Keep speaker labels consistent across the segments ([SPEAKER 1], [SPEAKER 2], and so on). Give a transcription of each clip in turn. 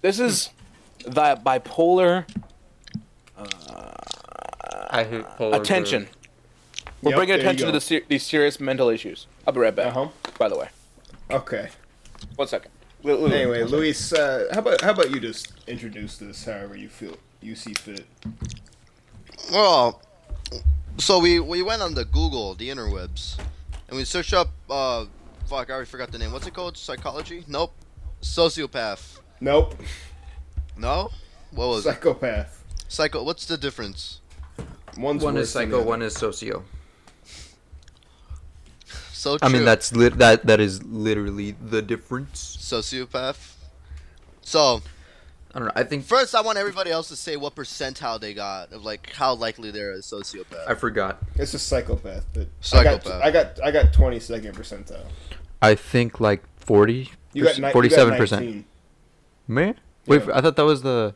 [SPEAKER 1] This is the bipolar
[SPEAKER 2] I hate polar
[SPEAKER 1] attention.
[SPEAKER 2] bears.
[SPEAKER 1] We're
[SPEAKER 3] Yep,
[SPEAKER 1] bringing
[SPEAKER 3] there you
[SPEAKER 1] attention to
[SPEAKER 3] go.
[SPEAKER 1] the ser- these serious mental issues. I'll be right back.
[SPEAKER 3] Uh-huh.
[SPEAKER 1] By the way,
[SPEAKER 3] Okay.
[SPEAKER 1] one second. Lu- Lu-
[SPEAKER 3] Anyway, Luis, uh, how about how about you just introduce this however you feel you see fit?
[SPEAKER 4] Well, so we we went on the Google, the interwebs, and we searched up. Uh, fuck, I already forgot the name. What's it called? Psychology? Nope. Sociopath.
[SPEAKER 3] Nope.
[SPEAKER 4] No. What was it?
[SPEAKER 3] Psychopath.
[SPEAKER 4] Psycho? What's the difference?
[SPEAKER 3] One's
[SPEAKER 2] One is
[SPEAKER 3] worse than the
[SPEAKER 2] psycho,
[SPEAKER 3] other.
[SPEAKER 2] one is socio.
[SPEAKER 4] So true.
[SPEAKER 2] I mean, that's lit that that is literally the difference.
[SPEAKER 4] sociopath. So
[SPEAKER 2] I don't know. I think
[SPEAKER 4] first, I want everybody else to say what percentile they got of like how likely they're a sociopath.
[SPEAKER 2] I forgot.
[SPEAKER 3] It's a psychopath, but
[SPEAKER 4] Psychopath.
[SPEAKER 3] I got I got I got twenty second percentile.
[SPEAKER 2] I think like 40
[SPEAKER 3] You got ni- you got
[SPEAKER 2] 47%.
[SPEAKER 3] 19.
[SPEAKER 2] Man, wait,
[SPEAKER 3] Yeah.
[SPEAKER 2] I thought that was the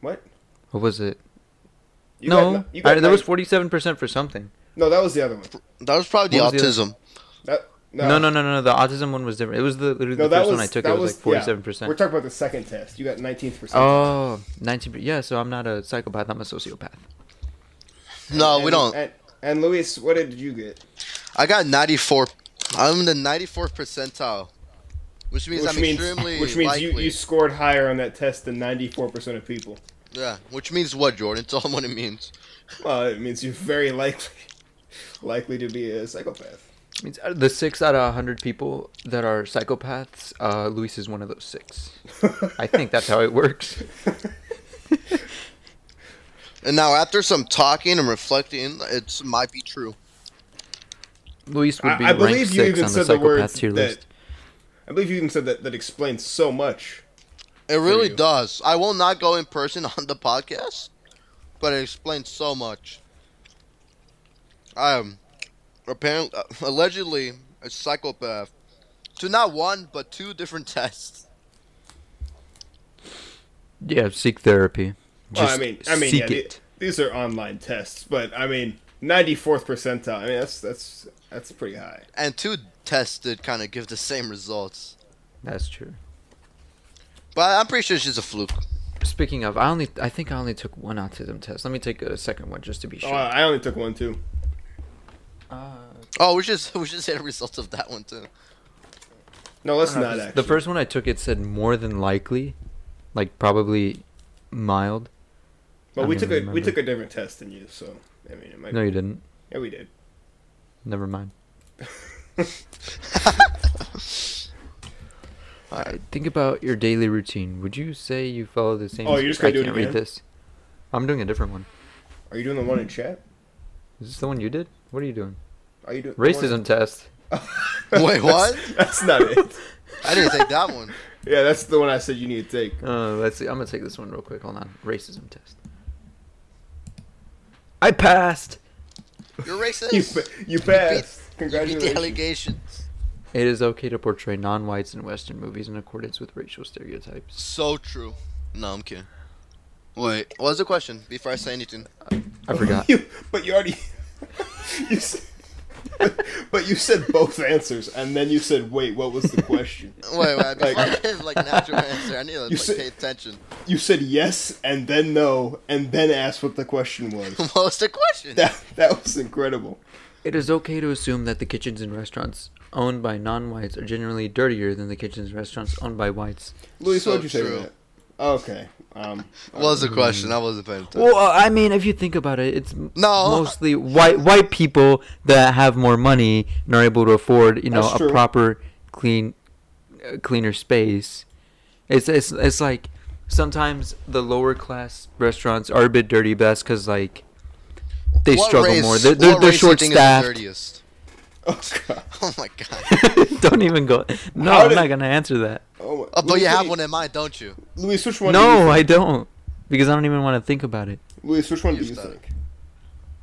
[SPEAKER 3] What?
[SPEAKER 2] what was it?
[SPEAKER 3] You
[SPEAKER 2] no,
[SPEAKER 3] got, you
[SPEAKER 2] I-
[SPEAKER 3] got
[SPEAKER 2] there was
[SPEAKER 3] nine-
[SPEAKER 2] 47% for something.
[SPEAKER 3] no. That was the other one.
[SPEAKER 4] that was probably the
[SPEAKER 2] What was the
[SPEAKER 4] autism.
[SPEAKER 3] That, no,
[SPEAKER 2] No, no, no, no, no. The autism one was different. It was the literally
[SPEAKER 3] No,
[SPEAKER 2] the
[SPEAKER 3] that
[SPEAKER 2] first
[SPEAKER 3] was
[SPEAKER 2] one I took.
[SPEAKER 3] that
[SPEAKER 2] It was,
[SPEAKER 3] yeah.
[SPEAKER 2] like 47%.
[SPEAKER 3] We're talking about the second test. You got nineteenth percentile.
[SPEAKER 2] Oh, 19 Yeah, so I'm not a psychopath, I'm a sociopath.
[SPEAKER 4] No, we
[SPEAKER 3] And-
[SPEAKER 4] don't.
[SPEAKER 3] And, and Luis, what did you get?
[SPEAKER 4] I got 94. I'm in the 94th percentile, which means I'm extremely
[SPEAKER 3] which means
[SPEAKER 4] likely.
[SPEAKER 3] you, you scored higher on that test than ninety four percent of people.
[SPEAKER 4] Yeah, which means what, Jordan? Tell them what it means.
[SPEAKER 3] Well, Uh, it means you're very likely likely to be a psychopath.
[SPEAKER 2] It means out of the 6 out of 100 people that are psychopaths, uh, Luis is one of those 6. I think that's how it works.
[SPEAKER 4] And now, after some talking and reflecting, it might be true.
[SPEAKER 2] Luis would be
[SPEAKER 3] I, I
[SPEAKER 2] ranked
[SPEAKER 3] believe you
[SPEAKER 2] 6
[SPEAKER 3] even
[SPEAKER 2] on the
[SPEAKER 3] said the words
[SPEAKER 2] psychopath tier
[SPEAKER 3] that.
[SPEAKER 2] list.
[SPEAKER 3] I believe you even said that that explains so much.
[SPEAKER 4] It really
[SPEAKER 3] you.
[SPEAKER 4] does. I will not go in person on the podcast, but it explains so much. I am apparently, allegedly, a psychopath to not one but two different tests.
[SPEAKER 2] Yeah, seek therapy.
[SPEAKER 3] Well,
[SPEAKER 2] Just
[SPEAKER 3] I mean, I mean,
[SPEAKER 2] seek
[SPEAKER 3] yeah, the-
[SPEAKER 2] it.
[SPEAKER 3] these are online tests, but I mean, ninety fourth percentile. I mean, that's that's that's pretty high.
[SPEAKER 4] And two tests did kind of give the same results.
[SPEAKER 2] That's true.
[SPEAKER 4] But I'm pretty sure it's just a fluke.
[SPEAKER 2] Speaking of, I only I think I only took one autism test. Let me take a second one just to be
[SPEAKER 3] Oh,
[SPEAKER 2] sure.
[SPEAKER 3] I only took one too.
[SPEAKER 4] Oh, we should we should say the results of that one too.
[SPEAKER 3] No, let's not
[SPEAKER 2] the
[SPEAKER 3] actually.
[SPEAKER 2] first one I took it said more than likely, like probably mild.
[SPEAKER 3] but
[SPEAKER 2] I
[SPEAKER 3] we
[SPEAKER 2] don't
[SPEAKER 3] took a we
[SPEAKER 2] remember.
[SPEAKER 3] took a different test than you, so I mean, it might.
[SPEAKER 2] No, you didn't.
[SPEAKER 3] Yeah, we did.
[SPEAKER 2] Never mind. Alright, think about your daily routine. Would you say you follow the same?
[SPEAKER 3] Oh, you're just
[SPEAKER 2] I
[SPEAKER 3] gonna do it
[SPEAKER 2] can't read
[SPEAKER 3] again?
[SPEAKER 2] this. I'm doing a different one.
[SPEAKER 3] Are you doing the one in chat?
[SPEAKER 2] Is this the one you did? What are you doing?
[SPEAKER 3] Are you doing the one-
[SPEAKER 2] Racism test.
[SPEAKER 4] Wait, what?
[SPEAKER 3] That's not it.
[SPEAKER 4] I didn't take that one.
[SPEAKER 3] Yeah, that's the one I said you need to take.
[SPEAKER 2] Uh, let's see. I'm gonna take this one real quick. Hold on. Racism test. I passed.
[SPEAKER 4] You're
[SPEAKER 3] You
[SPEAKER 4] racist.
[SPEAKER 3] pa- you passed.
[SPEAKER 4] You beat the
[SPEAKER 3] Congratulations.
[SPEAKER 4] allegations.
[SPEAKER 2] It is okay to portray non-whites in Western movies in accordance with racial stereotypes.
[SPEAKER 4] So true. No, I'm kidding. Wait, what was the question before I say anything?
[SPEAKER 2] I forgot.
[SPEAKER 3] You, but you already. you s but, but you said both answers, and then you said, "Wait, what was the question?"
[SPEAKER 4] Wait, wait, before I
[SPEAKER 3] Like-
[SPEAKER 4] give like an actual answer, I need to like,
[SPEAKER 3] said-
[SPEAKER 4] pay attention.
[SPEAKER 3] You said yes, and then no, and then asked what the question was.
[SPEAKER 4] What was the question?
[SPEAKER 3] That that was incredible.
[SPEAKER 2] It is okay to assume that the kitchens and restaurants owned by non-whites are generally dirtier than the kitchens and restaurants owned by whites.
[SPEAKER 3] Luis,
[SPEAKER 4] So
[SPEAKER 3] what would you say?
[SPEAKER 4] true.
[SPEAKER 3] to that? Okay. Um.
[SPEAKER 4] What was the question? I wasn't paying attention.
[SPEAKER 2] Well, uh, I mean, if you think about it, it's m-
[SPEAKER 4] No.
[SPEAKER 2] mostly white white people that have more money and are able to afford, you know,
[SPEAKER 3] That's
[SPEAKER 2] a
[SPEAKER 3] true.
[SPEAKER 2] proper clean uh, cleaner space. It's it's it's like sometimes the lower class restaurants are a bit dirty, but that's because like they
[SPEAKER 4] What
[SPEAKER 2] struggle
[SPEAKER 4] race-
[SPEAKER 2] more. They're they're,
[SPEAKER 4] what
[SPEAKER 2] they're
[SPEAKER 4] race do you
[SPEAKER 2] short
[SPEAKER 4] think is the
[SPEAKER 2] staffed.
[SPEAKER 4] dirtiest?
[SPEAKER 3] Oh God.
[SPEAKER 4] Oh my god.
[SPEAKER 2] Don't even go. No,
[SPEAKER 3] How
[SPEAKER 2] I'm
[SPEAKER 3] did-
[SPEAKER 2] not gonna answer that.
[SPEAKER 3] Oh, my-
[SPEAKER 4] Oh, but
[SPEAKER 3] Luis,
[SPEAKER 4] you
[SPEAKER 3] what do
[SPEAKER 4] have one in mind, don't you?
[SPEAKER 3] Luis, which one? do
[SPEAKER 2] no,
[SPEAKER 3] you
[SPEAKER 2] I don't, because I don't even want to think about it.
[SPEAKER 3] think? Luis, which one do
[SPEAKER 4] You
[SPEAKER 3] you
[SPEAKER 4] suck.
[SPEAKER 3] think?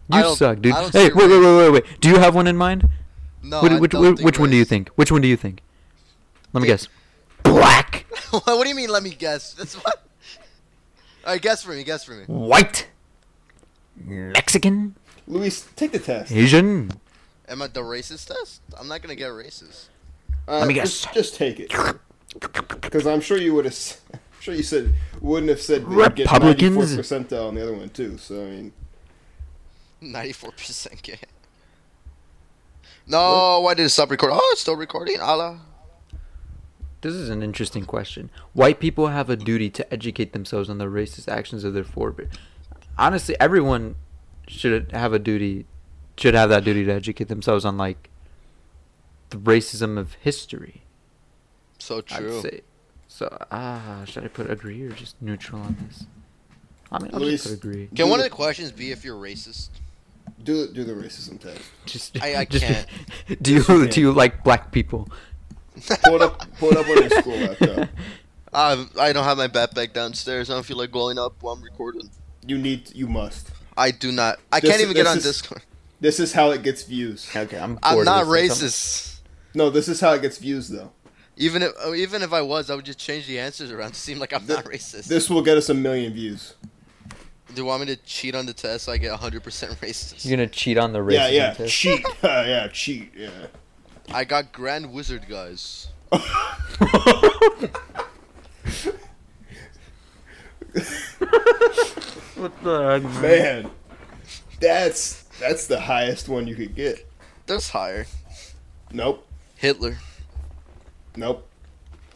[SPEAKER 4] I
[SPEAKER 2] You
[SPEAKER 4] don't-
[SPEAKER 2] suck, dude.
[SPEAKER 4] I don't
[SPEAKER 2] Hey,
[SPEAKER 4] see
[SPEAKER 2] wait, wait,
[SPEAKER 4] race.
[SPEAKER 2] wait, wait, wait. Do you have one in mind?
[SPEAKER 4] No.
[SPEAKER 2] Which,
[SPEAKER 4] I
[SPEAKER 2] which,
[SPEAKER 4] don't
[SPEAKER 2] which,
[SPEAKER 4] think
[SPEAKER 2] which one do you
[SPEAKER 4] race.
[SPEAKER 2] Oh, think? Which one do you think? Let me
[SPEAKER 4] Yeah.
[SPEAKER 2] guess. Black.
[SPEAKER 4] what do you mean? Let me guess. That's what. All right, guess for me. Guess for me.
[SPEAKER 2] White. Mexican.
[SPEAKER 3] Luis, take the test.
[SPEAKER 2] Asian.
[SPEAKER 4] Am I the racist test? I'm not gonna get racist.
[SPEAKER 3] Uh,
[SPEAKER 2] Let me guess.
[SPEAKER 3] Just, just take it, because I'm sure you would have. s- I'm sure you said wouldn't have said
[SPEAKER 2] Republicans?
[SPEAKER 3] Republicans. Get 94 percentile on the other one too. So I mean,
[SPEAKER 4] Ninety-four percent gay. No, why did it stop recording? Oh, it's still recording. Allah.
[SPEAKER 2] This is an interesting question. White people have a duty to educate themselves on the racist actions of their forebears. Honestly, everyone should have a duty, should have that duty to educate themselves on like the racism of history.
[SPEAKER 4] So true.
[SPEAKER 2] I'd say. So ah, should I put agree or just neutral on this? I mean, I'll
[SPEAKER 3] Luis-
[SPEAKER 2] just put agree.
[SPEAKER 4] Can one of the questions be if you're racist?
[SPEAKER 3] do the- do the racism test.
[SPEAKER 2] Just,
[SPEAKER 4] I- I
[SPEAKER 2] just-
[SPEAKER 4] can't.
[SPEAKER 2] Do
[SPEAKER 3] Yes, you
[SPEAKER 2] you
[SPEAKER 3] can.
[SPEAKER 2] do you like black people?
[SPEAKER 3] Pull it up. Pull it up on your school laptop.
[SPEAKER 4] Uh, I don't have my backpack downstairs. I don't feel like going up while I'm recording.
[SPEAKER 3] You need. You must.
[SPEAKER 4] I do not. I
[SPEAKER 3] This-
[SPEAKER 4] can't even get
[SPEAKER 3] this
[SPEAKER 4] on
[SPEAKER 3] is-
[SPEAKER 4] Discord.
[SPEAKER 3] This is how it gets views.
[SPEAKER 2] Okay, I'm.
[SPEAKER 4] I'm not racist.
[SPEAKER 3] No, this is how it gets views though.
[SPEAKER 4] Even if uh, even if I was, I would just change the answers around to seem like I'm not racist.
[SPEAKER 3] This will get us a million views.
[SPEAKER 4] Do you want me to cheat on the test so I get 100% racist?
[SPEAKER 2] You're gonna cheat on the racism.
[SPEAKER 3] Yeah, yeah,
[SPEAKER 2] test?
[SPEAKER 3] cheat. yeah, cheat. Yeah.
[SPEAKER 4] I got Grand Wizard, guys.
[SPEAKER 2] What the heck, man?
[SPEAKER 3] Man, that's that's the highest one you could get.
[SPEAKER 4] That's higher.
[SPEAKER 3] Nope,
[SPEAKER 4] Hitler.
[SPEAKER 3] nope,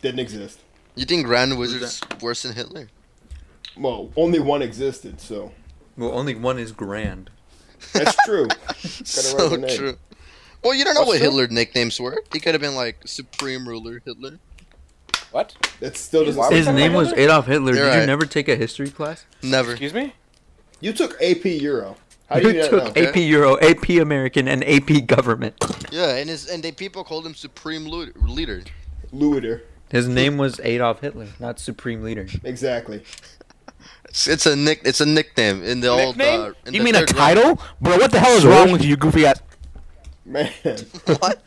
[SPEAKER 3] didn't exist.
[SPEAKER 4] You think Grand Wizard's worse than Hitler?
[SPEAKER 3] Well, only one existed, so
[SPEAKER 2] Well, only one is grand.
[SPEAKER 3] that's true.
[SPEAKER 4] so
[SPEAKER 3] the name.
[SPEAKER 4] true. Well, you don't know
[SPEAKER 1] What's
[SPEAKER 4] what
[SPEAKER 1] true?
[SPEAKER 4] Hitler nicknames were. He could have been like Supreme Ruler Hitler.
[SPEAKER 1] What?
[SPEAKER 3] That still doesn't.
[SPEAKER 1] Why
[SPEAKER 2] His
[SPEAKER 1] talking
[SPEAKER 2] name
[SPEAKER 1] about
[SPEAKER 2] was
[SPEAKER 1] Hitler?
[SPEAKER 2] Adolf Hitler.
[SPEAKER 4] You're
[SPEAKER 2] Did
[SPEAKER 4] right.
[SPEAKER 2] you never take a history class?
[SPEAKER 4] Never.
[SPEAKER 1] Excuse me?
[SPEAKER 3] You took AP Euro. How do
[SPEAKER 2] you
[SPEAKER 3] you not
[SPEAKER 2] took
[SPEAKER 3] know?
[SPEAKER 2] AP Euro, AP American, and AP Government.
[SPEAKER 4] Yeah, and his and they people called him Supreme Lu- Leader.
[SPEAKER 3] Luiter.
[SPEAKER 2] His name was Adolf Hitler, not Supreme Leader.
[SPEAKER 3] Exactly.
[SPEAKER 4] It's, it's a nick. It's a nickname in the
[SPEAKER 1] Nickname?
[SPEAKER 4] old. Uh, in
[SPEAKER 5] You
[SPEAKER 4] the
[SPEAKER 5] mean a
[SPEAKER 4] Third Reich.
[SPEAKER 5] title? Bro, what the hell is wrong with you, goofy ass?
[SPEAKER 3] Man,
[SPEAKER 4] What?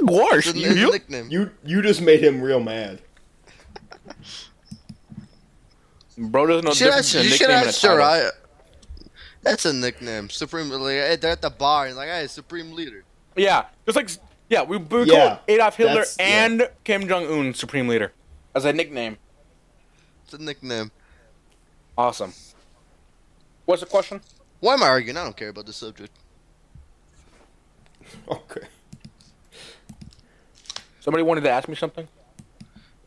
[SPEAKER 5] Gorsh,
[SPEAKER 4] It's a,
[SPEAKER 5] you,
[SPEAKER 4] it's a
[SPEAKER 5] you?
[SPEAKER 4] nickname.
[SPEAKER 3] you you just made him real mad.
[SPEAKER 1] Bro doesn't know
[SPEAKER 4] You
[SPEAKER 1] the
[SPEAKER 4] should
[SPEAKER 1] difference
[SPEAKER 4] ask, you
[SPEAKER 1] between a
[SPEAKER 4] should
[SPEAKER 1] nickname and a
[SPEAKER 4] ask
[SPEAKER 1] title.
[SPEAKER 4] Jiraiya. That's a nickname. Supreme. Like, hey, they're at the bar and like, hey, Supreme Leader.
[SPEAKER 1] Yeah, just like yeah, we, we
[SPEAKER 3] Yeah,
[SPEAKER 1] call Adolf Hitler
[SPEAKER 3] that's- yeah.
[SPEAKER 1] and Kim Jong Un supreme leader as a nickname.
[SPEAKER 4] It's a nickname.
[SPEAKER 1] Awesome. What's the question?
[SPEAKER 4] Why am I arguing? I don't care about the subject.
[SPEAKER 3] Okay.
[SPEAKER 1] Somebody wanted to ask me something.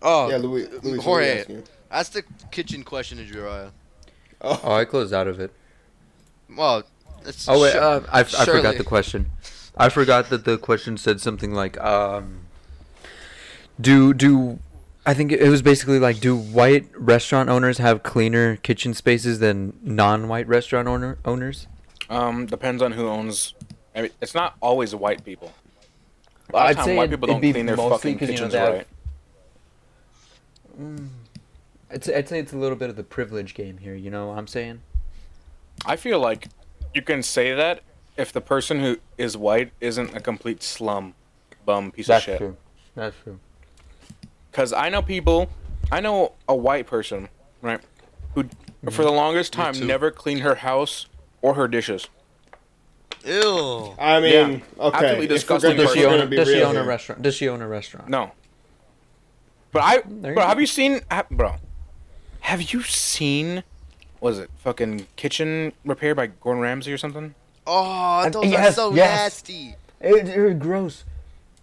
[SPEAKER 4] Oh,
[SPEAKER 3] Yeah, Louis. Louis what were you
[SPEAKER 4] Jorge,
[SPEAKER 3] asking?
[SPEAKER 4] ask the kitchen question to Jiraiya.
[SPEAKER 3] Oh,
[SPEAKER 2] Oh, I closed out of it.
[SPEAKER 4] Well, it's
[SPEAKER 2] Oh wait,
[SPEAKER 4] sure-
[SPEAKER 2] uh, I, I
[SPEAKER 4] surely.
[SPEAKER 2] forgot the question. I forgot that the question said something like, um, "Do do." I think it was basically like, do white restaurant owners have cleaner kitchen spaces than non-white restaurant owner owners?
[SPEAKER 1] Um, depends on who owns. I mean, it's not always white people. A lot
[SPEAKER 2] I'd
[SPEAKER 1] of time
[SPEAKER 2] say
[SPEAKER 1] white
[SPEAKER 2] it'd-
[SPEAKER 1] people
[SPEAKER 2] it'd
[SPEAKER 1] don't
[SPEAKER 2] be
[SPEAKER 1] clean their
[SPEAKER 2] mostly
[SPEAKER 1] fucking
[SPEAKER 2] 'cause, you know,
[SPEAKER 1] kitchens
[SPEAKER 2] they have-
[SPEAKER 1] right.
[SPEAKER 2] I'd say, I'd say it's a little bit of the privilege game here. You know what I'm saying?
[SPEAKER 1] I feel like you can say that if the person who is white isn't a complete slum bum piece of shit.
[SPEAKER 2] That's true.
[SPEAKER 1] Because I know people, I know a white person, right, who
[SPEAKER 2] Mm-hmm.
[SPEAKER 1] for the longest time
[SPEAKER 4] too.
[SPEAKER 1] never cleaned her house or her dishes.
[SPEAKER 4] Ew.
[SPEAKER 3] I mean,
[SPEAKER 1] Yeah.
[SPEAKER 3] okay.
[SPEAKER 1] Absolutely
[SPEAKER 3] if we're
[SPEAKER 1] disgusting person.
[SPEAKER 2] Does
[SPEAKER 3] gonna- if
[SPEAKER 2] she
[SPEAKER 3] we're
[SPEAKER 2] own?
[SPEAKER 3] gonna be
[SPEAKER 2] does she
[SPEAKER 3] real
[SPEAKER 2] own a
[SPEAKER 3] here.
[SPEAKER 2] restaurant? Does she own a restaurant?
[SPEAKER 1] No. But I,
[SPEAKER 2] Mm, you
[SPEAKER 1] bro, have you seen, ha- bro? Have you seen? Was it fucking kitchen repair by Gordon Ramsay or something?
[SPEAKER 4] Oh, those are
[SPEAKER 2] yes,
[SPEAKER 4] so
[SPEAKER 2] yes.
[SPEAKER 4] nasty.
[SPEAKER 2] It, it gross.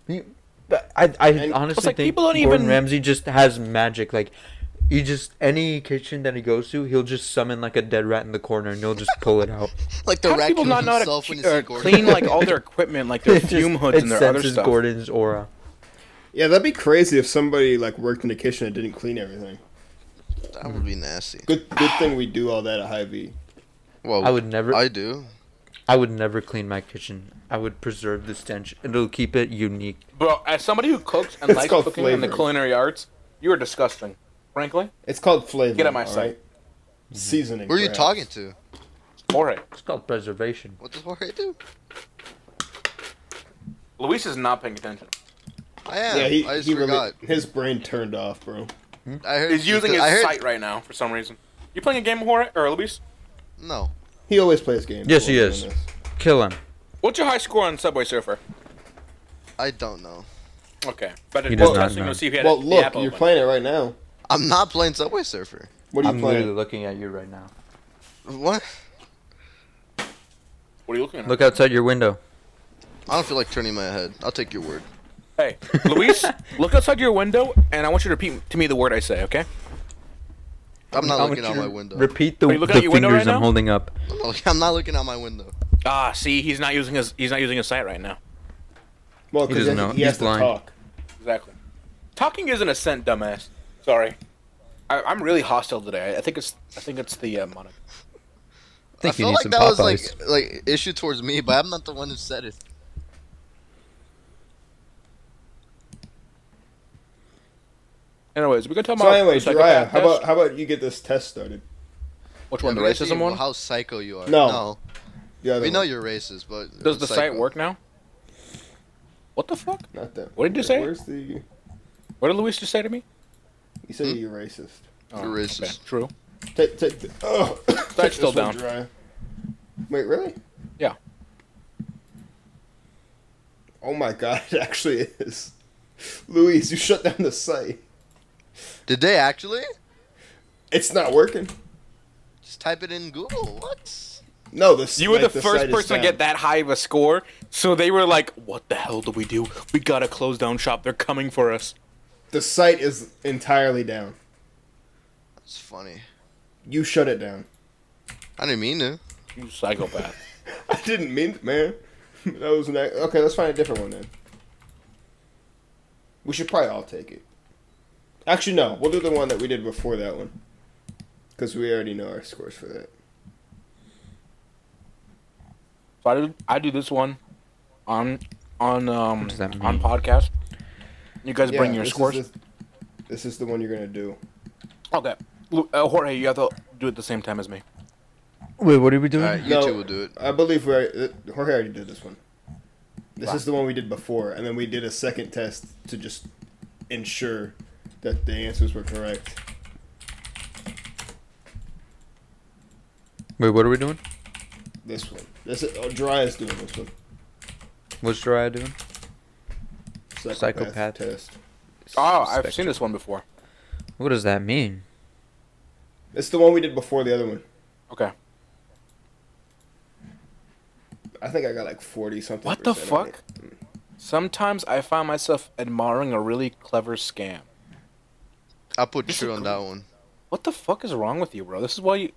[SPEAKER 2] You- but I, I honestly
[SPEAKER 1] It's like
[SPEAKER 2] think
[SPEAKER 1] people don't
[SPEAKER 2] Gordon
[SPEAKER 1] even-
[SPEAKER 2] Ramsay just has magic. Like, he just any kitchen that he goes to, he'll just summon like a dead rat in the corner, and he'll just pull it out.
[SPEAKER 4] Like the
[SPEAKER 1] How do people
[SPEAKER 4] raccoon
[SPEAKER 1] not know how
[SPEAKER 4] himself
[SPEAKER 1] to
[SPEAKER 4] when
[SPEAKER 1] ke-
[SPEAKER 4] they see
[SPEAKER 1] uh,
[SPEAKER 4] Gordon.
[SPEAKER 1] clean like all their equipment, like their
[SPEAKER 2] It just-
[SPEAKER 1] fume hoods and
[SPEAKER 2] it
[SPEAKER 1] their other
[SPEAKER 2] senses
[SPEAKER 1] stuff?
[SPEAKER 2] Gordon's aura.
[SPEAKER 3] Yeah, that'd be crazy if somebody like worked in the kitchen and didn't clean everything.
[SPEAKER 4] that would be nasty.
[SPEAKER 3] Good, good thing we do all that at High V.
[SPEAKER 4] Well,
[SPEAKER 2] I would never-
[SPEAKER 4] I do.
[SPEAKER 2] I would never clean my kitchen. I would preserve the stench. It'll keep it unique.
[SPEAKER 1] Bro, as somebody who cooks and
[SPEAKER 3] It's
[SPEAKER 1] likes
[SPEAKER 3] called
[SPEAKER 1] cooking and the
[SPEAKER 3] flavoring.
[SPEAKER 1] culinary arts, you are disgusting. Frankly,
[SPEAKER 3] It's called flavor.
[SPEAKER 1] Get out my
[SPEAKER 3] all
[SPEAKER 1] sight.
[SPEAKER 3] Seasoning.
[SPEAKER 4] Who are you
[SPEAKER 3] perhaps.
[SPEAKER 4] talking to?
[SPEAKER 1] Jorge.
[SPEAKER 2] It's called preservation.
[SPEAKER 4] What does Jorge do?
[SPEAKER 1] Luis is not paying attention.
[SPEAKER 4] I am.
[SPEAKER 3] Yeah, he,
[SPEAKER 4] I just
[SPEAKER 3] he really,
[SPEAKER 4] forgot.
[SPEAKER 3] his brain turned off, bro.
[SPEAKER 4] I heard
[SPEAKER 1] He's using his
[SPEAKER 4] I heard,
[SPEAKER 1] sight right now for some reason. You playing a game of Jorge or Luis?
[SPEAKER 4] No.
[SPEAKER 3] He always plays games.
[SPEAKER 2] Yes, he
[SPEAKER 3] while
[SPEAKER 2] is.
[SPEAKER 3] doing this.
[SPEAKER 2] Kill him.
[SPEAKER 1] What's your high score on Subway Surfer?
[SPEAKER 4] I don't know.
[SPEAKER 1] Okay, but
[SPEAKER 6] He
[SPEAKER 1] it
[SPEAKER 6] does
[SPEAKER 1] was
[SPEAKER 6] not
[SPEAKER 1] testing
[SPEAKER 6] know.
[SPEAKER 1] to see if he had
[SPEAKER 3] Well,
[SPEAKER 1] the
[SPEAKER 3] look,
[SPEAKER 1] app
[SPEAKER 3] you're
[SPEAKER 1] open.
[SPEAKER 3] playing it right now.
[SPEAKER 4] I'm not playing Subway Surfer.
[SPEAKER 3] What are you
[SPEAKER 2] I'm literally
[SPEAKER 3] playing?
[SPEAKER 2] looking at you right now.
[SPEAKER 4] What?
[SPEAKER 1] What are you looking at?
[SPEAKER 2] Look outside your window.
[SPEAKER 4] I don't feel like turning my head. I'll take your word.
[SPEAKER 1] Hey, Luis, look outside your window, and I want you to repeat to me the word I say. Okay?
[SPEAKER 4] I'm not
[SPEAKER 2] I want
[SPEAKER 4] looking out
[SPEAKER 2] you
[SPEAKER 4] my
[SPEAKER 2] to
[SPEAKER 4] window.
[SPEAKER 2] Repeat the,
[SPEAKER 1] Are you
[SPEAKER 2] the
[SPEAKER 1] looking at your window
[SPEAKER 2] fingers
[SPEAKER 1] right
[SPEAKER 2] I'm
[SPEAKER 1] now?
[SPEAKER 2] holding up.
[SPEAKER 4] I'm not looking out my window.
[SPEAKER 1] Ah, see, he's not using his he's not using his sight right now.
[SPEAKER 3] Well,
[SPEAKER 2] He
[SPEAKER 3] because
[SPEAKER 2] doesn't
[SPEAKER 3] he,
[SPEAKER 2] know.
[SPEAKER 3] he has
[SPEAKER 2] He's
[SPEAKER 3] to
[SPEAKER 2] blind.
[SPEAKER 3] talk.
[SPEAKER 1] Exactly. Talking isn't a scent, dumbass. Sorry. I, I'm really hostile today. I, I think it's I think it's the uh, monitor.
[SPEAKER 6] I think
[SPEAKER 4] I
[SPEAKER 6] you
[SPEAKER 4] feel
[SPEAKER 6] need
[SPEAKER 4] like
[SPEAKER 6] some
[SPEAKER 4] that
[SPEAKER 6] Popeyes.
[SPEAKER 4] was like like issue towards me, but I'm not the one who said it.
[SPEAKER 1] Anyways, we can tell
[SPEAKER 3] So,
[SPEAKER 1] my
[SPEAKER 3] anyways,
[SPEAKER 1] psychopath
[SPEAKER 3] Uriah, how
[SPEAKER 1] test.
[SPEAKER 3] about how about you get this test started?
[SPEAKER 1] which one?
[SPEAKER 4] Yeah,
[SPEAKER 1] The
[SPEAKER 4] we gotta see
[SPEAKER 1] racism one.
[SPEAKER 4] How psycho you are.
[SPEAKER 3] No. The other
[SPEAKER 4] We know
[SPEAKER 3] one.
[SPEAKER 4] you're racist, but
[SPEAKER 1] Does the site
[SPEAKER 4] psycho.
[SPEAKER 1] work now? What the fuck?
[SPEAKER 3] Not that.
[SPEAKER 1] What did you say?
[SPEAKER 3] Where's the?
[SPEAKER 1] What did Luis just say to me?
[SPEAKER 3] You
[SPEAKER 1] Hmm?
[SPEAKER 3] said you're racist.
[SPEAKER 1] Oh,
[SPEAKER 4] You're racist.
[SPEAKER 1] okay, True.
[SPEAKER 3] Take, take, the- oh, take
[SPEAKER 1] still
[SPEAKER 3] this one,
[SPEAKER 1] down.
[SPEAKER 3] Jiraiya. Wait, really?
[SPEAKER 1] Yeah.
[SPEAKER 3] Oh my god, it actually is. Luis, you shut down the site.
[SPEAKER 4] Did they actually?
[SPEAKER 3] It's not working.
[SPEAKER 4] Just type it in Google. What?
[SPEAKER 3] No, this.
[SPEAKER 1] You were
[SPEAKER 3] like,
[SPEAKER 1] the,
[SPEAKER 3] site
[SPEAKER 1] first
[SPEAKER 3] is
[SPEAKER 1] person to get
[SPEAKER 3] down.
[SPEAKER 1] that high of a score, so they were like, "What the hell do we do? We gotta close down shop. They're coming for us."
[SPEAKER 3] The site is entirely down.
[SPEAKER 4] That's funny.
[SPEAKER 3] You shut it down.
[SPEAKER 4] I didn't mean to.
[SPEAKER 1] You psychopath.
[SPEAKER 3] I didn't mean, man. That was an ac- okay. Let's find a different one then. We should probably all take it. Actually, no. We'll do the one that we did before that one, because we already know our scores for that.
[SPEAKER 1] so I do, I do this one on on um
[SPEAKER 2] does that
[SPEAKER 1] on
[SPEAKER 2] mean?
[SPEAKER 1] podcast. You guys bring your
[SPEAKER 3] this is
[SPEAKER 1] scores.
[SPEAKER 3] the- this is the one you're gonna do.
[SPEAKER 1] Okay, Lu- uh, Jorge, you have to do it at the same time as me.
[SPEAKER 2] Wait, what are we doing?
[SPEAKER 4] All right, you two will do it.
[SPEAKER 3] I believe we already, uh, Jorge already did this one. This is the one we did before, and then we did a second test to just ensure that the answers were correct.
[SPEAKER 2] Wait, what are we doing?
[SPEAKER 3] This one. This is, oh, Dry is doing this one.
[SPEAKER 2] What's Jiraiya doing?
[SPEAKER 3] Psychopath,
[SPEAKER 2] Psychopath.
[SPEAKER 3] test.
[SPEAKER 1] Oh, I've
[SPEAKER 2] Suspect.
[SPEAKER 1] seen this one before.
[SPEAKER 2] What does that mean?
[SPEAKER 3] It's the one we did before the other one.
[SPEAKER 1] Okay.
[SPEAKER 3] I think I got like forty something.
[SPEAKER 1] What the
[SPEAKER 3] percent on
[SPEAKER 1] fuck?
[SPEAKER 3] it.
[SPEAKER 1] Sometimes I find myself admiring a really clever scam.
[SPEAKER 4] I put
[SPEAKER 1] This is
[SPEAKER 4] true on
[SPEAKER 1] cool.
[SPEAKER 4] that one.
[SPEAKER 1] What the fuck is wrong with you, bro? This is why you.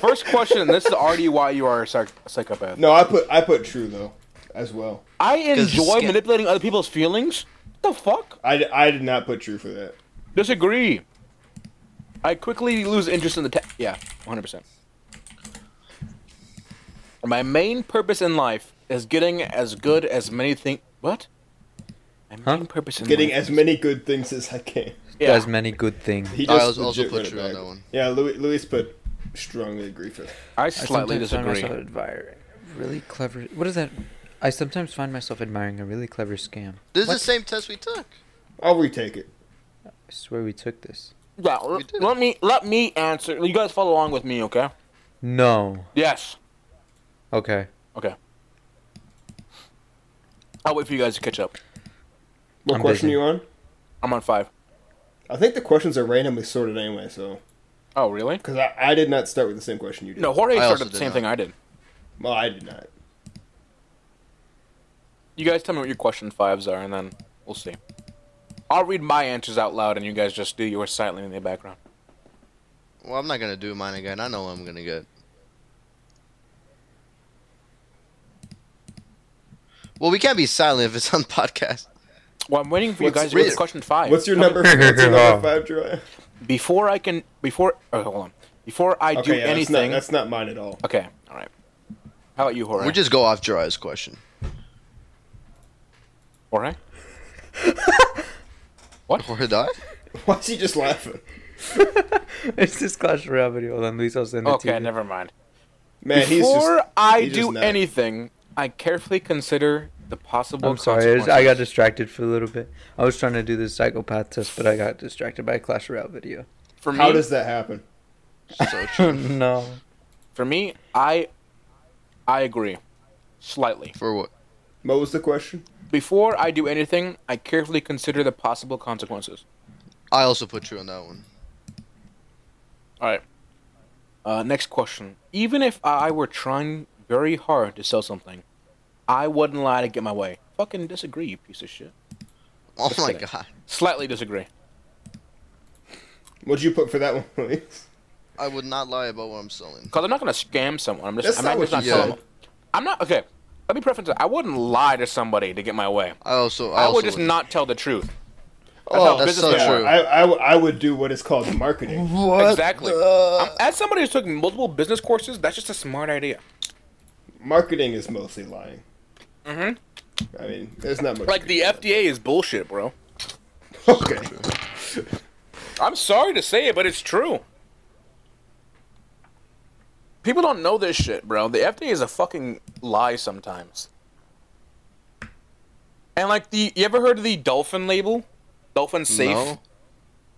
[SPEAKER 1] First question. this is already why you are a psych- psychopath.
[SPEAKER 3] No, I put I put true though, as well.
[SPEAKER 1] I
[SPEAKER 4] 'Cause
[SPEAKER 1] enjoy
[SPEAKER 4] sca-
[SPEAKER 1] manipulating other people's feelings. What the fuck?
[SPEAKER 3] I, di- I did not put true for that.
[SPEAKER 1] Disagree. I quickly lose interest in the ta- yeah, 100%. My main purpose in life is getting as good as many things. What? Oh My main
[SPEAKER 2] Huh?
[SPEAKER 1] purpose in
[SPEAKER 3] Getting
[SPEAKER 1] life
[SPEAKER 3] as
[SPEAKER 1] is-
[SPEAKER 3] many good things as I can.
[SPEAKER 1] Yeah.
[SPEAKER 2] Does many good things.
[SPEAKER 3] He
[SPEAKER 4] Oh, I
[SPEAKER 3] just
[SPEAKER 4] was also
[SPEAKER 3] legit
[SPEAKER 4] put
[SPEAKER 3] read it
[SPEAKER 4] true on
[SPEAKER 3] back.
[SPEAKER 4] that one.
[SPEAKER 3] Yeah, Louis, Louis put strongly agree for that.
[SPEAKER 1] I slightly disagree.
[SPEAKER 2] Find myself admiring really clever. What is that? I sometimes find myself admiring a really clever scam.
[SPEAKER 4] This is
[SPEAKER 2] What?
[SPEAKER 4] the same test we took.
[SPEAKER 3] I'll retake it.
[SPEAKER 2] I swear we took this.
[SPEAKER 1] Yeah, l-
[SPEAKER 4] We did
[SPEAKER 1] let me let me answer. You guys follow along with me, okay?
[SPEAKER 2] No.
[SPEAKER 1] Yes.
[SPEAKER 2] Okay.
[SPEAKER 1] I'll wait for you guys to catch up.
[SPEAKER 3] What
[SPEAKER 2] I'm
[SPEAKER 3] question
[SPEAKER 2] busy.
[SPEAKER 3] are you on?
[SPEAKER 1] I'm on five.
[SPEAKER 3] I think the questions are randomly sorted anyway, so
[SPEAKER 1] Oh, really?
[SPEAKER 3] because I, I did not start with the same question you did.
[SPEAKER 1] No, Jorge
[SPEAKER 4] I also
[SPEAKER 1] started the
[SPEAKER 4] did
[SPEAKER 1] same
[SPEAKER 4] not.
[SPEAKER 1] thing I did.
[SPEAKER 3] well, I did not.
[SPEAKER 1] You guys tell me what your question fives are, and then we'll see. I'll read my answers out loud, and you guys just do yours silently in the background.
[SPEAKER 4] Well, I'm not gonna do mine again. I know what I'm gonna get. Well, we can't be silent if it's on podcast.
[SPEAKER 1] Well, I'm waiting for you
[SPEAKER 3] What's-
[SPEAKER 1] guys to read
[SPEAKER 4] what's-
[SPEAKER 1] question five.
[SPEAKER 3] What's your number? what's your number five, Joy?
[SPEAKER 1] before I can before? Oh, hold on. Before I do
[SPEAKER 3] Okay, yeah,
[SPEAKER 1] anything.
[SPEAKER 3] That's, not, that's not mine at all.
[SPEAKER 1] Okay, all right. How about you, Jorge?
[SPEAKER 4] We just go off Jiraiya's question.
[SPEAKER 1] Jorge?
[SPEAKER 4] Or die?
[SPEAKER 3] Why's he just laughing?
[SPEAKER 2] it's this Clash Royale video. Hold on, Luis, I'll send it to you.
[SPEAKER 1] Okay, never mind.
[SPEAKER 3] Man, he's just.
[SPEAKER 1] Before I
[SPEAKER 3] he's just
[SPEAKER 1] do
[SPEAKER 3] not-
[SPEAKER 1] anything, I carefully consider the possible.
[SPEAKER 2] I'm sorry. I, just- I got
[SPEAKER 1] consequences.
[SPEAKER 2] distracted for a little bit. I was trying to do this psychopath test, but I got distracted by a Clash Royale video.
[SPEAKER 1] For me,
[SPEAKER 3] How does that happen?
[SPEAKER 4] So true.
[SPEAKER 2] no.
[SPEAKER 1] for me, I, I agree, slightly.
[SPEAKER 4] For what?
[SPEAKER 3] What was the question?
[SPEAKER 1] Before I do anything, I carefully consider the possible consequences.
[SPEAKER 4] I also put you on that one.
[SPEAKER 1] Uh, next question. Even if I were trying very hard to sell something, I wouldn't lie to get my way. Fucking disagree, you piece of shit.
[SPEAKER 4] Oh
[SPEAKER 1] Just
[SPEAKER 4] my
[SPEAKER 1] kidding.
[SPEAKER 4] god.
[SPEAKER 1] Slightly disagree.
[SPEAKER 3] What'd you put for that one, Luis?
[SPEAKER 4] I would not lie about what I'm selling.
[SPEAKER 1] Because I'm not gonna scam someone. I'm just.
[SPEAKER 3] That's
[SPEAKER 1] I'm
[SPEAKER 3] not
[SPEAKER 1] not, just
[SPEAKER 3] what
[SPEAKER 1] not
[SPEAKER 4] you
[SPEAKER 1] telling
[SPEAKER 4] said.
[SPEAKER 1] them. I'm not. Okay. Let me preface it. I wouldn't lie to somebody to get my way.
[SPEAKER 4] I also I,
[SPEAKER 1] I,
[SPEAKER 4] also
[SPEAKER 1] would just not tell the truth.
[SPEAKER 4] Oh,
[SPEAKER 1] how
[SPEAKER 4] that's so
[SPEAKER 1] business
[SPEAKER 3] Yeah,
[SPEAKER 4] true.
[SPEAKER 3] I, I, w- I would do what is called marketing.
[SPEAKER 4] What
[SPEAKER 1] exactly.
[SPEAKER 4] the-
[SPEAKER 1] I'm- as somebody who's took multiple business courses, that's just a smart idea.
[SPEAKER 3] Marketing is mostly lying.
[SPEAKER 1] Mhm.
[SPEAKER 3] I mean, there's not much.
[SPEAKER 1] Like the FDA is bullshit, bro.
[SPEAKER 3] Okay.
[SPEAKER 1] I'm sorry to say it, but it's true. People don't know this shit, bro. The FDA is a fucking lie sometimes. And like the, you ever heard of the dolphin label? Dolphin safe.
[SPEAKER 4] No.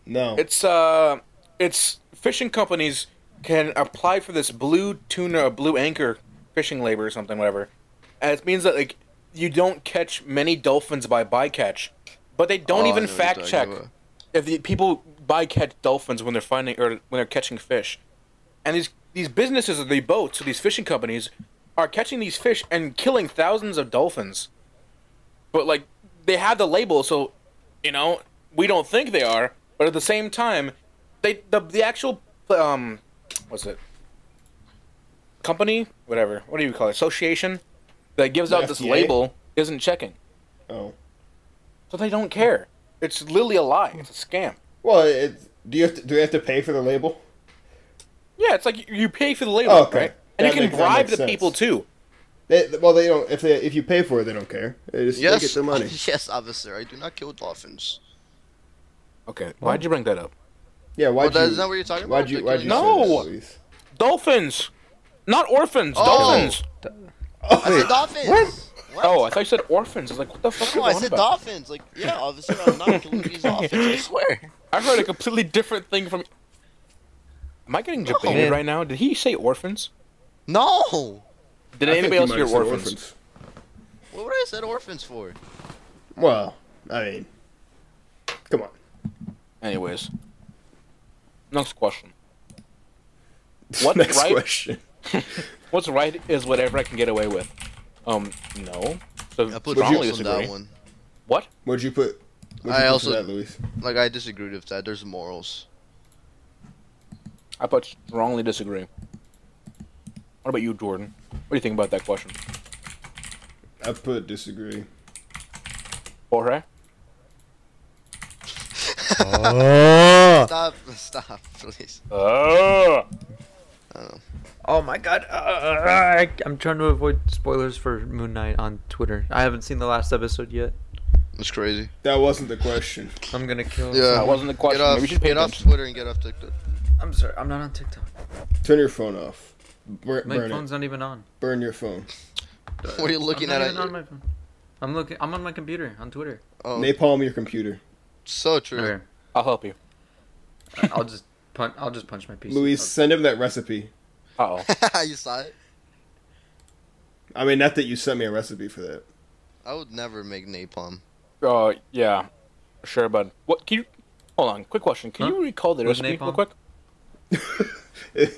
[SPEAKER 3] No.
[SPEAKER 1] It's uh, it's fishing companies can apply for this blue tuna or blue anchor fishing labor or something, whatever. And it means that like you don't catch many dolphins by bycatch, but they
[SPEAKER 4] Oh,
[SPEAKER 1] don't
[SPEAKER 4] I
[SPEAKER 1] even
[SPEAKER 4] know what you're
[SPEAKER 1] fact
[SPEAKER 4] talking
[SPEAKER 1] check
[SPEAKER 4] about.
[SPEAKER 1] if the people bycatch dolphins when they're finding or when they're catching fish. And these these businesses or the boats or these fishing companies are catching these fish and killing thousands of dolphins. But like they have the label, so you know we don't think they are. But at the same time, they the the actual um what's it company whatever what do you call it association that gives
[SPEAKER 3] The
[SPEAKER 1] out this
[SPEAKER 3] FDA?
[SPEAKER 1] label isn't checking,
[SPEAKER 3] oh.
[SPEAKER 1] so they don't care. It's literally a lie. It's a scam.
[SPEAKER 3] Well, it, do you have to, do we have to pay for the label?
[SPEAKER 1] Yeah, it's like you- you pay for the label,
[SPEAKER 3] Okay.
[SPEAKER 1] right? And
[SPEAKER 3] That
[SPEAKER 1] you
[SPEAKER 3] makes-
[SPEAKER 1] can
[SPEAKER 3] that
[SPEAKER 1] bribe
[SPEAKER 3] makes
[SPEAKER 1] the
[SPEAKER 3] sense.
[SPEAKER 1] people too.
[SPEAKER 3] They, well, they don't. If they if you pay for it, they don't care. They just
[SPEAKER 4] Yes.
[SPEAKER 3] they get the money.
[SPEAKER 4] yes, officer. I do not kill dolphins.
[SPEAKER 1] Okay, why'd you bring that up?
[SPEAKER 3] Yeah. Why?
[SPEAKER 4] Well, that- is that what you're talking
[SPEAKER 3] Why'd
[SPEAKER 4] about?
[SPEAKER 3] you?
[SPEAKER 4] They
[SPEAKER 3] Why'd you?
[SPEAKER 4] kill
[SPEAKER 1] you?
[SPEAKER 3] say
[SPEAKER 1] No.
[SPEAKER 3] that, Luis?
[SPEAKER 1] Dolphins, not orphans.
[SPEAKER 4] Oh.
[SPEAKER 1] Dolphins.
[SPEAKER 4] I said dolphins. What?
[SPEAKER 1] Oh, I thought you said orphans. I was like, what the fuck?
[SPEAKER 4] No,
[SPEAKER 1] are
[SPEAKER 4] I
[SPEAKER 1] you on
[SPEAKER 4] said
[SPEAKER 1] about?
[SPEAKER 4] dolphins. Like, yeah, officer, I'm not killing these dolphins. I swear.
[SPEAKER 1] I heard a completely different thing from. Am I getting debated
[SPEAKER 2] Oh, Man.
[SPEAKER 1] right now? Did he say orphans?
[SPEAKER 4] No.
[SPEAKER 1] Did
[SPEAKER 3] I think
[SPEAKER 1] anybody
[SPEAKER 3] you
[SPEAKER 1] else
[SPEAKER 3] might
[SPEAKER 1] hear
[SPEAKER 3] have said
[SPEAKER 1] orphans?
[SPEAKER 4] What would I said orphans for?
[SPEAKER 3] Well, I mean, come on.
[SPEAKER 1] Anyways, next question. What
[SPEAKER 3] Next
[SPEAKER 1] right?
[SPEAKER 3] question.
[SPEAKER 1] What's right is whatever I can get away with. Um, no. So
[SPEAKER 4] I put
[SPEAKER 1] strongly
[SPEAKER 4] rules on
[SPEAKER 1] disagree.
[SPEAKER 4] that one.
[SPEAKER 1] What?
[SPEAKER 3] What'd you put? What'd you
[SPEAKER 4] I
[SPEAKER 3] put
[SPEAKER 4] also-
[SPEAKER 3] for that, Luis.
[SPEAKER 4] Like, I disagreed with that. There's morals.
[SPEAKER 1] I put strongly disagree. What about you, Jordan? What do you think about that question?
[SPEAKER 3] I put disagree.
[SPEAKER 1] Jorge?
[SPEAKER 2] Oh,
[SPEAKER 4] Stop. Stop, please.
[SPEAKER 1] Uh,
[SPEAKER 2] Oh my god. Uh, I'm trying to avoid spoilers for Moon Knight on Twitter. I haven't seen the last episode yet.
[SPEAKER 4] It's crazy.
[SPEAKER 3] That wasn't the question.
[SPEAKER 2] I'm gonna kill.
[SPEAKER 4] Yeah.
[SPEAKER 1] that wasn't the
[SPEAKER 4] Get
[SPEAKER 1] question.
[SPEAKER 4] off,
[SPEAKER 1] Maybe you should pay
[SPEAKER 4] get off
[SPEAKER 1] attention.
[SPEAKER 4] Twitter and get off TikTok.
[SPEAKER 2] I'm sorry. I'm not on TikTok.
[SPEAKER 3] Turn your phone off. Burn,
[SPEAKER 2] My
[SPEAKER 3] burn
[SPEAKER 2] phone's
[SPEAKER 3] it.
[SPEAKER 2] not even on.
[SPEAKER 3] Burn your phone.
[SPEAKER 4] What are you looking
[SPEAKER 2] I'm
[SPEAKER 4] at?
[SPEAKER 2] not
[SPEAKER 4] at
[SPEAKER 2] even
[SPEAKER 4] your-
[SPEAKER 2] on my phone. I'm looking. I'm on my computer on Twitter.
[SPEAKER 4] oh,
[SPEAKER 3] Napalm your computer.
[SPEAKER 4] so true.
[SPEAKER 2] Okay.
[SPEAKER 1] I'll help you.
[SPEAKER 2] I- I'll just punch. I'll just punch my piece.
[SPEAKER 3] Luis, send him that recipe.
[SPEAKER 1] Uh oh.
[SPEAKER 4] you saw it?
[SPEAKER 3] I mean, not that you sent me a recipe for that.
[SPEAKER 4] I would never make napalm.
[SPEAKER 1] Uh, yeah. Sure, bud. What? Can you. Hold on. Quick question. Can
[SPEAKER 2] Huh?
[SPEAKER 1] you recall the
[SPEAKER 2] With
[SPEAKER 1] recipe real
[SPEAKER 2] napalm?
[SPEAKER 1] quick?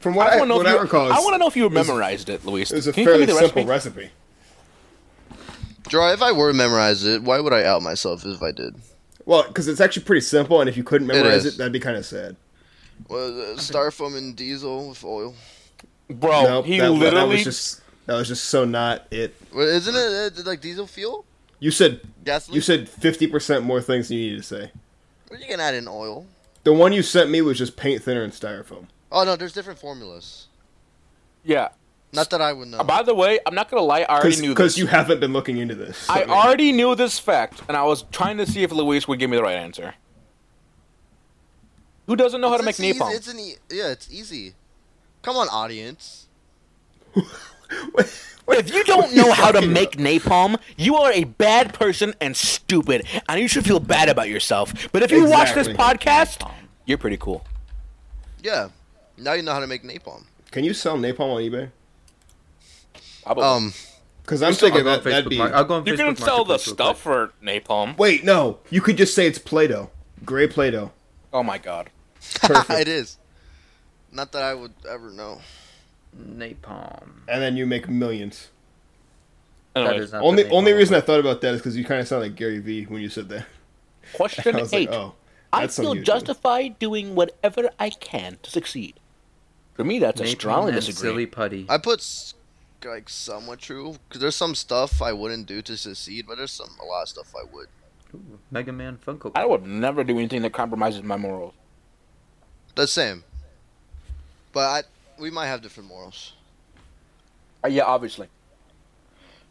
[SPEAKER 3] From what
[SPEAKER 1] I
[SPEAKER 3] I,
[SPEAKER 1] want to know
[SPEAKER 3] what
[SPEAKER 1] if
[SPEAKER 3] I
[SPEAKER 1] you.
[SPEAKER 3] recall,
[SPEAKER 1] I want to
[SPEAKER 3] it's-
[SPEAKER 1] know if you memorized it, Luis.
[SPEAKER 3] it was a
[SPEAKER 1] Can you tell me
[SPEAKER 3] fairly
[SPEAKER 1] the
[SPEAKER 3] simple
[SPEAKER 1] recipe?
[SPEAKER 3] recipe.
[SPEAKER 4] Draw, if I were to memorize it, why would I out myself if I did?
[SPEAKER 3] Well, because it's actually pretty simple, and if you couldn't memorize
[SPEAKER 4] is.
[SPEAKER 3] it, that'd be kind of sad.
[SPEAKER 4] Well, uh, styrofoam and diesel with oil.
[SPEAKER 1] Bro,
[SPEAKER 3] Nope,
[SPEAKER 1] he
[SPEAKER 3] that,
[SPEAKER 1] literally.
[SPEAKER 3] that was just that was just so not it.
[SPEAKER 4] Well, isn't it uh, like diesel fuel?
[SPEAKER 3] You said
[SPEAKER 4] Gasoline?
[SPEAKER 3] you said fifty percent more things than you needed to say.
[SPEAKER 4] Well, you can add in oil.
[SPEAKER 3] The one you sent me was just paint thinner and styrofoam.
[SPEAKER 4] Oh, no, there's different formulas.
[SPEAKER 1] Yeah.
[SPEAKER 4] Not that I would know.
[SPEAKER 1] Uh, By the way, I'm not going to lie. I already knew
[SPEAKER 3] Because
[SPEAKER 1] this.
[SPEAKER 3] you haven't been looking into this.
[SPEAKER 1] I
[SPEAKER 3] mean,
[SPEAKER 1] already knew this fact, and I was trying to see if Luis would give me the right answer. Who doesn't know how to make
[SPEAKER 4] It's easy-
[SPEAKER 1] napalm?
[SPEAKER 4] It's an e- yeah, it's easy. Come on, audience.
[SPEAKER 1] If you don't know how to make napalm, you are a bad person and stupid, and you should feel bad about yourself. But if you watch
[SPEAKER 3] Exactly.
[SPEAKER 1] this podcast, you're pretty cool.
[SPEAKER 4] Yeah. Now you know how to make napalm.
[SPEAKER 3] Can you sell napalm on eBay?
[SPEAKER 1] Probably.
[SPEAKER 4] Um,
[SPEAKER 3] Because I'm
[SPEAKER 2] I'll
[SPEAKER 3] thinking
[SPEAKER 2] go on
[SPEAKER 3] that that'd
[SPEAKER 2] Facebook
[SPEAKER 3] be.
[SPEAKER 2] Mar- I'll go on
[SPEAKER 1] You can
[SPEAKER 2] Facebook
[SPEAKER 1] sell the
[SPEAKER 2] Marketplace real
[SPEAKER 1] stuff
[SPEAKER 2] quick.
[SPEAKER 1] for napalm.
[SPEAKER 3] Wait, no. You could just say it's Play-Doh, gray Play-Doh.
[SPEAKER 1] Oh my god.
[SPEAKER 3] Perfect.
[SPEAKER 4] it is. Not that I would ever know.
[SPEAKER 2] napalm.
[SPEAKER 3] and then you make millions.
[SPEAKER 2] That
[SPEAKER 1] Anyways,
[SPEAKER 2] is not the
[SPEAKER 3] Only only
[SPEAKER 2] napalm
[SPEAKER 3] reason
[SPEAKER 2] one.
[SPEAKER 3] I thought about that is because you kind of sound like Gary Vee when you said that.
[SPEAKER 1] question
[SPEAKER 3] I was
[SPEAKER 1] eight.
[SPEAKER 3] like, oh,
[SPEAKER 1] I
[SPEAKER 3] that's
[SPEAKER 1] feel
[SPEAKER 3] something you do.
[SPEAKER 1] justified doing whatever I can to succeed. For me, that's a
[SPEAKER 2] napalm
[SPEAKER 1] strongly
[SPEAKER 2] and
[SPEAKER 1] disagree.
[SPEAKER 2] silly putty.
[SPEAKER 4] I put s- like somewhat true because there's some stuff I wouldn't do to succeed, but there's some a lot of stuff I would.
[SPEAKER 2] Ooh, Mega Man Funko.
[SPEAKER 1] I would never do anything that compromises my morals.
[SPEAKER 4] The same. But I, we might have different morals.
[SPEAKER 1] Uh, yeah, obviously.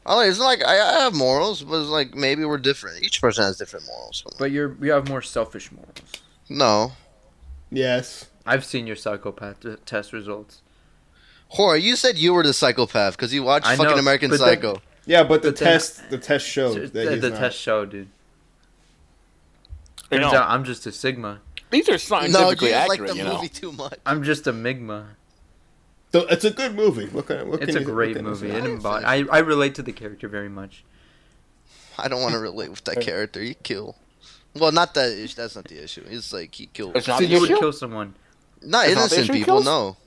[SPEAKER 4] I don't know, it's not like I, I have morals, but it's like maybe we're different. Each person has different morals.
[SPEAKER 2] But you're you have more selfish morals.
[SPEAKER 4] No,
[SPEAKER 3] Yes.
[SPEAKER 2] I've seen your psychopath t- test results.
[SPEAKER 4] Hora, you said you were the psychopath because you watched
[SPEAKER 2] I
[SPEAKER 4] fucking
[SPEAKER 2] know,
[SPEAKER 4] American
[SPEAKER 2] but that-
[SPEAKER 4] Psycho.
[SPEAKER 3] Yeah, but the
[SPEAKER 2] But then-
[SPEAKER 3] test the test showed
[SPEAKER 2] T-
[SPEAKER 3] that
[SPEAKER 2] the
[SPEAKER 3] he's
[SPEAKER 2] the
[SPEAKER 3] not.
[SPEAKER 2] test show, dude.
[SPEAKER 1] You
[SPEAKER 2] Turns
[SPEAKER 1] know,
[SPEAKER 2] out I'm just a sigma.
[SPEAKER 1] these are
[SPEAKER 4] No, you
[SPEAKER 1] scientifically
[SPEAKER 4] just like
[SPEAKER 1] accurate,
[SPEAKER 4] the
[SPEAKER 1] you know.
[SPEAKER 4] movie too much.
[SPEAKER 2] I'm just a migma.
[SPEAKER 3] So it's a good movie. What kind of, what
[SPEAKER 2] It's
[SPEAKER 3] can
[SPEAKER 2] a
[SPEAKER 3] you- what
[SPEAKER 2] great
[SPEAKER 3] can you say?
[SPEAKER 2] movie. It
[SPEAKER 4] I
[SPEAKER 2] embod- I, I relate to the character very much.
[SPEAKER 4] I don't want to relate with that character. You kill. Well, not that issue. That's not the issue. It's like he killed
[SPEAKER 1] It's not
[SPEAKER 2] So
[SPEAKER 1] the
[SPEAKER 2] you would
[SPEAKER 1] issue.
[SPEAKER 2] kill someone,
[SPEAKER 4] not
[SPEAKER 1] it's not the
[SPEAKER 4] innocent
[SPEAKER 1] issue he
[SPEAKER 4] people.
[SPEAKER 1] kills?
[SPEAKER 4] No,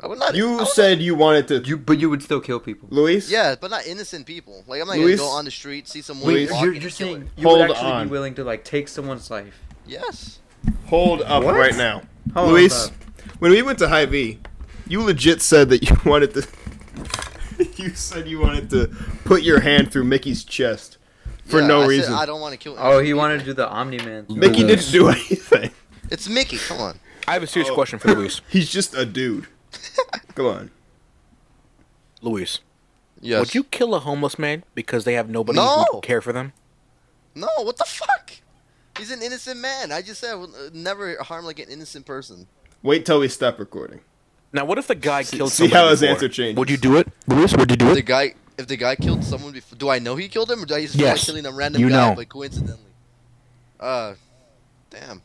[SPEAKER 4] I would not. I
[SPEAKER 3] You
[SPEAKER 4] would
[SPEAKER 3] said you wanted to,
[SPEAKER 2] you but you would still kill people.
[SPEAKER 3] Luis.
[SPEAKER 4] Yeah, but not innocent people. Like I'm not
[SPEAKER 3] Luis?
[SPEAKER 4] gonna go on the street, see someone
[SPEAKER 2] Wait,
[SPEAKER 4] walking
[SPEAKER 2] you're,
[SPEAKER 4] and
[SPEAKER 2] you're
[SPEAKER 4] kill
[SPEAKER 2] saying
[SPEAKER 4] it.
[SPEAKER 2] you would
[SPEAKER 3] Hold
[SPEAKER 2] actually
[SPEAKER 3] on.
[SPEAKER 2] be willing to like take someone's life?
[SPEAKER 4] Yes.
[SPEAKER 3] Hold up
[SPEAKER 2] What?
[SPEAKER 3] right now,
[SPEAKER 2] Hold
[SPEAKER 3] Luis.
[SPEAKER 2] up.
[SPEAKER 3] When we went to High V, you legit said that you wanted to. you said you wanted to put your hand through Mickey's chest for
[SPEAKER 4] Yeah,
[SPEAKER 3] no
[SPEAKER 4] I said
[SPEAKER 3] reason.
[SPEAKER 4] I don't want to kill.
[SPEAKER 2] Oh,
[SPEAKER 4] innocent
[SPEAKER 2] he wanted to
[SPEAKER 4] people.
[SPEAKER 2] do the Omni Man.
[SPEAKER 3] Mickey didn't do anything.
[SPEAKER 4] It's Mickey. Come on.
[SPEAKER 1] I have a serious
[SPEAKER 3] Oh.
[SPEAKER 1] question for Luis.
[SPEAKER 3] He's just a dude. Come on.
[SPEAKER 1] Luis,
[SPEAKER 4] Yes.
[SPEAKER 1] would you kill a homeless man because they have nobody
[SPEAKER 4] No!
[SPEAKER 1] who will care for them?
[SPEAKER 4] No. What the fuck? He's an innocent man. I just said I would uh, never harm like an innocent person.
[SPEAKER 3] Wait till we stop recording.
[SPEAKER 1] Now, what if the guy killed
[SPEAKER 3] see
[SPEAKER 1] somebody
[SPEAKER 3] how his
[SPEAKER 1] before?
[SPEAKER 3] answer changes.
[SPEAKER 5] Would you do it, Luis? Would you do
[SPEAKER 4] The
[SPEAKER 5] it?
[SPEAKER 4] guy, if the guy killed someone before, do I know he killed him, or do I just feel like
[SPEAKER 5] Yes.
[SPEAKER 4] killing a random
[SPEAKER 5] You
[SPEAKER 4] guy,
[SPEAKER 5] know.
[SPEAKER 4] but coincidentally? Uh, damn.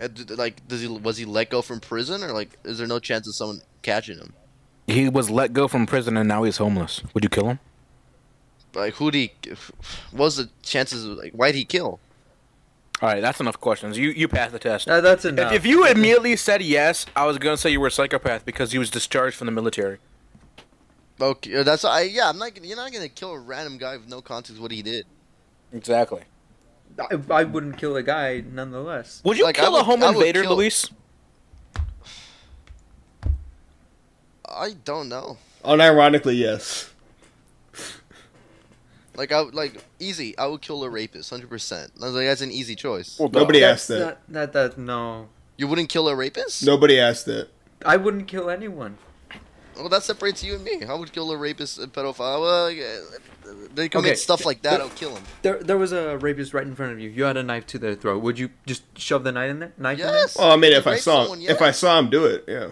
[SPEAKER 4] Uh, d- d- Like, does he was he let go from prison, or like, is there no chance of someone catching him?
[SPEAKER 1] He was let go from prison and now he's homeless. Would you kill him?
[SPEAKER 4] Like, who would he? What was the chances of like why'd he kill?
[SPEAKER 1] All right, that's enough questions. You you passed the test.
[SPEAKER 2] No, that's enough.
[SPEAKER 1] If, if you immediately said yes, I was gonna say you were a psychopath because he was discharged from the military.
[SPEAKER 4] Okay, that's I. Yeah, I'm not. gonna- You're not gonna kill a random guy with no context what he did.
[SPEAKER 1] Exactly.
[SPEAKER 2] I, I wouldn't kill a guy nonetheless.
[SPEAKER 1] Would you
[SPEAKER 4] Like, I
[SPEAKER 1] kill a
[SPEAKER 4] would-
[SPEAKER 1] home
[SPEAKER 4] I would
[SPEAKER 1] invader,
[SPEAKER 4] kill-
[SPEAKER 1] Luis?
[SPEAKER 4] I don't know.
[SPEAKER 3] Unironically, yes.
[SPEAKER 4] Like I would- like easy. I would kill a rapist, hundred percent. Like that's an easy choice.
[SPEAKER 3] Nobody asked
[SPEAKER 2] That's
[SPEAKER 3] that.
[SPEAKER 2] not- that that no.
[SPEAKER 4] You wouldn't kill a rapist?
[SPEAKER 3] Nobody asked that.
[SPEAKER 2] I wouldn't kill anyone.
[SPEAKER 4] Well, that separates you and me. I would kill a rapist, a pedophile. Well, yeah, they commit
[SPEAKER 2] Okay.
[SPEAKER 4] stuff like that. I'll kill him.
[SPEAKER 2] There, there was a rapist right in front of you. You had a knife to their throat. Would you just shove the knife in there? Knife in there?
[SPEAKER 4] Yes.
[SPEAKER 3] Well, I mean,
[SPEAKER 4] You
[SPEAKER 3] if I
[SPEAKER 4] rape
[SPEAKER 3] saw
[SPEAKER 4] someone,
[SPEAKER 3] if I
[SPEAKER 4] yes.
[SPEAKER 3] saw him do it, yeah.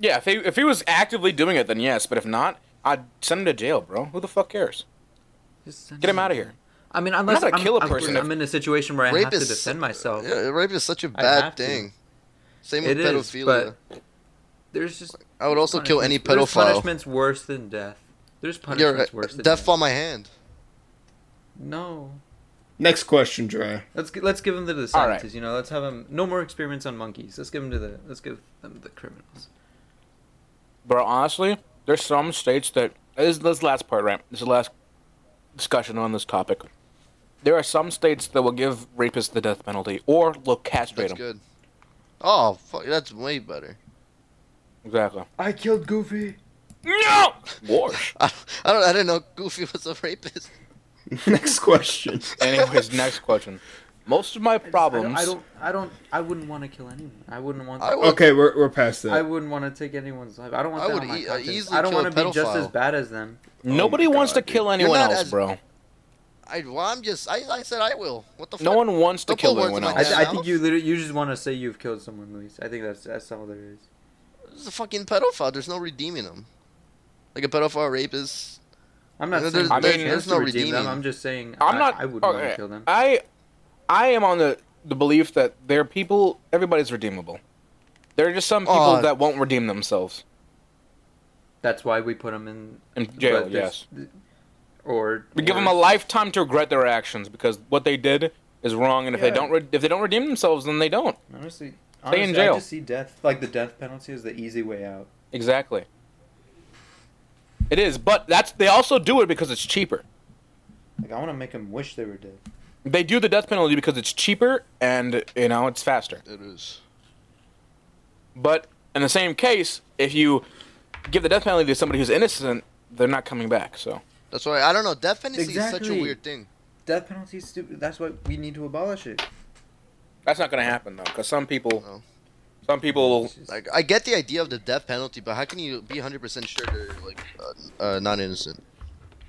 [SPEAKER 1] Yeah, if he if he was actively doing it, then yes. But if not, I'd send him to jail, bro. Who the fuck cares?
[SPEAKER 2] Just
[SPEAKER 1] Get him out of here.
[SPEAKER 2] I mean, unless
[SPEAKER 1] not gonna
[SPEAKER 2] I'm,
[SPEAKER 1] kill a
[SPEAKER 2] I'm-
[SPEAKER 1] person
[SPEAKER 2] I'm,
[SPEAKER 1] if-
[SPEAKER 2] in a situation where I
[SPEAKER 4] rape
[SPEAKER 2] have to
[SPEAKER 4] is
[SPEAKER 2] defend myself.
[SPEAKER 4] Yeah, rape is such a
[SPEAKER 2] I
[SPEAKER 4] bad
[SPEAKER 2] have to.
[SPEAKER 4] thing. Same
[SPEAKER 2] It
[SPEAKER 4] with
[SPEAKER 2] is,
[SPEAKER 4] pedophilia.
[SPEAKER 2] but there's just
[SPEAKER 4] I would also kill any
[SPEAKER 2] punishments- There's
[SPEAKER 4] pedophile.
[SPEAKER 2] punishments worse than death. There's
[SPEAKER 4] You're
[SPEAKER 2] punishments worse
[SPEAKER 4] right.
[SPEAKER 2] than
[SPEAKER 4] Death
[SPEAKER 2] death.
[SPEAKER 4] on my hand.
[SPEAKER 2] No,
[SPEAKER 3] Next question, Dry.
[SPEAKER 2] let's gi- let's give them to the
[SPEAKER 1] All right.
[SPEAKER 2] scientists. You know, let's have them. No more experiments on monkeys. Let's give them to the. Let's give them the criminals.
[SPEAKER 1] Bro, honestly, there's some states that this is this last part, right? This is the last discussion on this topic. There are some states that will give rapists the death penalty or will castrate
[SPEAKER 4] That's
[SPEAKER 1] them.
[SPEAKER 4] good. Oh, fuck, that's way better.
[SPEAKER 1] Exactly.
[SPEAKER 2] I killed Goofy.
[SPEAKER 1] No. Warsh.
[SPEAKER 4] I, I don't. I didn't know Goofy was a rapist.
[SPEAKER 3] Next question.
[SPEAKER 1] Anyways, next question. Most of my problems.
[SPEAKER 2] I don't. I don't. I, don't, I wouldn't want to kill anyone. I wouldn't want.
[SPEAKER 4] I would.
[SPEAKER 3] Okay, we're we're past
[SPEAKER 2] I
[SPEAKER 3] that.
[SPEAKER 2] wouldn't want to take anyone's life. I don't want
[SPEAKER 4] I
[SPEAKER 2] that
[SPEAKER 4] would
[SPEAKER 2] on my
[SPEAKER 4] e- uh,
[SPEAKER 2] conscience.
[SPEAKER 4] easily
[SPEAKER 2] I don't
[SPEAKER 4] kill
[SPEAKER 2] want
[SPEAKER 4] a
[SPEAKER 2] to be just
[SPEAKER 4] pedophile.
[SPEAKER 2] as bad as them.
[SPEAKER 1] Nobody
[SPEAKER 3] Oh my
[SPEAKER 1] wants
[SPEAKER 3] God,
[SPEAKER 1] to kill anyone
[SPEAKER 4] not
[SPEAKER 1] else,
[SPEAKER 4] as-
[SPEAKER 1] bro.
[SPEAKER 4] I, well, I'm just. I, I said I will. What the fuck?
[SPEAKER 1] No one wants to
[SPEAKER 4] Don't
[SPEAKER 1] kill
[SPEAKER 4] put words
[SPEAKER 1] anyone
[SPEAKER 4] in my
[SPEAKER 1] else.
[SPEAKER 2] I, th- I
[SPEAKER 4] Yeah.
[SPEAKER 2] think you literally you just want to say you've killed someone, Luis. I think that's that's all there is.
[SPEAKER 4] It's a fucking pedophile. There's no redeeming him. Like a pedophile rapist.
[SPEAKER 2] I'm not
[SPEAKER 4] There-
[SPEAKER 2] saying
[SPEAKER 4] there-
[SPEAKER 2] I mean,
[SPEAKER 1] there's-
[SPEAKER 2] there's
[SPEAKER 4] there's
[SPEAKER 2] no
[SPEAKER 4] no
[SPEAKER 2] redeem them.
[SPEAKER 4] redeeming.
[SPEAKER 2] I'm just saying
[SPEAKER 1] I'm
[SPEAKER 2] I-
[SPEAKER 1] not.
[SPEAKER 2] I, would want
[SPEAKER 1] okay,
[SPEAKER 2] to kill them.
[SPEAKER 1] I, I am on the the belief that there are people. Everybody's redeemable. There are just some people
[SPEAKER 4] Aw.
[SPEAKER 1] that won't redeem themselves
[SPEAKER 2] That's why we put them in
[SPEAKER 1] in jail.
[SPEAKER 2] but there's-
[SPEAKER 1] yes.
[SPEAKER 2] Or
[SPEAKER 1] We give them a lifetime to regret their actions because what they did is wrong, and if
[SPEAKER 2] Yeah.
[SPEAKER 1] they don't re- if they don't redeem themselves, then they don't.
[SPEAKER 2] honestly,
[SPEAKER 1] in
[SPEAKER 2] honestly,
[SPEAKER 1] jail.
[SPEAKER 2] I just see death like the death penalty is the easy way out.
[SPEAKER 1] Exactly. It is, but that's they also do it because it's cheaper.
[SPEAKER 2] Like I want to make them wish they were dead.
[SPEAKER 1] They do the death penalty because it's cheaper and you know it's faster.
[SPEAKER 4] It is.
[SPEAKER 1] But in the same case, if you give the death penalty to somebody who's innocent, they're not coming back. So
[SPEAKER 4] That's why I don't know. Death penalty is such a
[SPEAKER 2] Exactly.
[SPEAKER 4] weird thing.
[SPEAKER 2] Death penalty is stupid. That's why we need to abolish it.
[SPEAKER 1] that's not going to happen though, because some people,
[SPEAKER 4] No.
[SPEAKER 1] some people will.
[SPEAKER 2] It's just-
[SPEAKER 4] Like I get the idea of the death penalty, but how can you be 100% sure they're like uh, uh, not innocent?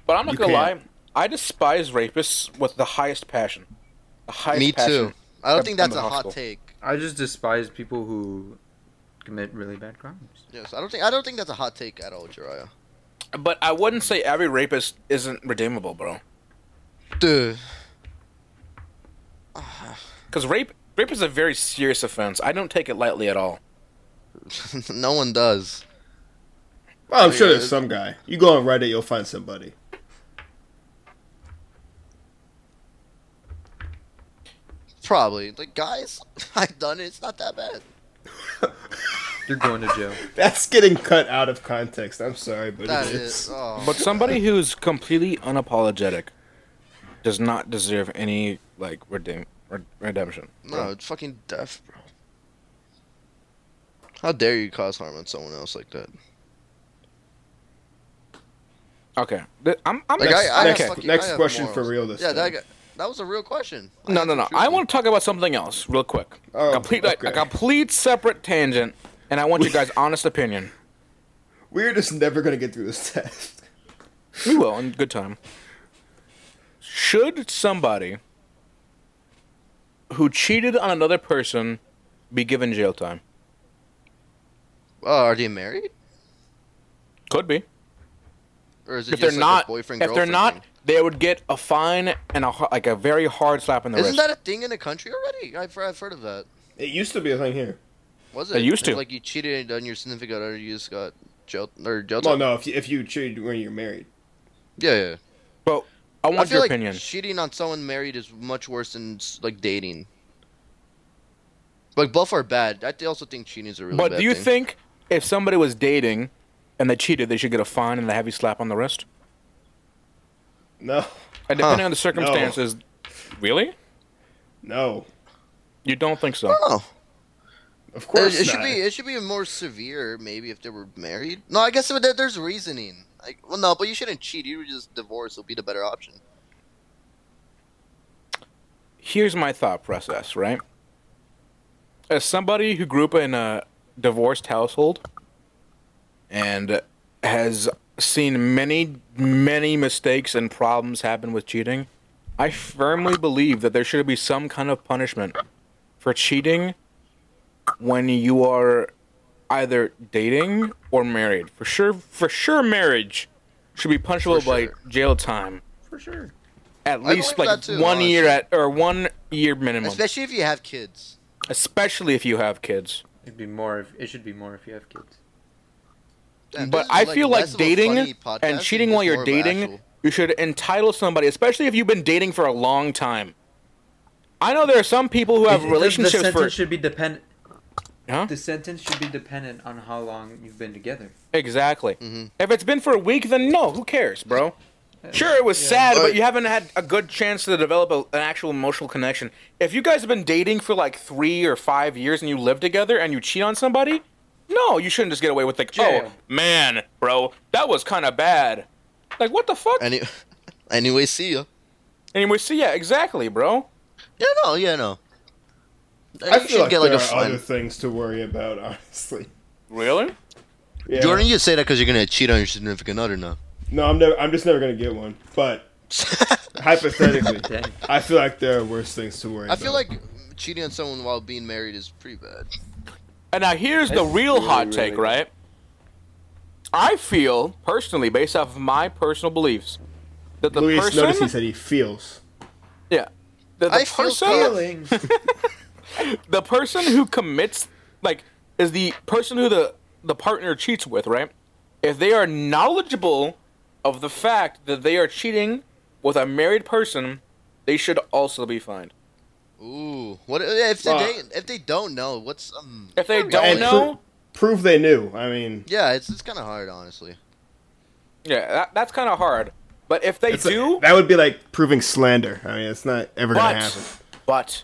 [SPEAKER 1] But I'm not
[SPEAKER 3] You
[SPEAKER 1] going to lie.
[SPEAKER 3] can't.
[SPEAKER 1] I despise rapists with the highest passion. The highest
[SPEAKER 4] Me
[SPEAKER 1] passion.
[SPEAKER 4] too. I don't
[SPEAKER 1] I'm-
[SPEAKER 4] think that's
[SPEAKER 1] I'm
[SPEAKER 4] a
[SPEAKER 1] in
[SPEAKER 4] hot
[SPEAKER 1] hospital.
[SPEAKER 4] take.
[SPEAKER 2] I just despise people who commit really bad crimes.
[SPEAKER 4] Yes, I don't think I don't think that's a hot take at all, Jiraiya.
[SPEAKER 1] But I wouldn't say every rapist isn't redeemable, bro.
[SPEAKER 4] Dude,
[SPEAKER 1] Because rape, rape is a very serious offense. I don't take it lightly at all.
[SPEAKER 4] no one does.
[SPEAKER 3] Well, I'm sure
[SPEAKER 4] Oh, Yeah.
[SPEAKER 3] there's some guy. You go on Reddit, you'll find somebody.
[SPEAKER 4] Probably. Like guys, I've done it. It's not that bad.
[SPEAKER 2] You're going to jail.
[SPEAKER 3] That's getting cut out of context. I'm sorry, but
[SPEAKER 4] That
[SPEAKER 3] it is.
[SPEAKER 4] is. Oh.
[SPEAKER 1] But somebody who's completely unapologetic does not deserve any like redeem re- redemption.
[SPEAKER 4] No, it's fucking death, bro. How dare you cause harm on someone else like that?
[SPEAKER 1] Okay, Th- I'm. I'm
[SPEAKER 4] Like
[SPEAKER 3] Next-
[SPEAKER 4] I, I
[SPEAKER 3] next-
[SPEAKER 4] have fucking,
[SPEAKER 3] next
[SPEAKER 4] I have
[SPEAKER 3] question for
[SPEAKER 4] morals.
[SPEAKER 3] real this
[SPEAKER 4] Yeah, that,
[SPEAKER 3] time.
[SPEAKER 4] guy- that was a real question.
[SPEAKER 1] no, no, no. I want to talk about something else real quick.
[SPEAKER 3] Oh,
[SPEAKER 1] complete, like,
[SPEAKER 3] okay.
[SPEAKER 1] a complete separate tangent, and I want your guys' honest opinion.
[SPEAKER 3] We're just never gonna get through this test.
[SPEAKER 1] We will in good time. Should somebody who cheated on another person be given jail time?
[SPEAKER 4] Uh, are they married,
[SPEAKER 1] Could be.
[SPEAKER 4] or is it
[SPEAKER 1] If they're
[SPEAKER 4] just like
[SPEAKER 1] not,
[SPEAKER 4] a boyfriend?
[SPEAKER 1] if they're
[SPEAKER 4] girlfriend
[SPEAKER 1] not,
[SPEAKER 4] thing?
[SPEAKER 1] they would get a fine and a har- like a very hard slap in the
[SPEAKER 4] isn't
[SPEAKER 1] wrist.
[SPEAKER 4] that a thing in the country already? I've, I've heard of that.
[SPEAKER 3] It used to be a thing here.
[SPEAKER 4] Was it?
[SPEAKER 1] They used to.
[SPEAKER 4] Like you cheated on your significant other, you just got jail or jail
[SPEAKER 3] Well,
[SPEAKER 4] time.
[SPEAKER 3] no, if you, if you cheated when you're married,
[SPEAKER 4] Yeah, yeah.
[SPEAKER 1] but I
[SPEAKER 4] I
[SPEAKER 1] want
[SPEAKER 4] feel
[SPEAKER 1] your
[SPEAKER 4] like
[SPEAKER 1] opinion.
[SPEAKER 4] cheating on someone married is much worse than s- like dating. Like both are bad. I th- also think cheating is a really
[SPEAKER 1] But
[SPEAKER 4] bad
[SPEAKER 1] do you
[SPEAKER 4] thing.
[SPEAKER 1] think if somebody was dating and they cheated, they should get a fine and a heavy slap on the wrist?
[SPEAKER 3] no,
[SPEAKER 1] And depending on the circumstances, really,
[SPEAKER 3] no,
[SPEAKER 1] you don't think so?
[SPEAKER 4] Oh,
[SPEAKER 3] of
[SPEAKER 4] it,
[SPEAKER 3] course
[SPEAKER 4] it should
[SPEAKER 3] not.
[SPEAKER 4] be it should be more severe maybe if they were married. No, I guess there- there's reasoning. Like, well, no, but you shouldn't cheat. You would just divorce would be the better option.
[SPEAKER 1] here's my thought process, right? As somebody who grew up in a divorced household and has seen many, many mistakes and problems happen with cheating, I firmly believe that there should be some kind of punishment for cheating when you are either dating or married. For sure, for sure, marriage should be punishable
[SPEAKER 4] For
[SPEAKER 1] by
[SPEAKER 4] sure.
[SPEAKER 1] jail time.
[SPEAKER 2] For sure.
[SPEAKER 1] At least
[SPEAKER 4] believe
[SPEAKER 1] like
[SPEAKER 4] that too,
[SPEAKER 1] one year
[SPEAKER 4] honestly.
[SPEAKER 1] at or one year minimum
[SPEAKER 4] Especially if you have kids.
[SPEAKER 1] especially if you have kids.
[SPEAKER 2] It'd be more. If, it should be more if you have kids.
[SPEAKER 4] Damn,
[SPEAKER 1] But
[SPEAKER 4] this is,
[SPEAKER 1] I feel like
[SPEAKER 4] less of a
[SPEAKER 1] dating
[SPEAKER 4] funny podcast
[SPEAKER 1] and cheating
[SPEAKER 4] just
[SPEAKER 1] while you're
[SPEAKER 4] more of a
[SPEAKER 1] dating,
[SPEAKER 4] actual-
[SPEAKER 1] you should entitle somebody, especially if you've been dating for a long time. I know there are some people who have
[SPEAKER 2] The- the-
[SPEAKER 1] relationships
[SPEAKER 2] the sentence
[SPEAKER 1] for
[SPEAKER 2] should be dependent.
[SPEAKER 1] Huh?
[SPEAKER 2] The sentence should be dependent on how long you've been together.
[SPEAKER 1] exactly.
[SPEAKER 4] Mhm.
[SPEAKER 1] If it's been for a week, then no, who cares, bro? Sure, it was
[SPEAKER 2] Yeah.
[SPEAKER 1] sad, but
[SPEAKER 4] But-
[SPEAKER 1] you haven't had a good chance to develop a, an actual emotional connection. If you guys have been dating for like three or five years and you live together and you cheat on somebody, no, you shouldn't just get away with like,
[SPEAKER 2] Jail.
[SPEAKER 1] oh man, bro, that was kind of bad. Like what the fuck?
[SPEAKER 4] Any, anyway, see ya.
[SPEAKER 1] Anyway, so yeah, exactly, bro.
[SPEAKER 4] Yeah, no, yeah, no.
[SPEAKER 3] I
[SPEAKER 4] you
[SPEAKER 3] feel
[SPEAKER 4] should
[SPEAKER 3] like
[SPEAKER 4] get
[SPEAKER 3] there
[SPEAKER 4] like a
[SPEAKER 3] are other
[SPEAKER 4] fine.
[SPEAKER 3] things to worry about, honestly.
[SPEAKER 1] Really?
[SPEAKER 3] Yeah.
[SPEAKER 4] Jordan, you say that because you're gonna cheat on your significant other now.
[SPEAKER 3] No, I'm never. I'm just never gonna get one. But hypothetically,
[SPEAKER 2] Dang.
[SPEAKER 3] I feel like there are worse things to worry.
[SPEAKER 4] I feel
[SPEAKER 3] about.
[SPEAKER 4] like cheating on someone while being married is pretty bad.
[SPEAKER 1] And now here's the
[SPEAKER 2] That's
[SPEAKER 1] real
[SPEAKER 2] really,
[SPEAKER 1] hot
[SPEAKER 2] really
[SPEAKER 1] take,
[SPEAKER 2] good.
[SPEAKER 1] right? I feel personally, based off of my personal beliefs, that the
[SPEAKER 3] Luis noticed he
[SPEAKER 1] person,
[SPEAKER 3] said he feels.
[SPEAKER 1] yeah, that the
[SPEAKER 4] I feel
[SPEAKER 1] person,
[SPEAKER 2] Feelings.
[SPEAKER 1] the person who commits like is the person who the the partner cheats with right if they are knowledgeable of the fact that they are cheating with a married person, they should also be fined.
[SPEAKER 4] Ooh, what if they
[SPEAKER 3] Uh,
[SPEAKER 4] they- if they don't know? What's um?
[SPEAKER 1] If they
[SPEAKER 3] And
[SPEAKER 1] don't know,
[SPEAKER 3] Prove they knew. I mean,
[SPEAKER 4] Yeah, it's it's kind of hard, honestly.
[SPEAKER 1] yeah, that, that's kind of hard. But if they
[SPEAKER 3] it's like-
[SPEAKER 1] do,
[SPEAKER 3] that would be like proving slander. I mean, it's not ever gonna
[SPEAKER 1] But,
[SPEAKER 3] happen.
[SPEAKER 1] but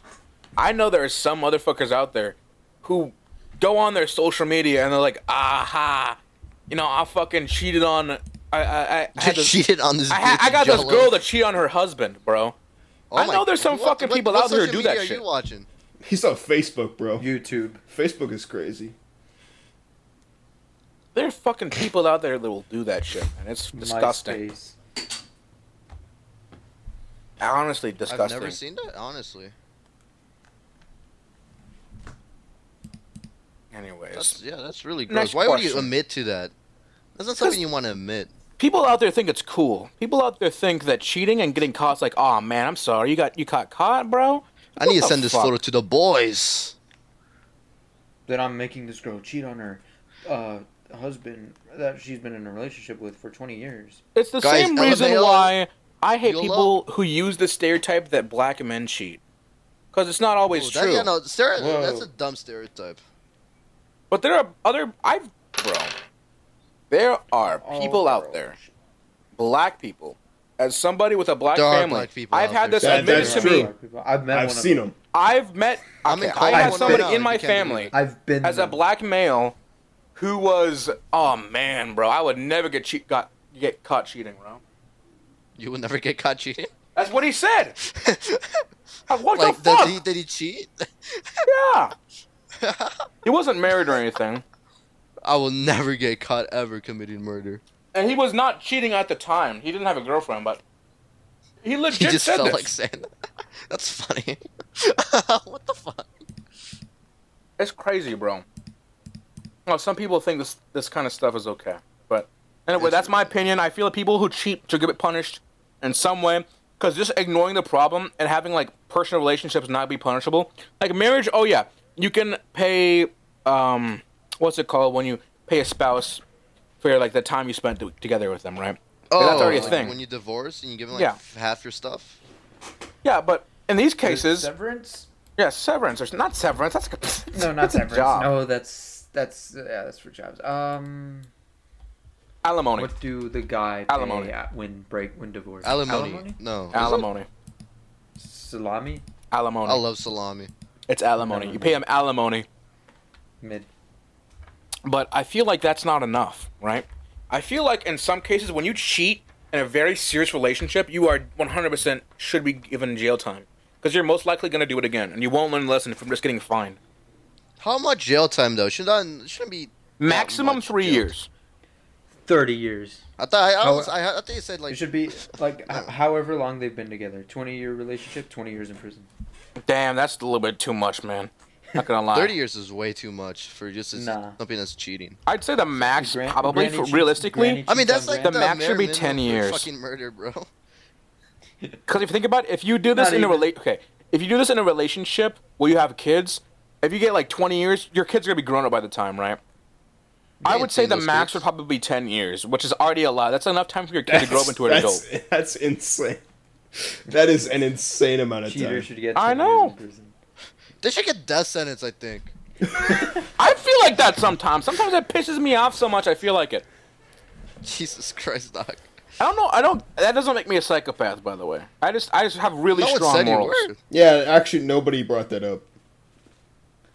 [SPEAKER 1] I know there are some motherfuckers out there who go on their social media and they're like, aha, you know, I fucking cheated on. I, I, I, had
[SPEAKER 4] Just
[SPEAKER 1] this,
[SPEAKER 4] cheated on this.
[SPEAKER 1] I, ha-
[SPEAKER 4] dude,
[SPEAKER 1] I got this
[SPEAKER 4] Jello.
[SPEAKER 1] girl that cheat on her husband, bro.
[SPEAKER 4] Oh
[SPEAKER 1] I
[SPEAKER 4] my-
[SPEAKER 1] know there's some
[SPEAKER 4] what-
[SPEAKER 1] fucking
[SPEAKER 4] what-
[SPEAKER 1] people
[SPEAKER 4] what
[SPEAKER 1] out there who
[SPEAKER 4] social
[SPEAKER 1] do that
[SPEAKER 4] media are
[SPEAKER 1] shit.
[SPEAKER 4] You watching?
[SPEAKER 3] He's on Facebook, bro.
[SPEAKER 2] YouTube.
[SPEAKER 3] Facebook is crazy.
[SPEAKER 1] There are fucking people out there that will do that shit, man. It's disgusting.
[SPEAKER 2] MySpace.
[SPEAKER 1] Honestly,
[SPEAKER 4] I've
[SPEAKER 1] disgusting.
[SPEAKER 4] never seen that, honestly.
[SPEAKER 1] Anyways,
[SPEAKER 4] That's yeah, that's really gross.
[SPEAKER 1] Next
[SPEAKER 4] Why would you
[SPEAKER 1] question.
[SPEAKER 4] admit to that? That's not something you want to admit.
[SPEAKER 1] people out there think it's cool. People out there think that cheating and getting caught's like, oh man, I'm sorry, you got you caught caught, bro.
[SPEAKER 4] I need
[SPEAKER 1] What
[SPEAKER 4] to
[SPEAKER 1] the
[SPEAKER 4] send this
[SPEAKER 1] fuck?
[SPEAKER 4] photo to the boys.
[SPEAKER 2] That I'm making this girl cheat on her uh, husband that she's been in a relationship with for 20 years.
[SPEAKER 1] It's the
[SPEAKER 4] Guys,
[SPEAKER 1] same reason
[SPEAKER 4] LMAO,
[SPEAKER 1] why I hate
[SPEAKER 4] you'll
[SPEAKER 1] people who use the stereotype that black men cheat. Because it's not always
[SPEAKER 4] Ooh, that-
[SPEAKER 1] true.
[SPEAKER 4] yeah, no, stere-
[SPEAKER 3] Whoa.
[SPEAKER 4] that's a dumb stereotype.
[SPEAKER 1] But there are other. I've. Bro. There are
[SPEAKER 2] All
[SPEAKER 1] people out
[SPEAKER 2] girls.
[SPEAKER 1] there, black people. As somebody with a black
[SPEAKER 4] There are
[SPEAKER 1] family,
[SPEAKER 4] black people
[SPEAKER 1] I've
[SPEAKER 4] out
[SPEAKER 1] had
[SPEAKER 4] there.
[SPEAKER 1] this
[SPEAKER 3] That-
[SPEAKER 1] admitted
[SPEAKER 3] that's
[SPEAKER 1] to
[SPEAKER 3] true.
[SPEAKER 1] me.
[SPEAKER 2] Black people. I've met
[SPEAKER 3] I've
[SPEAKER 2] one of
[SPEAKER 3] seen
[SPEAKER 2] them.
[SPEAKER 3] him.
[SPEAKER 1] I've met.
[SPEAKER 4] I'm in
[SPEAKER 1] okay, I had
[SPEAKER 4] Colorado
[SPEAKER 1] somebody
[SPEAKER 4] now,
[SPEAKER 1] in
[SPEAKER 4] you
[SPEAKER 1] my
[SPEAKER 4] can't
[SPEAKER 1] family.
[SPEAKER 4] believe it.
[SPEAKER 2] I've been
[SPEAKER 1] as a
[SPEAKER 2] them.
[SPEAKER 1] black male who was oh man bro i would never get cheat got get caught cheating bro
[SPEAKER 4] You would never get caught cheating.
[SPEAKER 1] that's what he said what
[SPEAKER 4] like,
[SPEAKER 1] the fuck
[SPEAKER 4] Did, he, did he cheat?
[SPEAKER 1] yeah he wasn't married or anything
[SPEAKER 4] I will never get caught ever committing murder.
[SPEAKER 1] and he was not cheating at the time he didn't have a girlfriend but he legit
[SPEAKER 4] He just
[SPEAKER 1] said
[SPEAKER 4] felt
[SPEAKER 1] this.
[SPEAKER 4] like saying that. That's funny. what the fuck?
[SPEAKER 1] it's crazy bro well some people think this this kind of stuff is okay but anyway
[SPEAKER 4] It's-
[SPEAKER 1] that's my opinion i feel that people who cheat should get punished in some way because just ignoring the problem and having like personal relationships not be punishable like marriage oh yeah you can pay um what's it called when you pay a spouse for like the time you spent to- together with them right Yeah, that's already a
[SPEAKER 4] like
[SPEAKER 1] thing
[SPEAKER 4] When you divorce and you give him like
[SPEAKER 1] Yeah.
[SPEAKER 4] f- half your stuff.
[SPEAKER 1] yeah but in these cases
[SPEAKER 2] Severance?
[SPEAKER 1] yeah severance or not severance that's
[SPEAKER 2] No, not
[SPEAKER 1] that's a
[SPEAKER 2] severance.
[SPEAKER 1] job.
[SPEAKER 2] No, that's that's yeah, that's for jobs. Um,
[SPEAKER 1] alimony
[SPEAKER 2] what do the guy pay
[SPEAKER 1] Alimony.
[SPEAKER 2] at when break when divorced?
[SPEAKER 4] Alimony. No. is it?
[SPEAKER 1] alimony
[SPEAKER 2] Salami.
[SPEAKER 1] alimony
[SPEAKER 4] I love salami.
[SPEAKER 1] it's alimony you pay them alimony
[SPEAKER 2] Mid.
[SPEAKER 1] But I feel like that's not enough, right? I feel like in some cases, when you cheat in a very serious relationship, you are 100% should be given jail time. Because you're most likely going to do it again, and you won't learn a lesson from just getting fined.
[SPEAKER 4] How much jail time though? Should not shouldn't be that
[SPEAKER 1] Maximum
[SPEAKER 4] much
[SPEAKER 1] three
[SPEAKER 4] jail.
[SPEAKER 1] years.
[SPEAKER 2] Thirty years.
[SPEAKER 4] I thought I, I,
[SPEAKER 2] How-
[SPEAKER 4] was, I, I think you said like
[SPEAKER 2] It should be like h- however long they've been together. Twenty year relationship, twenty years in prison.
[SPEAKER 1] Damn, that's a little bit too much, man. Not gonna lie.
[SPEAKER 4] thirty years is way too much for just as-
[SPEAKER 2] Nah.
[SPEAKER 4] something that's cheating.
[SPEAKER 1] I'd say the max,
[SPEAKER 2] Gran-
[SPEAKER 1] probably,
[SPEAKER 2] Granny
[SPEAKER 1] for,
[SPEAKER 2] cheats- Granny
[SPEAKER 1] realistically.
[SPEAKER 4] I mean
[SPEAKER 2] cheats on
[SPEAKER 4] that's like
[SPEAKER 1] The
[SPEAKER 2] Granny.
[SPEAKER 4] the
[SPEAKER 1] max should
[SPEAKER 4] bare
[SPEAKER 1] be
[SPEAKER 4] minimum
[SPEAKER 1] 10
[SPEAKER 4] for
[SPEAKER 1] years.
[SPEAKER 4] Fucking murder, bro.
[SPEAKER 1] Because if you think about it, if you do this
[SPEAKER 2] Not
[SPEAKER 1] in a
[SPEAKER 2] even.
[SPEAKER 1] rela- okay, if you do this in a relationship where you have kids, if you get like 20 years, your kids are gonna be grown up by the time, right? I
[SPEAKER 4] ain't
[SPEAKER 1] would say
[SPEAKER 4] seen
[SPEAKER 1] the
[SPEAKER 4] those
[SPEAKER 1] max
[SPEAKER 4] kids.
[SPEAKER 1] would probably be 10 years, which is already a lot. That's enough time for your kid to grow up into an adult.
[SPEAKER 3] that's, that's insane. That is an insane amount of
[SPEAKER 2] Cheater
[SPEAKER 3] time.
[SPEAKER 2] should get. 10
[SPEAKER 1] I
[SPEAKER 2] Years
[SPEAKER 1] know.
[SPEAKER 2] in prison.
[SPEAKER 4] They should get death sentence. I think.
[SPEAKER 1] I feel like that sometimes. Sometimes it pisses me off so much I feel like it.
[SPEAKER 4] Jesus Christ, doc.
[SPEAKER 1] I don't know. I don't. That doesn't make me a psychopath, by the way. I just, I just have really
[SPEAKER 4] No one
[SPEAKER 1] strong
[SPEAKER 4] said you
[SPEAKER 1] morals.
[SPEAKER 4] were.
[SPEAKER 3] Yeah, actually, nobody brought that up.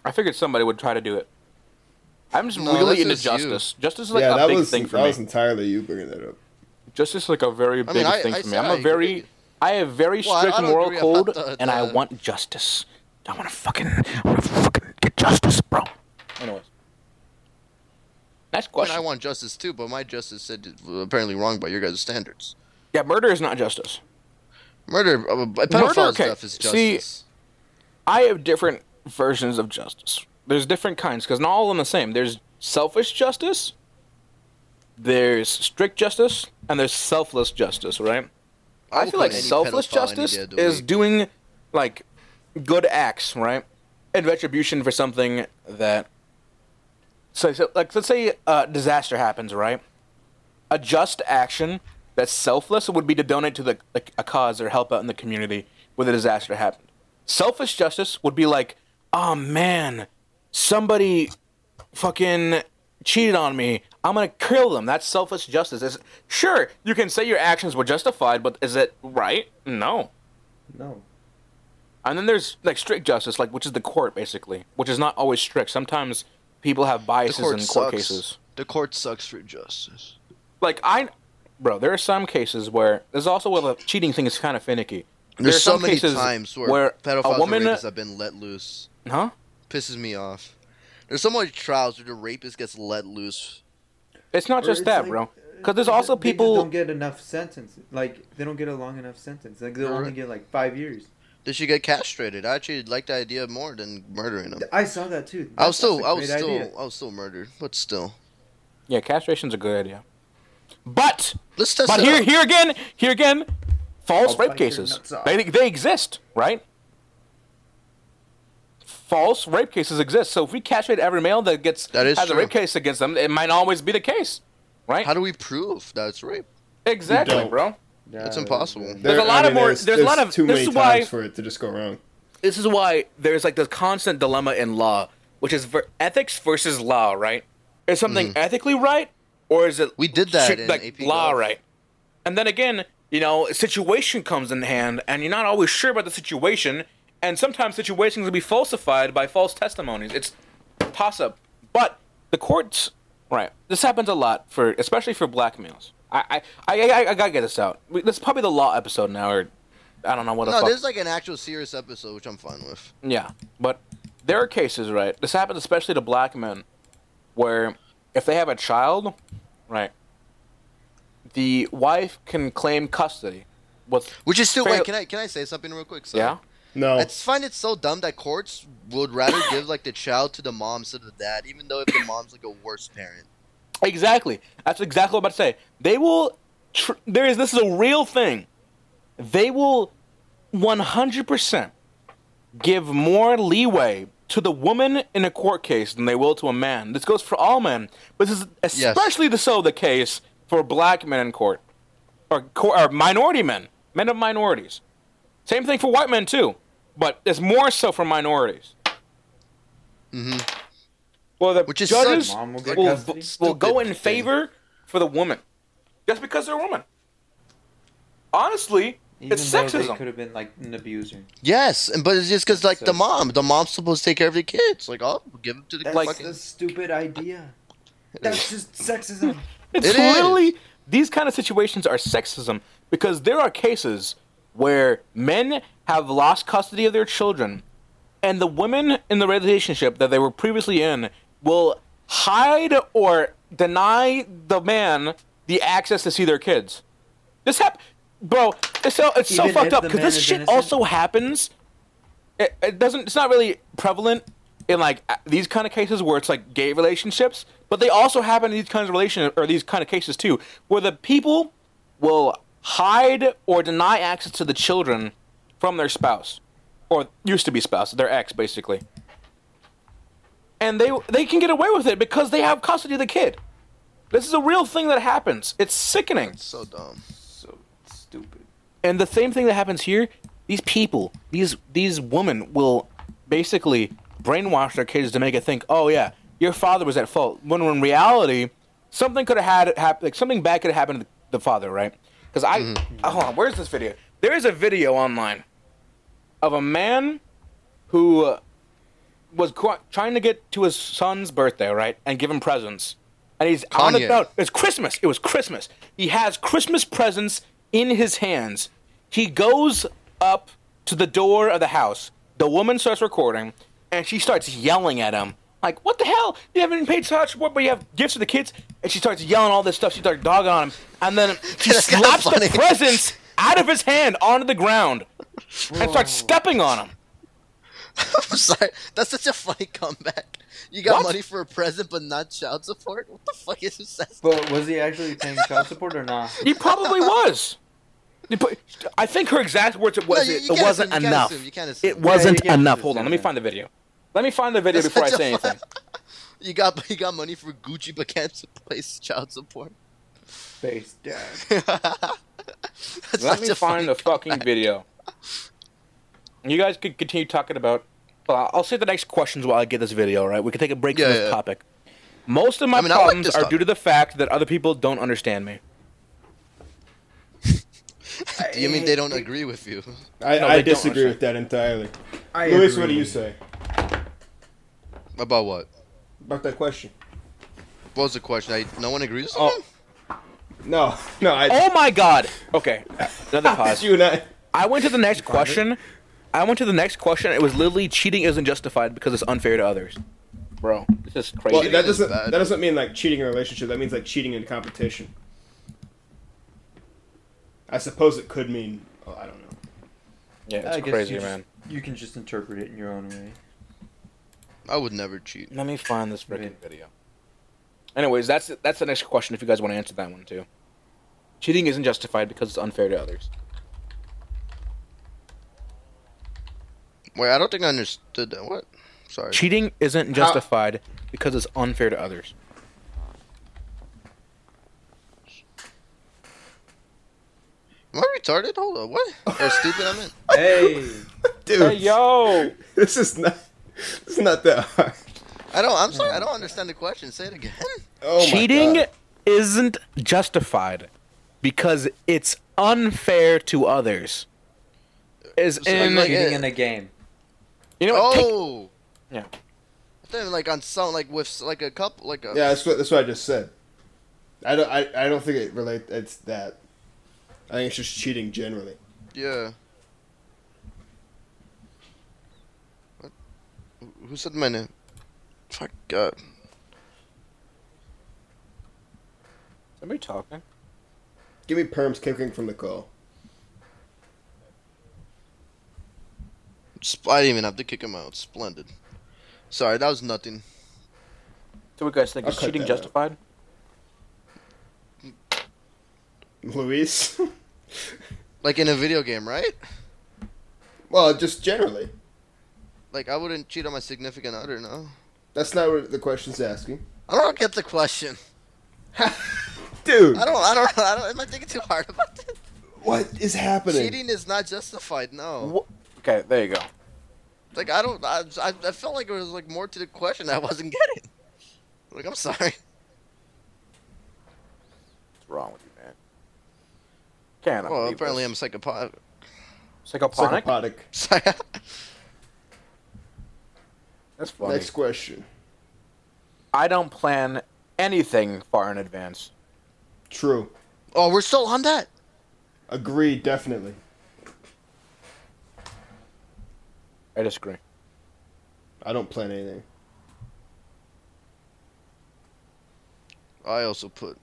[SPEAKER 1] I figured somebody would try to do it. I'm just
[SPEAKER 4] No,
[SPEAKER 1] really
[SPEAKER 4] that's
[SPEAKER 1] into
[SPEAKER 4] just you.
[SPEAKER 1] justice. Justice is like
[SPEAKER 3] yeah,
[SPEAKER 1] a
[SPEAKER 3] that
[SPEAKER 1] big
[SPEAKER 3] was
[SPEAKER 1] thing for
[SPEAKER 3] that
[SPEAKER 1] me.
[SPEAKER 3] was entirely you bringing that up.
[SPEAKER 1] Justice is like a very big
[SPEAKER 4] I-
[SPEAKER 1] thing
[SPEAKER 4] I
[SPEAKER 1] for me.
[SPEAKER 4] said
[SPEAKER 1] I'm
[SPEAKER 4] I
[SPEAKER 1] a
[SPEAKER 4] agree.
[SPEAKER 1] very, I have very
[SPEAKER 4] Well, I-
[SPEAKER 1] strict
[SPEAKER 4] I don't
[SPEAKER 1] moral
[SPEAKER 4] agree
[SPEAKER 1] code,
[SPEAKER 4] about the-
[SPEAKER 1] and I
[SPEAKER 4] the-
[SPEAKER 1] want justice. I want to fucking, I want to fucking get justice, bro. Anyways, next
[SPEAKER 4] I mean,
[SPEAKER 1] question.
[SPEAKER 4] I want justice too, but my justice said it was apparently wrong by your guys' standards.
[SPEAKER 1] yeah, murder is not justice.
[SPEAKER 4] Murder, uh, but pedophile
[SPEAKER 1] okay.
[SPEAKER 4] stuff is
[SPEAKER 1] See-
[SPEAKER 4] justice.
[SPEAKER 1] I have different versions of justice. There's different kinds because not all of them the same. There's selfish justice, there's strict justice, and there's selfless justice, right? I,
[SPEAKER 4] will
[SPEAKER 1] feel like
[SPEAKER 4] put any
[SPEAKER 1] selfless
[SPEAKER 4] pedophile any
[SPEAKER 1] justice
[SPEAKER 4] day of the
[SPEAKER 1] is
[SPEAKER 4] week.
[SPEAKER 1] doing like good acts, right? And retribution for something that. uh, So, so like, let's say a disaster happens, right? A just action that's selfless would be to donate to the like a cause or help out in the community when a disaster happened. Selfish justice would be like, oh man, somebody fucking cheated on me. I'm gonna kill them. That's selfish justice. It's, sure, you can say your actions were justified, but is it right? No.
[SPEAKER 3] No.
[SPEAKER 1] And then there's like strict justice, like which is the court basically, which is not always strict. Sometimes people have biases
[SPEAKER 4] court
[SPEAKER 1] in court
[SPEAKER 4] sucks.
[SPEAKER 1] cases.
[SPEAKER 4] The court sucks for justice.
[SPEAKER 1] Like I, bro, there are some cases where there's also where the cheating thing is kind of finicky.
[SPEAKER 4] There's
[SPEAKER 1] There's
[SPEAKER 4] so
[SPEAKER 1] some
[SPEAKER 4] many
[SPEAKER 1] cases
[SPEAKER 4] times where,
[SPEAKER 1] where a
[SPEAKER 4] pedophiles
[SPEAKER 1] woman-
[SPEAKER 4] and rapists have been let loose.
[SPEAKER 1] Huh?
[SPEAKER 4] Pisses me off. There's so many trials where the rapist gets let loose.
[SPEAKER 1] It's not
[SPEAKER 2] Or
[SPEAKER 1] just
[SPEAKER 2] it's
[SPEAKER 1] that,
[SPEAKER 2] like- uh,
[SPEAKER 1] bro. Because there's also
[SPEAKER 2] They just
[SPEAKER 1] people.
[SPEAKER 2] don't get enough sentences. Like they don't get a long enough sentence. Like they'll
[SPEAKER 4] You're
[SPEAKER 2] only
[SPEAKER 4] right.
[SPEAKER 2] get like five years.
[SPEAKER 4] They should get castrated. I actually like the idea more than murdering them.
[SPEAKER 2] I saw that too.
[SPEAKER 4] I
[SPEAKER 2] That's- that's
[SPEAKER 4] was still,
[SPEAKER 2] a
[SPEAKER 4] I was
[SPEAKER 2] great
[SPEAKER 4] still,
[SPEAKER 2] idea.
[SPEAKER 4] I was still murdered, but still.
[SPEAKER 1] Yeah, castration's a good idea. But
[SPEAKER 4] Let's test
[SPEAKER 1] but
[SPEAKER 4] it
[SPEAKER 1] here
[SPEAKER 4] out.
[SPEAKER 1] here again here again, false
[SPEAKER 2] I'll
[SPEAKER 1] rape
[SPEAKER 2] bite your
[SPEAKER 1] cases.
[SPEAKER 2] nuts off.
[SPEAKER 1] They they exist, right? False rape cases exist. So if we castrate every male that gets
[SPEAKER 4] That is
[SPEAKER 1] has a
[SPEAKER 4] true.
[SPEAKER 1] rape case against them, it might not always be the case, right?
[SPEAKER 4] How do we prove that it's rape?
[SPEAKER 3] You
[SPEAKER 1] exactly,
[SPEAKER 3] don't.
[SPEAKER 1] bro.
[SPEAKER 4] That's impossible.
[SPEAKER 1] There's a lot of more- there's a lot of-
[SPEAKER 3] too
[SPEAKER 1] this
[SPEAKER 3] many
[SPEAKER 1] is why-
[SPEAKER 3] times for it to just go wrong.
[SPEAKER 1] this is why there's like this constant dilemma in law, which is ver- ethics versus law, right? Is something ethically right, or is it
[SPEAKER 4] Mm-hmm. We did that in
[SPEAKER 1] like
[SPEAKER 4] AP
[SPEAKER 1] law
[SPEAKER 4] Gov.
[SPEAKER 1] right? And then again, you know, situation comes in hand, and you're not always sure about the situation, and sometimes situations will be falsified by false testimonies. It's toss up, but the courts, right? This happens a lot for, especially for black males. I I, I, I, I gotta get this out. We- This is probably the law episode now, or I don't know what. the
[SPEAKER 4] No,
[SPEAKER 1] fuck.
[SPEAKER 4] this is like an actual serious episode, which I'm fine with.
[SPEAKER 1] Yeah, but there are cases, right? This happens especially to black men, where if they have a child, right, the wife can claim custody. With
[SPEAKER 4] Which is still
[SPEAKER 1] Fail-
[SPEAKER 4] wait. Can I can I say something real quick? So,
[SPEAKER 1] yeah,
[SPEAKER 3] No.
[SPEAKER 4] I just find it so dumb that courts would rather give like the child to the mom instead of the dad, even though if the mom's like a worse parent.
[SPEAKER 1] exactly. That's exactly what I'm about to say. They will. Tr- there is this is a real thing. They will, 100 percent, give more leeway to the woman in a court case than they will to a man. This goes for all men, but this is especially the so the case for black men in court, or, co- or minority men, men of minorities. Same thing for white men too, but it's more so for minorities. Mm-hmm. Well, the
[SPEAKER 4] Mm-hmm. Which is
[SPEAKER 1] judges
[SPEAKER 4] such-
[SPEAKER 2] Mom will get
[SPEAKER 1] will,
[SPEAKER 2] custody.
[SPEAKER 1] will go in
[SPEAKER 4] Stupid thing.
[SPEAKER 1] favor for the woman, just because they're a woman. Honestly,
[SPEAKER 2] Even
[SPEAKER 1] it's
[SPEAKER 2] though they
[SPEAKER 1] sexism.
[SPEAKER 2] could have been like an abuser.
[SPEAKER 4] Yes, and but it's just because like
[SPEAKER 2] So-
[SPEAKER 4] the mom, the mom's supposed to take care of the kids. Like, I'll give them to the
[SPEAKER 2] That's
[SPEAKER 1] Like-
[SPEAKER 4] like,
[SPEAKER 2] a stupid idea. That's just sexism.
[SPEAKER 1] It's
[SPEAKER 4] It is.
[SPEAKER 1] literally these kind of situations are sexism because there are cases where men have lost custody of their children, and the women in the relationship that they were previously in will hide or deny the man the access to see their kids. This hap, bro. It's so it's so
[SPEAKER 2] Even
[SPEAKER 1] fucked
[SPEAKER 2] if
[SPEAKER 1] up
[SPEAKER 2] the
[SPEAKER 1] because
[SPEAKER 2] man
[SPEAKER 1] this
[SPEAKER 2] is
[SPEAKER 1] shit
[SPEAKER 2] innocent?
[SPEAKER 1] also happens. It, it doesn't. It's not really prevalent in like a- these kind of cases where it's like gay relationships, but they also happen in these kinds of relation or these kind of cases too, where the people will hide or deny access to the children from their spouse, or used to be spouse, their ex basically, and they they can get away with it because they have custody of the kid. This is a real thing that happens. It's sickening.
[SPEAKER 4] so dumb.
[SPEAKER 2] so stupid.
[SPEAKER 1] And the same thing that happens here, these people, these these women will basically brainwash their kids to make it think, oh yeah, your father was at fault. When in reality, something could have had happen, like something bad could have happened to the father, right? Because I hold on, where's this video? There is a video online of a man who uh, was qu- trying to get to his son's birthday, right, and give him presents. And he's on
[SPEAKER 4] Kanye.
[SPEAKER 1] about it's Christmas. It was Christmas. He has Christmas presents in his hands. He goes up to the door of the house. The woman starts recording, and she starts yelling at him, like, "What the hell? You haven't even paid child support, but you have gifts for the kids." And she starts yelling all this stuff. She starts dogging on him, and then she
[SPEAKER 4] That's kinda
[SPEAKER 1] slaps
[SPEAKER 4] funny.
[SPEAKER 1] the presents out of his hand onto the ground and starts stepping on him.
[SPEAKER 4] I'm sorry. That's such a funny comeback. You got
[SPEAKER 1] What?
[SPEAKER 4] money for a present, but not child support. What the fuck is this?
[SPEAKER 2] But was he actually paying child support or not?
[SPEAKER 1] He probably was. He put- I think her exact words it was
[SPEAKER 4] No, you-
[SPEAKER 1] it,
[SPEAKER 4] you can't
[SPEAKER 1] wasn't
[SPEAKER 4] assume, you can't
[SPEAKER 1] enough.
[SPEAKER 4] assume, you can't assume.
[SPEAKER 1] it wasn't
[SPEAKER 2] Yeah, you can't
[SPEAKER 1] enough.
[SPEAKER 2] assume
[SPEAKER 1] Hold on, let
[SPEAKER 2] that.
[SPEAKER 1] me find the video. Let me find the video
[SPEAKER 4] That's
[SPEAKER 1] before I
[SPEAKER 4] such a
[SPEAKER 1] say
[SPEAKER 4] fu-
[SPEAKER 1] anything.
[SPEAKER 4] You got you got money for Gucci, but can't place child support.
[SPEAKER 3] Face down.
[SPEAKER 4] That's
[SPEAKER 1] Let
[SPEAKER 4] such
[SPEAKER 1] me
[SPEAKER 4] a funny
[SPEAKER 1] find the fucking video. You guys could continue talking about. Uh, I'll say the next questions while I get this video. all Right, we can take a break
[SPEAKER 4] Yeah,
[SPEAKER 1] from this
[SPEAKER 4] yeah.
[SPEAKER 1] topic. Most of my
[SPEAKER 4] I mean, I like
[SPEAKER 1] problems
[SPEAKER 4] this
[SPEAKER 1] are
[SPEAKER 4] topic.
[SPEAKER 1] due to the fact that other people don't understand me.
[SPEAKER 4] Do you mean they don't agree with you?
[SPEAKER 3] I,
[SPEAKER 1] No, they
[SPEAKER 3] I
[SPEAKER 1] don't
[SPEAKER 3] disagree
[SPEAKER 1] understand.
[SPEAKER 3] with that entirely.
[SPEAKER 2] I
[SPEAKER 3] Luis, what do you say
[SPEAKER 4] About what?
[SPEAKER 3] about that question?
[SPEAKER 4] What was the question? I, no one agrees.
[SPEAKER 1] Oh.
[SPEAKER 4] Oh.
[SPEAKER 3] No, no, I.
[SPEAKER 1] Oh my god! Okay, another
[SPEAKER 3] It's
[SPEAKER 1] pause.
[SPEAKER 3] you and I.
[SPEAKER 1] I went to the next question. I went to the next question. It was literally cheating isn't justified because it's unfair to others. Bro, this is crazy.
[SPEAKER 3] Well,
[SPEAKER 4] Cheating
[SPEAKER 3] that
[SPEAKER 4] is
[SPEAKER 3] doesn't
[SPEAKER 4] bad.
[SPEAKER 3] that doesn't mean like cheating in a relationship. That means like cheating in competition. I suppose it could mean. Oh, I don't know.
[SPEAKER 1] yeah, it's crazy, man.
[SPEAKER 2] You can just interpret it in your own way.
[SPEAKER 4] I would never cheat.
[SPEAKER 1] Let me find this freaking
[SPEAKER 2] Right.
[SPEAKER 1] video. Anyways, that's that's the next question. If you guys want to answer that one too, cheating isn't justified because it's unfair to others.
[SPEAKER 4] Wait, I don't think I understood that. What? Sorry.
[SPEAKER 1] Cheating isn't
[SPEAKER 3] How-
[SPEAKER 1] justified because it's unfair to others.
[SPEAKER 4] Am I retarded? Hold on. What? Or stupid? I meant.
[SPEAKER 2] Hey,
[SPEAKER 3] Dude,
[SPEAKER 1] yo,
[SPEAKER 3] this is not. It's not that hard.
[SPEAKER 4] I don't. I'm sorry. I don't understand the question. Say it again.
[SPEAKER 3] Oh my
[SPEAKER 1] cheating
[SPEAKER 3] God.
[SPEAKER 1] isn't justified because it's unfair to others. Is
[SPEAKER 4] So,
[SPEAKER 1] in
[SPEAKER 4] like,
[SPEAKER 2] cheating
[SPEAKER 4] eh,
[SPEAKER 2] in a game.
[SPEAKER 1] you know what, take-
[SPEAKER 4] Oh.
[SPEAKER 1] Yeah.
[SPEAKER 4] I thought, like on some like with s- like a couple like a.
[SPEAKER 3] Yeah, that's what that's what I just said. I don't. I, I don't think it relates. It's that. I think it's just cheating generally.
[SPEAKER 4] Yeah. What? Who- Who said my name? Fuck uh, God.
[SPEAKER 1] somebody talking.
[SPEAKER 3] Give me perms kicking from the call.
[SPEAKER 4] Sp- I didn't even have to kick him out. Splendid. Sorry, that was nothing.
[SPEAKER 1] So what you guys think?
[SPEAKER 3] I'll
[SPEAKER 1] Is
[SPEAKER 3] cut
[SPEAKER 1] cheating
[SPEAKER 3] that out.
[SPEAKER 1] justified?
[SPEAKER 3] Luis.
[SPEAKER 4] Like in a video game, right?
[SPEAKER 3] well, just generally.
[SPEAKER 4] Like I wouldn't cheat on my significant other. No.
[SPEAKER 3] That's not what the question's asking.
[SPEAKER 4] I don't get the question.
[SPEAKER 3] Dude,
[SPEAKER 4] I don't. I don't. I don't. Am I thinking too hard about this?
[SPEAKER 3] what is happening?
[SPEAKER 4] Cheating is not justified.
[SPEAKER 3] Oh.
[SPEAKER 4] No.
[SPEAKER 1] Wh- Okay, there you go.
[SPEAKER 4] Like I don't. I, I, I felt like it was like more to the question I wasn't getting. Like I'm sorry.
[SPEAKER 1] What's wrong with you, man? Can't.
[SPEAKER 4] Well, apparently I'm psychopath.
[SPEAKER 1] psychoponic.
[SPEAKER 3] Psychopathic.
[SPEAKER 1] That's funny.
[SPEAKER 3] Next question.
[SPEAKER 1] I don't plan anything far in advance.
[SPEAKER 3] True.
[SPEAKER 4] oh, we're still on that.
[SPEAKER 3] Agreed, definitely.
[SPEAKER 1] I disagree.
[SPEAKER 3] I don't plan anything.
[SPEAKER 4] I also put.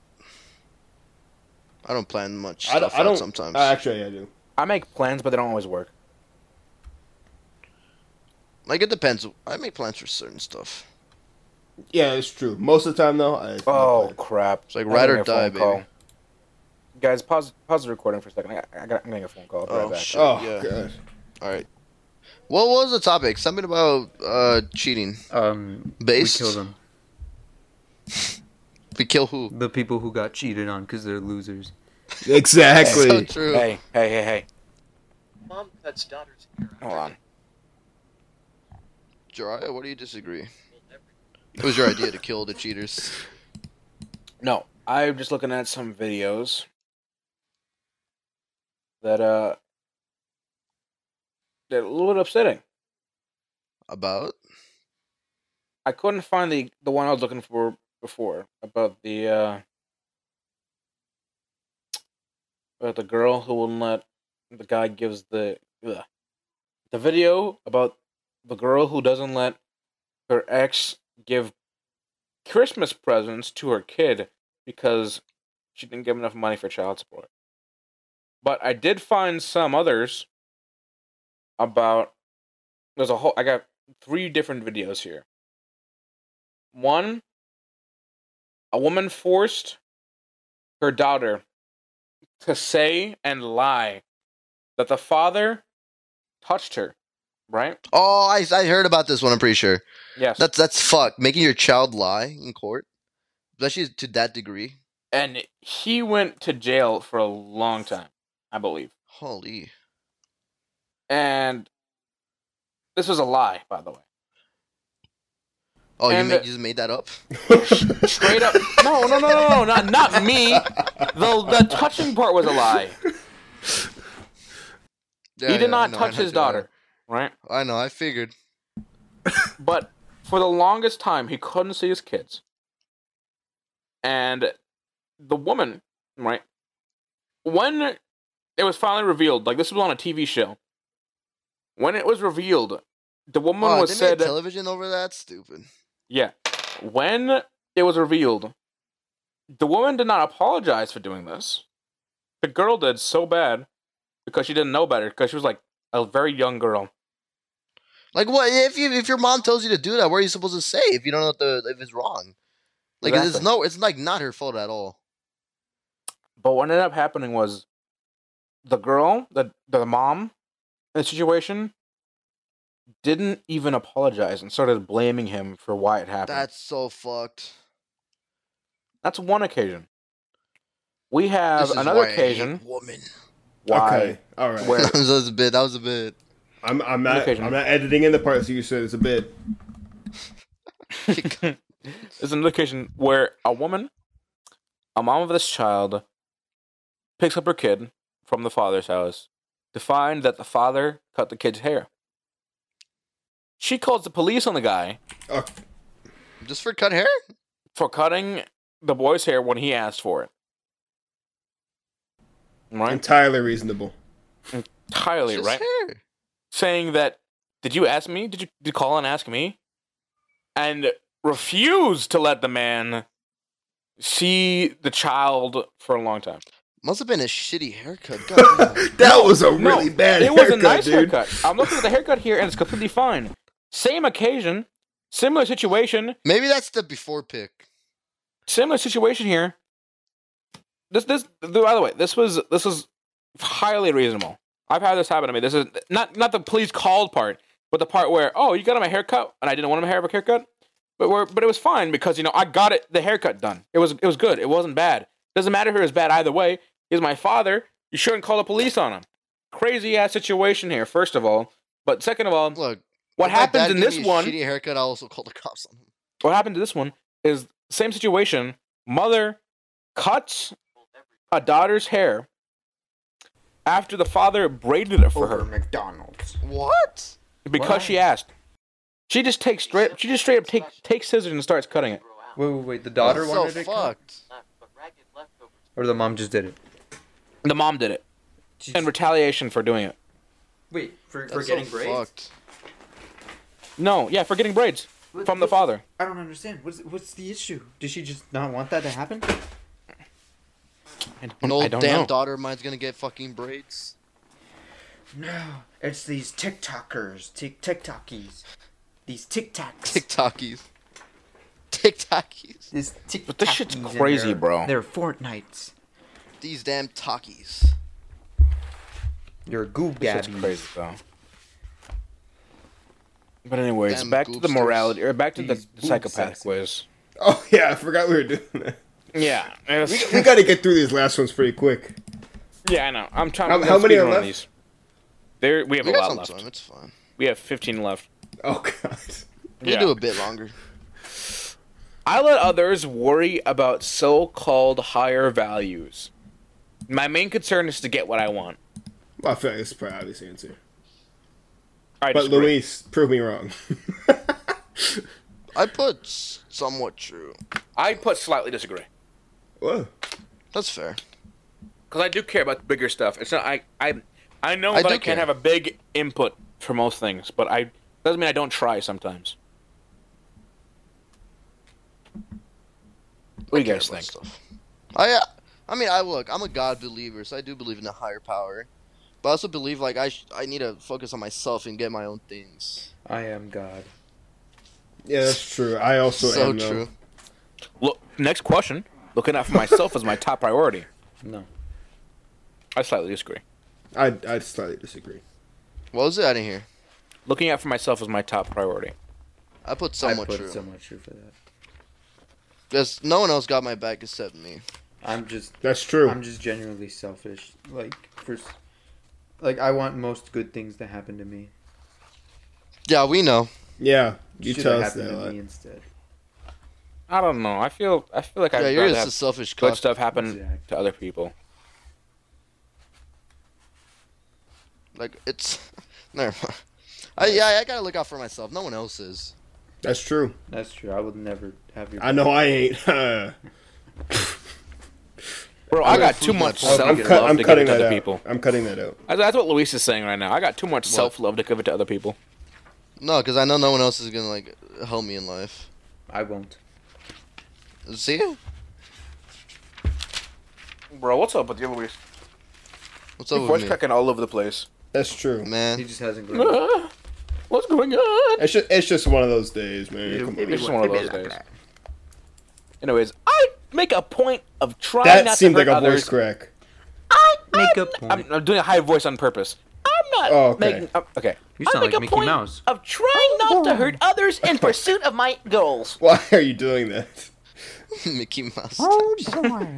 [SPEAKER 4] I don't plan much.
[SPEAKER 3] I don't.
[SPEAKER 4] stuff
[SPEAKER 3] I
[SPEAKER 4] out
[SPEAKER 3] don't
[SPEAKER 4] Sometimes.
[SPEAKER 3] uh, actually, I do.
[SPEAKER 1] I make plans, but they don't always work.
[SPEAKER 4] like it depends. I make plans for certain stuff.
[SPEAKER 3] Yeah, it's true. Most of the time, though, I.
[SPEAKER 1] Oh crap!
[SPEAKER 4] It's like
[SPEAKER 1] I'm
[SPEAKER 4] ride
[SPEAKER 1] getting
[SPEAKER 4] or
[SPEAKER 1] a phone
[SPEAKER 4] die, baby.
[SPEAKER 1] call. Guys, pause pause the recording for a second. I got, I got, I'm getting a phone call. I'll be
[SPEAKER 4] Oh,
[SPEAKER 1] right back.
[SPEAKER 4] shit.
[SPEAKER 3] Oh
[SPEAKER 4] Yeah.
[SPEAKER 3] god.
[SPEAKER 4] All right. What was the topic? Something about uh cheating.
[SPEAKER 2] Um,
[SPEAKER 4] Based?
[SPEAKER 2] we kill them.
[SPEAKER 4] We kill who?
[SPEAKER 2] The people who got cheated on because they're losers.
[SPEAKER 4] So
[SPEAKER 3] Exactly.
[SPEAKER 4] true.
[SPEAKER 1] Hey, hey, hey, hey!
[SPEAKER 6] Mom cuts daughter's hair.
[SPEAKER 1] Hold on.
[SPEAKER 4] Jiraiya, what do you disagree? It was your idea to kill the cheaters.
[SPEAKER 1] No, I'm just looking at some videos that uh that are a little bit upsetting.
[SPEAKER 4] About?
[SPEAKER 1] I couldn't find the the one I was looking for before about the uh about the girl who wouldn't let the guy gives the ugh. the video about the girl who doesn't let her ex give Christmas presents to her kid because she didn't give enough money for child support. But I did find some others about there's a whole I got three different videos here. One, a woman forced her daughter to say and lie that the father touched her, right?
[SPEAKER 4] Oh, I, I heard about this one. I'm pretty sure.
[SPEAKER 1] Yes.
[SPEAKER 4] That's that's fuck. Making your child lie in court, especially to that degree.
[SPEAKER 1] and he went to jail for a long time, I believe.
[SPEAKER 4] Holy.
[SPEAKER 1] And this was a lie, by the way.
[SPEAKER 4] Oh, you,
[SPEAKER 1] And
[SPEAKER 4] made,
[SPEAKER 1] the-
[SPEAKER 4] you just made that up?
[SPEAKER 1] Straight up, no, no, no, no, no, not not me. The the touching part was a lie.
[SPEAKER 4] Yeah,
[SPEAKER 1] he
[SPEAKER 4] yeah, I
[SPEAKER 1] did not
[SPEAKER 4] know, I
[SPEAKER 1] touch
[SPEAKER 4] know,
[SPEAKER 1] his
[SPEAKER 4] I know.
[SPEAKER 1] daughter, right?
[SPEAKER 4] I know. I figured.
[SPEAKER 1] But for the longest time, he couldn't see his kids. And the woman, right? When it was finally revealed, like this was on a TV show. When it was revealed, the woman
[SPEAKER 4] Oh,
[SPEAKER 1] was
[SPEAKER 4] they made
[SPEAKER 1] said,
[SPEAKER 4] television over that. Stupid.
[SPEAKER 1] "Yeah." When it was revealed, the woman did not apologize for doing this. The girl did so bad because she didn't know better because she was like a very young girl.
[SPEAKER 4] Like, what if you if your mom tells you to do that? What are you supposed to say if you don't know if, the, if it's wrong? Like, it's
[SPEAKER 1] Exactly.
[SPEAKER 4] no, it's like not her fault at all.
[SPEAKER 1] But what ended up happening was the girl, the the mom in the situation didn't even apologize and started blaming him for why it happened.
[SPEAKER 4] That's so fucked.
[SPEAKER 1] That's one occasion. We have
[SPEAKER 4] This is
[SPEAKER 1] another
[SPEAKER 4] why I hate
[SPEAKER 1] occasion
[SPEAKER 4] woman.
[SPEAKER 1] why
[SPEAKER 3] Okay. All right.
[SPEAKER 1] where
[SPEAKER 4] that was a bit. That was a bit.
[SPEAKER 3] I'm I'm not
[SPEAKER 1] Occasion.
[SPEAKER 3] I'm not editing in the parts that you said it's a bit.
[SPEAKER 1] there's another occasion where a woman, a mom of this child, picks up her kid from the father's house to find that the father cut the kid's hair. She calls the police on the guy
[SPEAKER 3] Oh,
[SPEAKER 4] Just for cut hair?
[SPEAKER 1] for cutting the boy's hair when he asked for it. Right?
[SPEAKER 3] entirely reasonable.
[SPEAKER 1] Entirely,
[SPEAKER 4] Just
[SPEAKER 1] right?
[SPEAKER 4] hair.
[SPEAKER 1] Saying that, did you ask me? Did you, did you call and ask me? And refused to let the man see the child for a long time.
[SPEAKER 4] Must have been a shitty haircut. God damn.
[SPEAKER 3] That was a really bad
[SPEAKER 1] It
[SPEAKER 3] haircut,
[SPEAKER 1] was a nice
[SPEAKER 3] dude.
[SPEAKER 1] haircut. I'm looking at the haircut here and it's completely fine. Same occasion, similar situation,
[SPEAKER 4] Maybe that's the before pick.
[SPEAKER 1] similar situation here. This this by the way, this was this was highly reasonable. I've had this happen to me. This is not not the police called part, but the part where oh you got him a haircut and I didn't want him to have a haircut, but where but it was fine because you know I got it the haircut done. It was it was good. It wasn't bad. Doesn't matter if it was bad either way. He's my father. You shouldn't call the police on him. Crazy ass situation here. First of all, but second of all,
[SPEAKER 4] Look,
[SPEAKER 1] what
[SPEAKER 4] if my
[SPEAKER 1] happens
[SPEAKER 4] dad
[SPEAKER 1] in
[SPEAKER 4] gave
[SPEAKER 1] this
[SPEAKER 4] me a
[SPEAKER 1] one?
[SPEAKER 4] Shitty haircut. I also call the cops on him.
[SPEAKER 1] what happened to this one is same situation. Mother cuts a daughter's hair after the father braided it for her
[SPEAKER 2] McDonald's.
[SPEAKER 4] What?
[SPEAKER 1] because she asked. She just takes straight. She just straight up take takes scissors and starts cutting it.
[SPEAKER 2] Wait, wait, wait. The daughter
[SPEAKER 4] That's so
[SPEAKER 2] wanted it, cut?
[SPEAKER 4] fucked.
[SPEAKER 2] or the mom just did it.
[SPEAKER 1] The mom did it in retaliation for doing it.
[SPEAKER 2] Wait, for,
[SPEAKER 4] That's so fucked.
[SPEAKER 1] No, yeah, for getting braids
[SPEAKER 2] What-
[SPEAKER 1] from the
[SPEAKER 2] what-
[SPEAKER 1] father.
[SPEAKER 2] I don't understand. What's what's the issue? Did she just not want that to happen?
[SPEAKER 1] I don't,
[SPEAKER 4] An
[SPEAKER 1] I
[SPEAKER 4] old
[SPEAKER 1] don't
[SPEAKER 4] damn
[SPEAKER 1] know.
[SPEAKER 4] daughter of mine's gonna get fucking braids.
[SPEAKER 2] No, it's these TikTokers, Tik TikTokies, these TikToks,
[SPEAKER 4] TikTokies. TikTokies.
[SPEAKER 2] these TikTokies.
[SPEAKER 1] But this shit's
[SPEAKER 2] and
[SPEAKER 1] crazy,
[SPEAKER 2] their-
[SPEAKER 1] bro.
[SPEAKER 2] Their Fortnites.
[SPEAKER 4] These damn talkies.
[SPEAKER 2] Your goob
[SPEAKER 1] That's crazy though. But anyways,
[SPEAKER 4] Damn
[SPEAKER 1] back to the
[SPEAKER 4] goobsters.
[SPEAKER 1] morality or back to
[SPEAKER 2] These boob
[SPEAKER 1] the psychopath
[SPEAKER 2] sexes.
[SPEAKER 1] quiz.
[SPEAKER 3] Oh yeah, I forgot we were doing that.
[SPEAKER 1] Yeah, it's-
[SPEAKER 3] We got to get through these last ones pretty quick.
[SPEAKER 1] Yeah, I know. I'm trying.
[SPEAKER 3] How-
[SPEAKER 1] I'm
[SPEAKER 3] how many are
[SPEAKER 1] speedrunning
[SPEAKER 3] left?
[SPEAKER 1] These. There, we have
[SPEAKER 4] We
[SPEAKER 1] a
[SPEAKER 4] got
[SPEAKER 1] lot
[SPEAKER 4] some
[SPEAKER 1] left.
[SPEAKER 4] time. It's fine.
[SPEAKER 1] We have 15 left.
[SPEAKER 3] Oh god.
[SPEAKER 4] We'll
[SPEAKER 1] Yeah.
[SPEAKER 4] do a bit longer.
[SPEAKER 1] I let others worry about so-called higher values. My main concern is to get what I want.
[SPEAKER 3] Well, I feel like this is probably an obvious answer.
[SPEAKER 1] I
[SPEAKER 3] But
[SPEAKER 1] disagree.
[SPEAKER 3] Luis, prove me wrong.
[SPEAKER 4] I put s- somewhat true.
[SPEAKER 1] I put slightly disagree
[SPEAKER 3] Whoa.
[SPEAKER 4] That's fair.
[SPEAKER 1] because I do care about the bigger stuff. It's not I I I know
[SPEAKER 4] I
[SPEAKER 1] that
[SPEAKER 4] do
[SPEAKER 1] I can't
[SPEAKER 4] care.
[SPEAKER 1] have a big input for most things, but I doesn't mean I don't try sometimes. What do you
[SPEAKER 4] care
[SPEAKER 1] guys
[SPEAKER 4] about
[SPEAKER 1] think?
[SPEAKER 4] Stuff. I, uh, I mean, I look. I'm a God believer, so I do believe in a higher power. But I also believe like I, sh- I need to focus on myself and get my own things.
[SPEAKER 2] I am God.
[SPEAKER 3] Yeah, that's true. I also
[SPEAKER 4] so
[SPEAKER 3] am, though.
[SPEAKER 4] true.
[SPEAKER 1] Look, next question. Looking out for myself is my top priority.
[SPEAKER 2] No.
[SPEAKER 1] I slightly disagree.
[SPEAKER 3] I I slightly disagree.
[SPEAKER 4] What was it? I didn't hear.
[SPEAKER 1] Looking out for myself is my top priority.
[SPEAKER 4] I put somewhat
[SPEAKER 2] I put
[SPEAKER 4] true.
[SPEAKER 2] so much true for that.
[SPEAKER 4] There's no one else got my back except me.
[SPEAKER 2] I'm just
[SPEAKER 3] That's true.
[SPEAKER 2] I'm just genuinely selfish. Like for s- like I want most good things to happen to me.
[SPEAKER 4] Yeah, we know.
[SPEAKER 3] yeah, you
[SPEAKER 2] Should've
[SPEAKER 3] tell us
[SPEAKER 2] happened
[SPEAKER 3] that. a
[SPEAKER 2] to
[SPEAKER 3] lot.
[SPEAKER 2] me instead.
[SPEAKER 1] I don't know. I feel I feel like
[SPEAKER 4] yeah,
[SPEAKER 1] I'd
[SPEAKER 4] you're
[SPEAKER 1] rather
[SPEAKER 4] just a
[SPEAKER 1] have
[SPEAKER 4] selfish
[SPEAKER 1] good
[SPEAKER 4] cuck.
[SPEAKER 1] stuff happen
[SPEAKER 2] Exactly.
[SPEAKER 1] to other people.
[SPEAKER 4] Like it's. Never mind. I, yeah, I gotta look out for myself. No one else is.
[SPEAKER 3] That's true.
[SPEAKER 2] That's true. I would never have your
[SPEAKER 3] I know I ain't. Uh,
[SPEAKER 1] Bro, I
[SPEAKER 4] I'm
[SPEAKER 1] got
[SPEAKER 4] gonna
[SPEAKER 1] too
[SPEAKER 4] prove
[SPEAKER 1] much
[SPEAKER 4] that point.
[SPEAKER 1] self
[SPEAKER 3] I'm,
[SPEAKER 1] love
[SPEAKER 3] cut,
[SPEAKER 1] to
[SPEAKER 3] I'm
[SPEAKER 1] give
[SPEAKER 3] cutting
[SPEAKER 1] it to
[SPEAKER 3] that
[SPEAKER 1] other
[SPEAKER 3] out.
[SPEAKER 1] people.
[SPEAKER 3] I'm cutting that out.
[SPEAKER 1] That's, that's what Luis is saying right now. I got too much self love to give it to other people.
[SPEAKER 4] No, because I know no one else is gonna like help me in life.
[SPEAKER 2] I won't.
[SPEAKER 4] See?
[SPEAKER 1] Bro, what's up with you, Luis?
[SPEAKER 4] What's up
[SPEAKER 1] Your
[SPEAKER 4] with
[SPEAKER 1] voice
[SPEAKER 4] me,
[SPEAKER 1] cracking all over the place.
[SPEAKER 3] That's true.
[SPEAKER 2] He
[SPEAKER 4] man?
[SPEAKER 2] just hasn't grown. up.
[SPEAKER 1] Ah, what's going on?
[SPEAKER 3] It's just, it's just one of those days, man.
[SPEAKER 2] It'll-
[SPEAKER 3] Come
[SPEAKER 2] it'll
[SPEAKER 3] on.
[SPEAKER 2] be
[SPEAKER 1] It's just one of
[SPEAKER 2] it'll be
[SPEAKER 1] those
[SPEAKER 2] like
[SPEAKER 1] days.
[SPEAKER 2] that.
[SPEAKER 1] Anyways, I make a point of trying
[SPEAKER 3] That
[SPEAKER 1] not
[SPEAKER 3] seemed
[SPEAKER 1] to
[SPEAKER 3] like
[SPEAKER 1] hurt
[SPEAKER 3] a
[SPEAKER 1] others.
[SPEAKER 3] voice crack.
[SPEAKER 1] I
[SPEAKER 2] Make
[SPEAKER 1] I'm,
[SPEAKER 2] a
[SPEAKER 1] I'm,
[SPEAKER 2] point.
[SPEAKER 1] I'm doing a high voice on purpose. I'm not
[SPEAKER 3] Oh, okay.
[SPEAKER 1] making. Uh, okay.
[SPEAKER 2] You
[SPEAKER 1] I
[SPEAKER 2] sound
[SPEAKER 1] make
[SPEAKER 2] like
[SPEAKER 1] a
[SPEAKER 2] Mickey
[SPEAKER 1] point
[SPEAKER 2] Mouse.
[SPEAKER 1] of trying not
[SPEAKER 2] Oh.
[SPEAKER 1] to hurt others in pursuit of my goals.
[SPEAKER 3] Why are you doing that?
[SPEAKER 4] Mickey Mouse.
[SPEAKER 1] I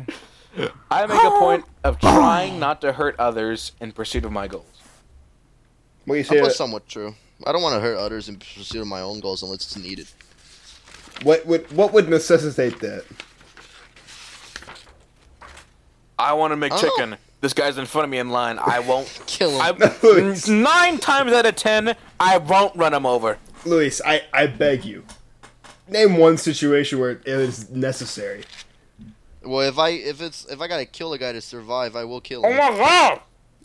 [SPEAKER 1] make a point of trying not to hurt others in pursuit of my goals.
[SPEAKER 3] When you
[SPEAKER 4] That
[SPEAKER 3] say
[SPEAKER 4] was
[SPEAKER 3] that,
[SPEAKER 4] somewhat true. I don't want to hurt others in pursuit of my own goals unless it's needed.
[SPEAKER 3] what would what would necessitate that?
[SPEAKER 1] I want to make
[SPEAKER 4] Oh.
[SPEAKER 1] chicken. This guy's in front of me in line. I won't.
[SPEAKER 4] Kill him.
[SPEAKER 1] I,
[SPEAKER 3] Luis,
[SPEAKER 1] nine times out of ten, I won't run him over.
[SPEAKER 3] Luis, I I beg you, name one situation where it is necessary.
[SPEAKER 4] Well, if I if it's if I gotta kill a guy to survive, I will kill
[SPEAKER 1] Oh
[SPEAKER 4] him.
[SPEAKER 1] my god!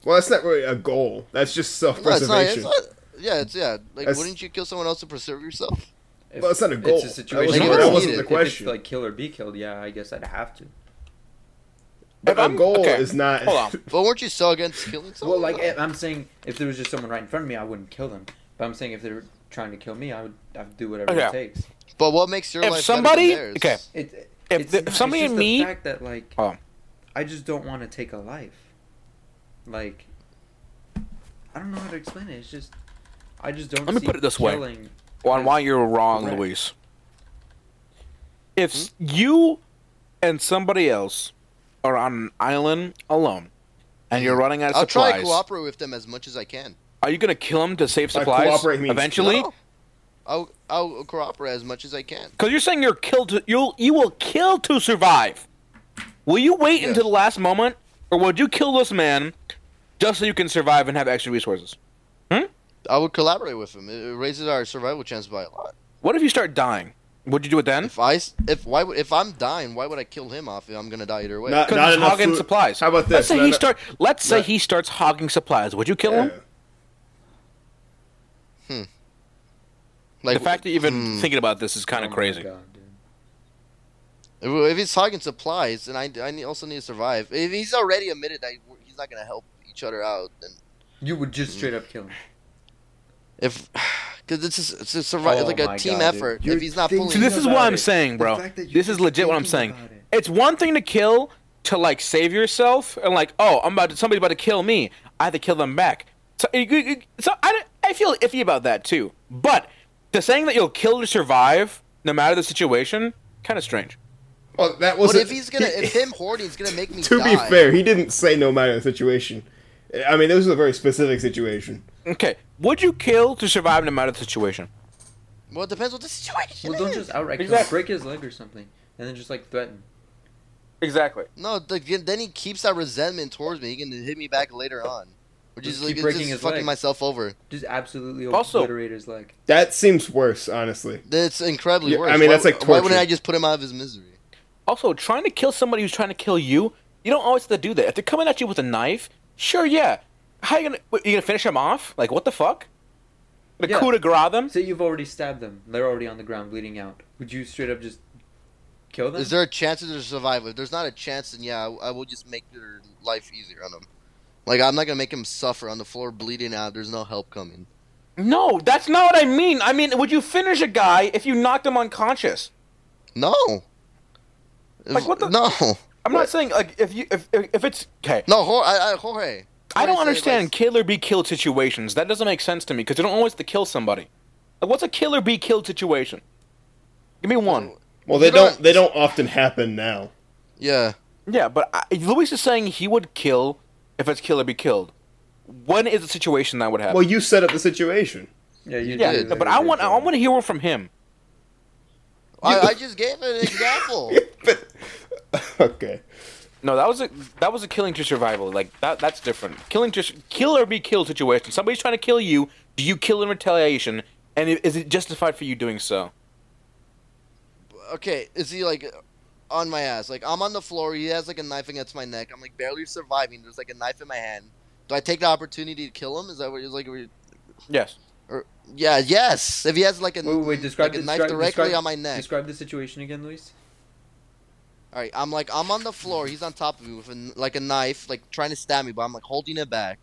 [SPEAKER 3] Well, that's not really a goal. That's just
[SPEAKER 4] No, it's not,
[SPEAKER 3] self-preservation.
[SPEAKER 4] it's not, yeah, it's yeah. Like,
[SPEAKER 3] That's-
[SPEAKER 4] wouldn't you kill someone else to preserve yourself?
[SPEAKER 2] If
[SPEAKER 3] Well, it's not a goal.
[SPEAKER 2] It's a
[SPEAKER 3] That
[SPEAKER 2] situation.
[SPEAKER 4] wasn't-
[SPEAKER 2] where
[SPEAKER 4] that
[SPEAKER 2] it's
[SPEAKER 4] wasn't
[SPEAKER 2] needed.
[SPEAKER 4] the
[SPEAKER 3] question.
[SPEAKER 2] If it's like kill or be killed, yeah, I guess I'd have to.
[SPEAKER 3] But
[SPEAKER 1] If
[SPEAKER 3] a
[SPEAKER 1] I'm-
[SPEAKER 3] goal
[SPEAKER 1] okay,
[SPEAKER 3] is not.
[SPEAKER 1] hold on.
[SPEAKER 4] But weren't you so against killing
[SPEAKER 2] Well,
[SPEAKER 4] someone?
[SPEAKER 2] like if I'm saying, if there was just someone right in front of me, I wouldn't kill them. But I'm saying if they were trying to kill me, I would I'd do whatever
[SPEAKER 1] Okay.
[SPEAKER 2] it takes.
[SPEAKER 4] But what makes your
[SPEAKER 1] If
[SPEAKER 4] life
[SPEAKER 1] somebody-
[SPEAKER 4] better than theirs?
[SPEAKER 1] okay.
[SPEAKER 2] It, it-
[SPEAKER 1] If
[SPEAKER 2] it's
[SPEAKER 1] the-
[SPEAKER 2] not-
[SPEAKER 1] if somebody
[SPEAKER 2] it's just
[SPEAKER 1] in
[SPEAKER 2] the
[SPEAKER 1] me- Oh.
[SPEAKER 2] fact that like,
[SPEAKER 1] Hold on.
[SPEAKER 2] I just don't want to take a life. Like, I don't know how to explain it. It's just, I just don't.
[SPEAKER 1] Let me
[SPEAKER 2] see
[SPEAKER 1] put it this way.
[SPEAKER 2] killing-
[SPEAKER 1] on why you're wrong,
[SPEAKER 2] Right.
[SPEAKER 1] Luis. If
[SPEAKER 3] Hmm?
[SPEAKER 1] s- you and somebody else are on an island alone, and you're running out of
[SPEAKER 4] I'll try to
[SPEAKER 1] supplies,
[SPEAKER 4] cooperate with them as much as I can.
[SPEAKER 1] are you gonna kill him to save
[SPEAKER 3] By
[SPEAKER 1] supplies
[SPEAKER 3] cooperate means-
[SPEAKER 1] eventually?
[SPEAKER 4] No. I'll I'll cooperate as much as I can.
[SPEAKER 1] Because you're saying you're killed. To, you'll you will kill to survive. Will you wait
[SPEAKER 4] Yes.
[SPEAKER 1] until the last moment, or would you kill this man just so you can survive and have extra resources?
[SPEAKER 4] I would collaborate with them. It it raises our survival chance by a lot.
[SPEAKER 1] What if you start dying? Would you do it then?
[SPEAKER 4] If I s- if why would if I'm dying, why would I kill him off? if I'm gonna die either way.
[SPEAKER 3] Not,
[SPEAKER 1] Because
[SPEAKER 3] not
[SPEAKER 1] he's
[SPEAKER 3] enough
[SPEAKER 1] hogging
[SPEAKER 3] food-
[SPEAKER 1] supplies.
[SPEAKER 3] How about this?
[SPEAKER 1] Let's say
[SPEAKER 3] Not
[SPEAKER 1] he
[SPEAKER 3] enough-
[SPEAKER 1] start. Let's say
[SPEAKER 3] not-
[SPEAKER 1] he starts hogging supplies. Would you kill him?
[SPEAKER 3] Yeah.
[SPEAKER 4] like
[SPEAKER 1] the fact that you're even
[SPEAKER 4] hmm.
[SPEAKER 1] thinking about this is kind
[SPEAKER 2] Oh
[SPEAKER 1] of
[SPEAKER 2] my
[SPEAKER 1] crazy.
[SPEAKER 2] God, dude.
[SPEAKER 4] If, if he's hogging supplies, and I, I need- also need to survive. If he's already admitted that he's not gonna help each other out, then
[SPEAKER 2] You would just straight up kill him.
[SPEAKER 4] if because it's a, it's a survive
[SPEAKER 2] Oh
[SPEAKER 4] like a
[SPEAKER 2] my
[SPEAKER 4] team
[SPEAKER 2] God, dude.
[SPEAKER 4] effort.
[SPEAKER 2] You're
[SPEAKER 4] if he's not
[SPEAKER 2] thinking
[SPEAKER 4] pulling,
[SPEAKER 1] See, this is
[SPEAKER 2] about
[SPEAKER 1] what I'm
[SPEAKER 2] it.
[SPEAKER 1] saying,
[SPEAKER 2] The
[SPEAKER 1] bro.
[SPEAKER 2] fact that you're
[SPEAKER 1] This is
[SPEAKER 2] just
[SPEAKER 1] legit what I'm
[SPEAKER 2] thinking
[SPEAKER 1] saying.
[SPEAKER 2] about it.
[SPEAKER 1] It's one thing to kill to like save yourself and like, oh, I'm about to, somebody's about to kill me. I have to kill them back. So, you- you- you- so I, don't- I feel iffy about that too. But the saying that you'll kill to survive, no matter the situation, kind of strange.
[SPEAKER 3] Well, Oh, that was.
[SPEAKER 4] but if he's gonna if him hoarding is gonna make me
[SPEAKER 3] to
[SPEAKER 4] die,
[SPEAKER 3] be fair, he didn't say no matter the situation. I mean, this was a very specific situation.
[SPEAKER 1] Okay, would you kill to survive no matter the situation?
[SPEAKER 4] Well, it depends what the situation
[SPEAKER 2] Well, don't
[SPEAKER 4] is.
[SPEAKER 2] just outright kill him.
[SPEAKER 1] Exactly.
[SPEAKER 2] Break his leg or something, and then just like threaten.
[SPEAKER 1] Exactly.
[SPEAKER 4] No, the, then he keeps that resentment towards me. He can hit me back later on, which
[SPEAKER 2] Just
[SPEAKER 4] is
[SPEAKER 2] keep
[SPEAKER 4] like it's
[SPEAKER 2] breaking
[SPEAKER 4] just
[SPEAKER 2] his
[SPEAKER 4] fucking
[SPEAKER 2] leg.
[SPEAKER 4] myself over.
[SPEAKER 2] Just absolutely
[SPEAKER 1] Also-
[SPEAKER 2] obliterate his leg.
[SPEAKER 3] That seems worse, honestly.
[SPEAKER 4] It's incredibly
[SPEAKER 3] Yeah,
[SPEAKER 4] worse.
[SPEAKER 3] I mean,
[SPEAKER 4] Why-
[SPEAKER 3] that's like
[SPEAKER 4] Why wouldn't
[SPEAKER 3] torture.
[SPEAKER 4] I just put him out of his misery?
[SPEAKER 1] Also, trying to kill somebody who's trying to kill you, you don't always have to do that. If they're coming at you with a knife, sure, yeah. How you gonna what, you gonna finish them off? Like what the fuck? The
[SPEAKER 2] Yeah.
[SPEAKER 1] coup de grace them?
[SPEAKER 2] Say you've already stabbed them. They're already on the ground bleeding out. Would you straight up just kill them?
[SPEAKER 4] Is there a chance of their survival? If there's not a chance, then yeah, I, I will just make their life easier on them. Like I'm not gonna make him suffer on the floor bleeding out. There's no help coming.
[SPEAKER 1] No, that's not what I mean. I mean, would you finish a guy if you knocked him unconscious?
[SPEAKER 4] No.
[SPEAKER 1] Like, what the-
[SPEAKER 4] No,
[SPEAKER 1] I'm not saying like if you if if if it's okay.
[SPEAKER 4] no, Jorge. I, I, Jorge.
[SPEAKER 1] I don't
[SPEAKER 4] Jorge said,
[SPEAKER 1] understand
[SPEAKER 4] like,
[SPEAKER 1] kill or be killed situations. That doesn't make sense to me because you don't always have to kill somebody. Like, what's a kill or be killed situation? Give me one.
[SPEAKER 3] Well, they
[SPEAKER 4] You know
[SPEAKER 3] don't.
[SPEAKER 4] what?
[SPEAKER 3] They don't often happen now.
[SPEAKER 4] yeah,
[SPEAKER 1] Yeah, but I, Luis is saying he would kill if it's kill or be killed. When is the situation that would happen?
[SPEAKER 3] Well, you set up the situation.
[SPEAKER 2] Yeah, you
[SPEAKER 1] yeah,
[SPEAKER 4] did.
[SPEAKER 1] but I want I want to hear one from him.
[SPEAKER 4] I, I just gave an example.
[SPEAKER 3] but okay,
[SPEAKER 1] No, that was a that was a killing to survival. Like that that's different. Killing to kill or be killed situation. Somebody's trying to kill you. Do you kill in retaliation? And i- is it justified for you doing so?
[SPEAKER 4] okay, is he like on my ass? Like I'm on the floor. He has like a knife against my neck. I'm like barely surviving. There's like a knife in my hand. Do I take the opportunity to kill him? Is that what you're like? we-
[SPEAKER 1] Yes.
[SPEAKER 4] Or yeah, yes. If he has like a
[SPEAKER 2] Wait, wait, wait, describe
[SPEAKER 4] like a
[SPEAKER 2] the-
[SPEAKER 4] knife
[SPEAKER 2] describe-
[SPEAKER 4] directly
[SPEAKER 2] describe-
[SPEAKER 4] on my neck.
[SPEAKER 2] Describe the situation again, Luis.
[SPEAKER 4] All right, I'm like I'm on the floor. He's on top of me with a, kn- like a knife, like trying to stab me, but I'm like holding it back.